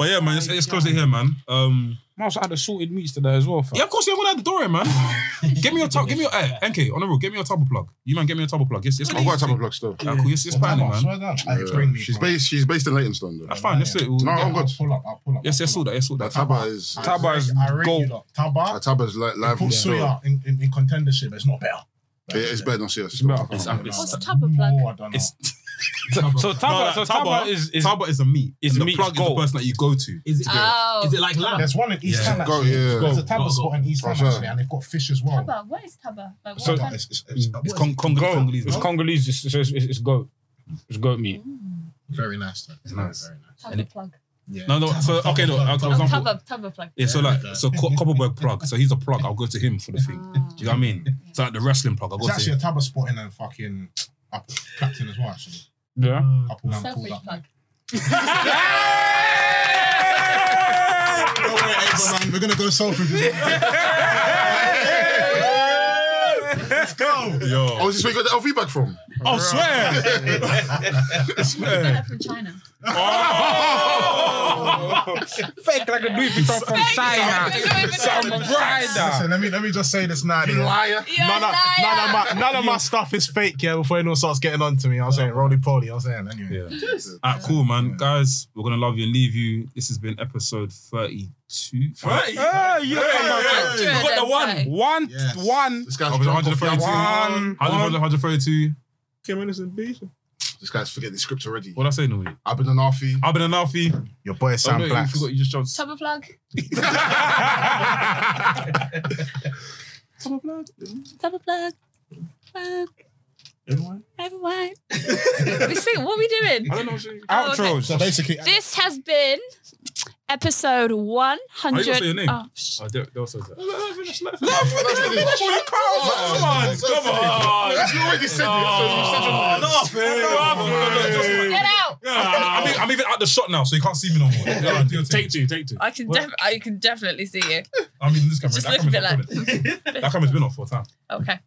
Speaker 1: yeah, man, let's, let's close it here, man. Um,
Speaker 6: I also had the sorted meats today as well. Fam.
Speaker 1: yeah, of course, yeah, I'm gonna have the door in, man. give me your top. Give me your eh, NK on the rule. Give me your table plug. You man, get me your table plug. Yes, yes,
Speaker 3: I've got a type of block still.
Speaker 1: Ah, cool. Yes, yes, fine,
Speaker 5: Come on,
Speaker 1: man.
Speaker 5: swear down. Hey, bring me.
Speaker 3: She's
Speaker 5: bro.
Speaker 3: based. She's based in Leytonstone though.
Speaker 1: That's fine. Let's do it. We'll-
Speaker 3: No,
Speaker 1: yeah.
Speaker 3: I'm good.
Speaker 5: I'll pull up. I'll pull up.
Speaker 1: Yes, yes, all that. Yes, all that.
Speaker 3: Taba is.
Speaker 6: Taba is
Speaker 5: I rate you
Speaker 6: gold.
Speaker 5: lot. Taba.
Speaker 3: Taba is li- live.
Speaker 5: Put Suya in, in, in contendership. It's not better.
Speaker 3: Yeah, It's better than CS.
Speaker 1: It's,
Speaker 4: What's
Speaker 1: it's,
Speaker 4: the top of plug?
Speaker 5: More, I don't know.
Speaker 1: It's-
Speaker 6: So Taba,
Speaker 1: No,
Speaker 6: so Taba, is is
Speaker 1: Taba is a meat.
Speaker 6: is
Speaker 1: and the
Speaker 6: meat,
Speaker 1: plug
Speaker 6: it's
Speaker 1: is the
Speaker 6: gold.
Speaker 1: person that you go to.
Speaker 8: Is it,
Speaker 4: Oh.
Speaker 8: is it like lamb?
Speaker 5: There's one in East
Speaker 1: Yeah.
Speaker 5: Ham.
Speaker 3: Go,
Speaker 5: actually.
Speaker 3: yeah.
Speaker 5: There's a
Speaker 8: Go, go,
Speaker 5: Taba spot in East Ham
Speaker 3: Go, go.
Speaker 5: actually, and they've got fish as well.
Speaker 4: Taba, what is Taba? Like, what
Speaker 6: So-
Speaker 4: kind
Speaker 5: It's, it's,
Speaker 1: It's
Speaker 5: it's, what
Speaker 1: con-
Speaker 5: is it?
Speaker 1: Cong-
Speaker 6: goat.
Speaker 1: Congolese.
Speaker 6: It's Congolese. It's, it's, it's, it's goat. It's goat meat.
Speaker 5: very nice. Though.
Speaker 1: It's nice.
Speaker 5: Very, very nice.
Speaker 4: Taba plug.
Speaker 5: Yeah.
Speaker 1: No, no. So
Speaker 5: Taba,
Speaker 1: okay,
Speaker 5: Taba,
Speaker 1: no. I'll- For
Speaker 5: Taba.
Speaker 4: Oh,
Speaker 1: example,
Speaker 4: Taba, Taba plug.
Speaker 1: yeah. So like, so Co- Copperberg plug. So he's a plug. I'll go to him for the thing.
Speaker 4: Ah.
Speaker 1: Do you know what I mean? It's like the wrestling plug. I'll go
Speaker 5: There's
Speaker 1: to
Speaker 5: actually
Speaker 1: him.
Speaker 5: a Taba spot in and fucking up Clapton as well. Actually,
Speaker 6: Yeah.
Speaker 5: couple man
Speaker 4: Selfridge
Speaker 5: pulled up.
Speaker 4: plug.
Speaker 5: Don't worry, Abel, man. We're gonna go Selfridge.
Speaker 3: Oh, is this where you got the LV bag from?
Speaker 1: Oh, swear.
Speaker 4: You got that from China.
Speaker 5: Oh!
Speaker 6: Fake like a Louis Vuitton from China. Some rider.
Speaker 5: Listen, let me let me just say this now.
Speaker 3: You
Speaker 5: yeah.
Speaker 3: liar.
Speaker 4: None
Speaker 5: None of my none of my stuff is fake, yeah. Before anyone starts getting on to me, I was saying roly poly. I was saying anyway.
Speaker 1: Yeah. Alright, cool, man. Guys, we're gonna love you and leave you. This has been episode thirty-two. Right.
Speaker 6: Oh, yeah.
Speaker 4: yeah.
Speaker 1: Got the one.
Speaker 6: One,
Speaker 5: Yes.
Speaker 6: one,
Speaker 3: This guy's
Speaker 1: I'll be
Speaker 3: drunk off
Speaker 1: 132.
Speaker 3: Yamaha.
Speaker 6: one, one.
Speaker 1: 132.
Speaker 2: Kim Anderson beef.
Speaker 3: This guy's forgetting the script already.
Speaker 1: What I say, normally?
Speaker 3: I've been an Arfie.
Speaker 1: I've been an Alfie.
Speaker 5: Your boy
Speaker 1: Oh,
Speaker 5: Sam
Speaker 1: no, you
Speaker 5: Black.
Speaker 1: forgot you just dropped.
Speaker 4: Taba plug. Taba plug. Plug.
Speaker 2: Everyone.
Speaker 4: Everyone. we see what are we doing?
Speaker 1: I don't know what you
Speaker 6: Outros.
Speaker 5: So basically,
Speaker 4: This has been episode one
Speaker 1: Are you
Speaker 4: hundred.
Speaker 1: gonna say your name?
Speaker 4: Oh, sh-
Speaker 1: Oh, that, that was so sad.
Speaker 3: Come on, come on. You already said it. So you said your
Speaker 4: Get out!
Speaker 1: I'm, I'm, I'm even out the shot now, so you can't see me no more. Yeah, do your thing.
Speaker 2: Take two, take two.
Speaker 4: I can, def- I can definitely see you.
Speaker 1: I mean, this camera.
Speaker 4: Just
Speaker 1: that
Speaker 4: look a bit
Speaker 1: camera's not good. that camera's been off for a time.
Speaker 4: Okay.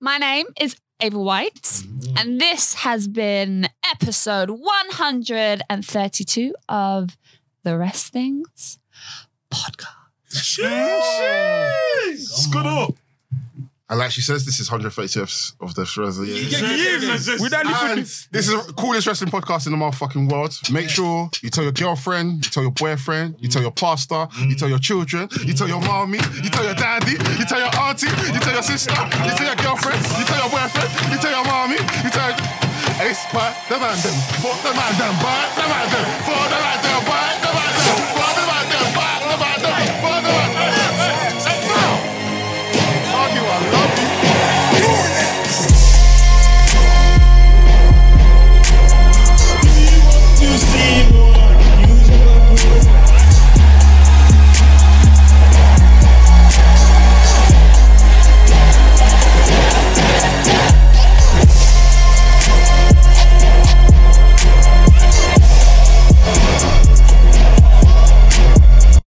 Speaker 4: My name is Ava White,
Speaker 1: Mm-hmm.
Speaker 4: and this has been episode 132 of The Rest Things podcast.
Speaker 5: Scoot up.
Speaker 3: And like she says, this is 135th of the Shrezzer. Yeah.
Speaker 6: We don't
Speaker 3: And
Speaker 6: even.
Speaker 3: this is the coolest wrestling podcast in the motherfucking world. Make sure you tell your girlfriend, you tell your boyfriend, you tell your pastor, you tell your children, you tell your mommy, you tell your daddy, you tell your auntie, you tell your sister, you tell your girlfriend, you tell your boyfriend, you tell your mommy, you tell. It's by the man them, for the man them, by the man them, for the man them, by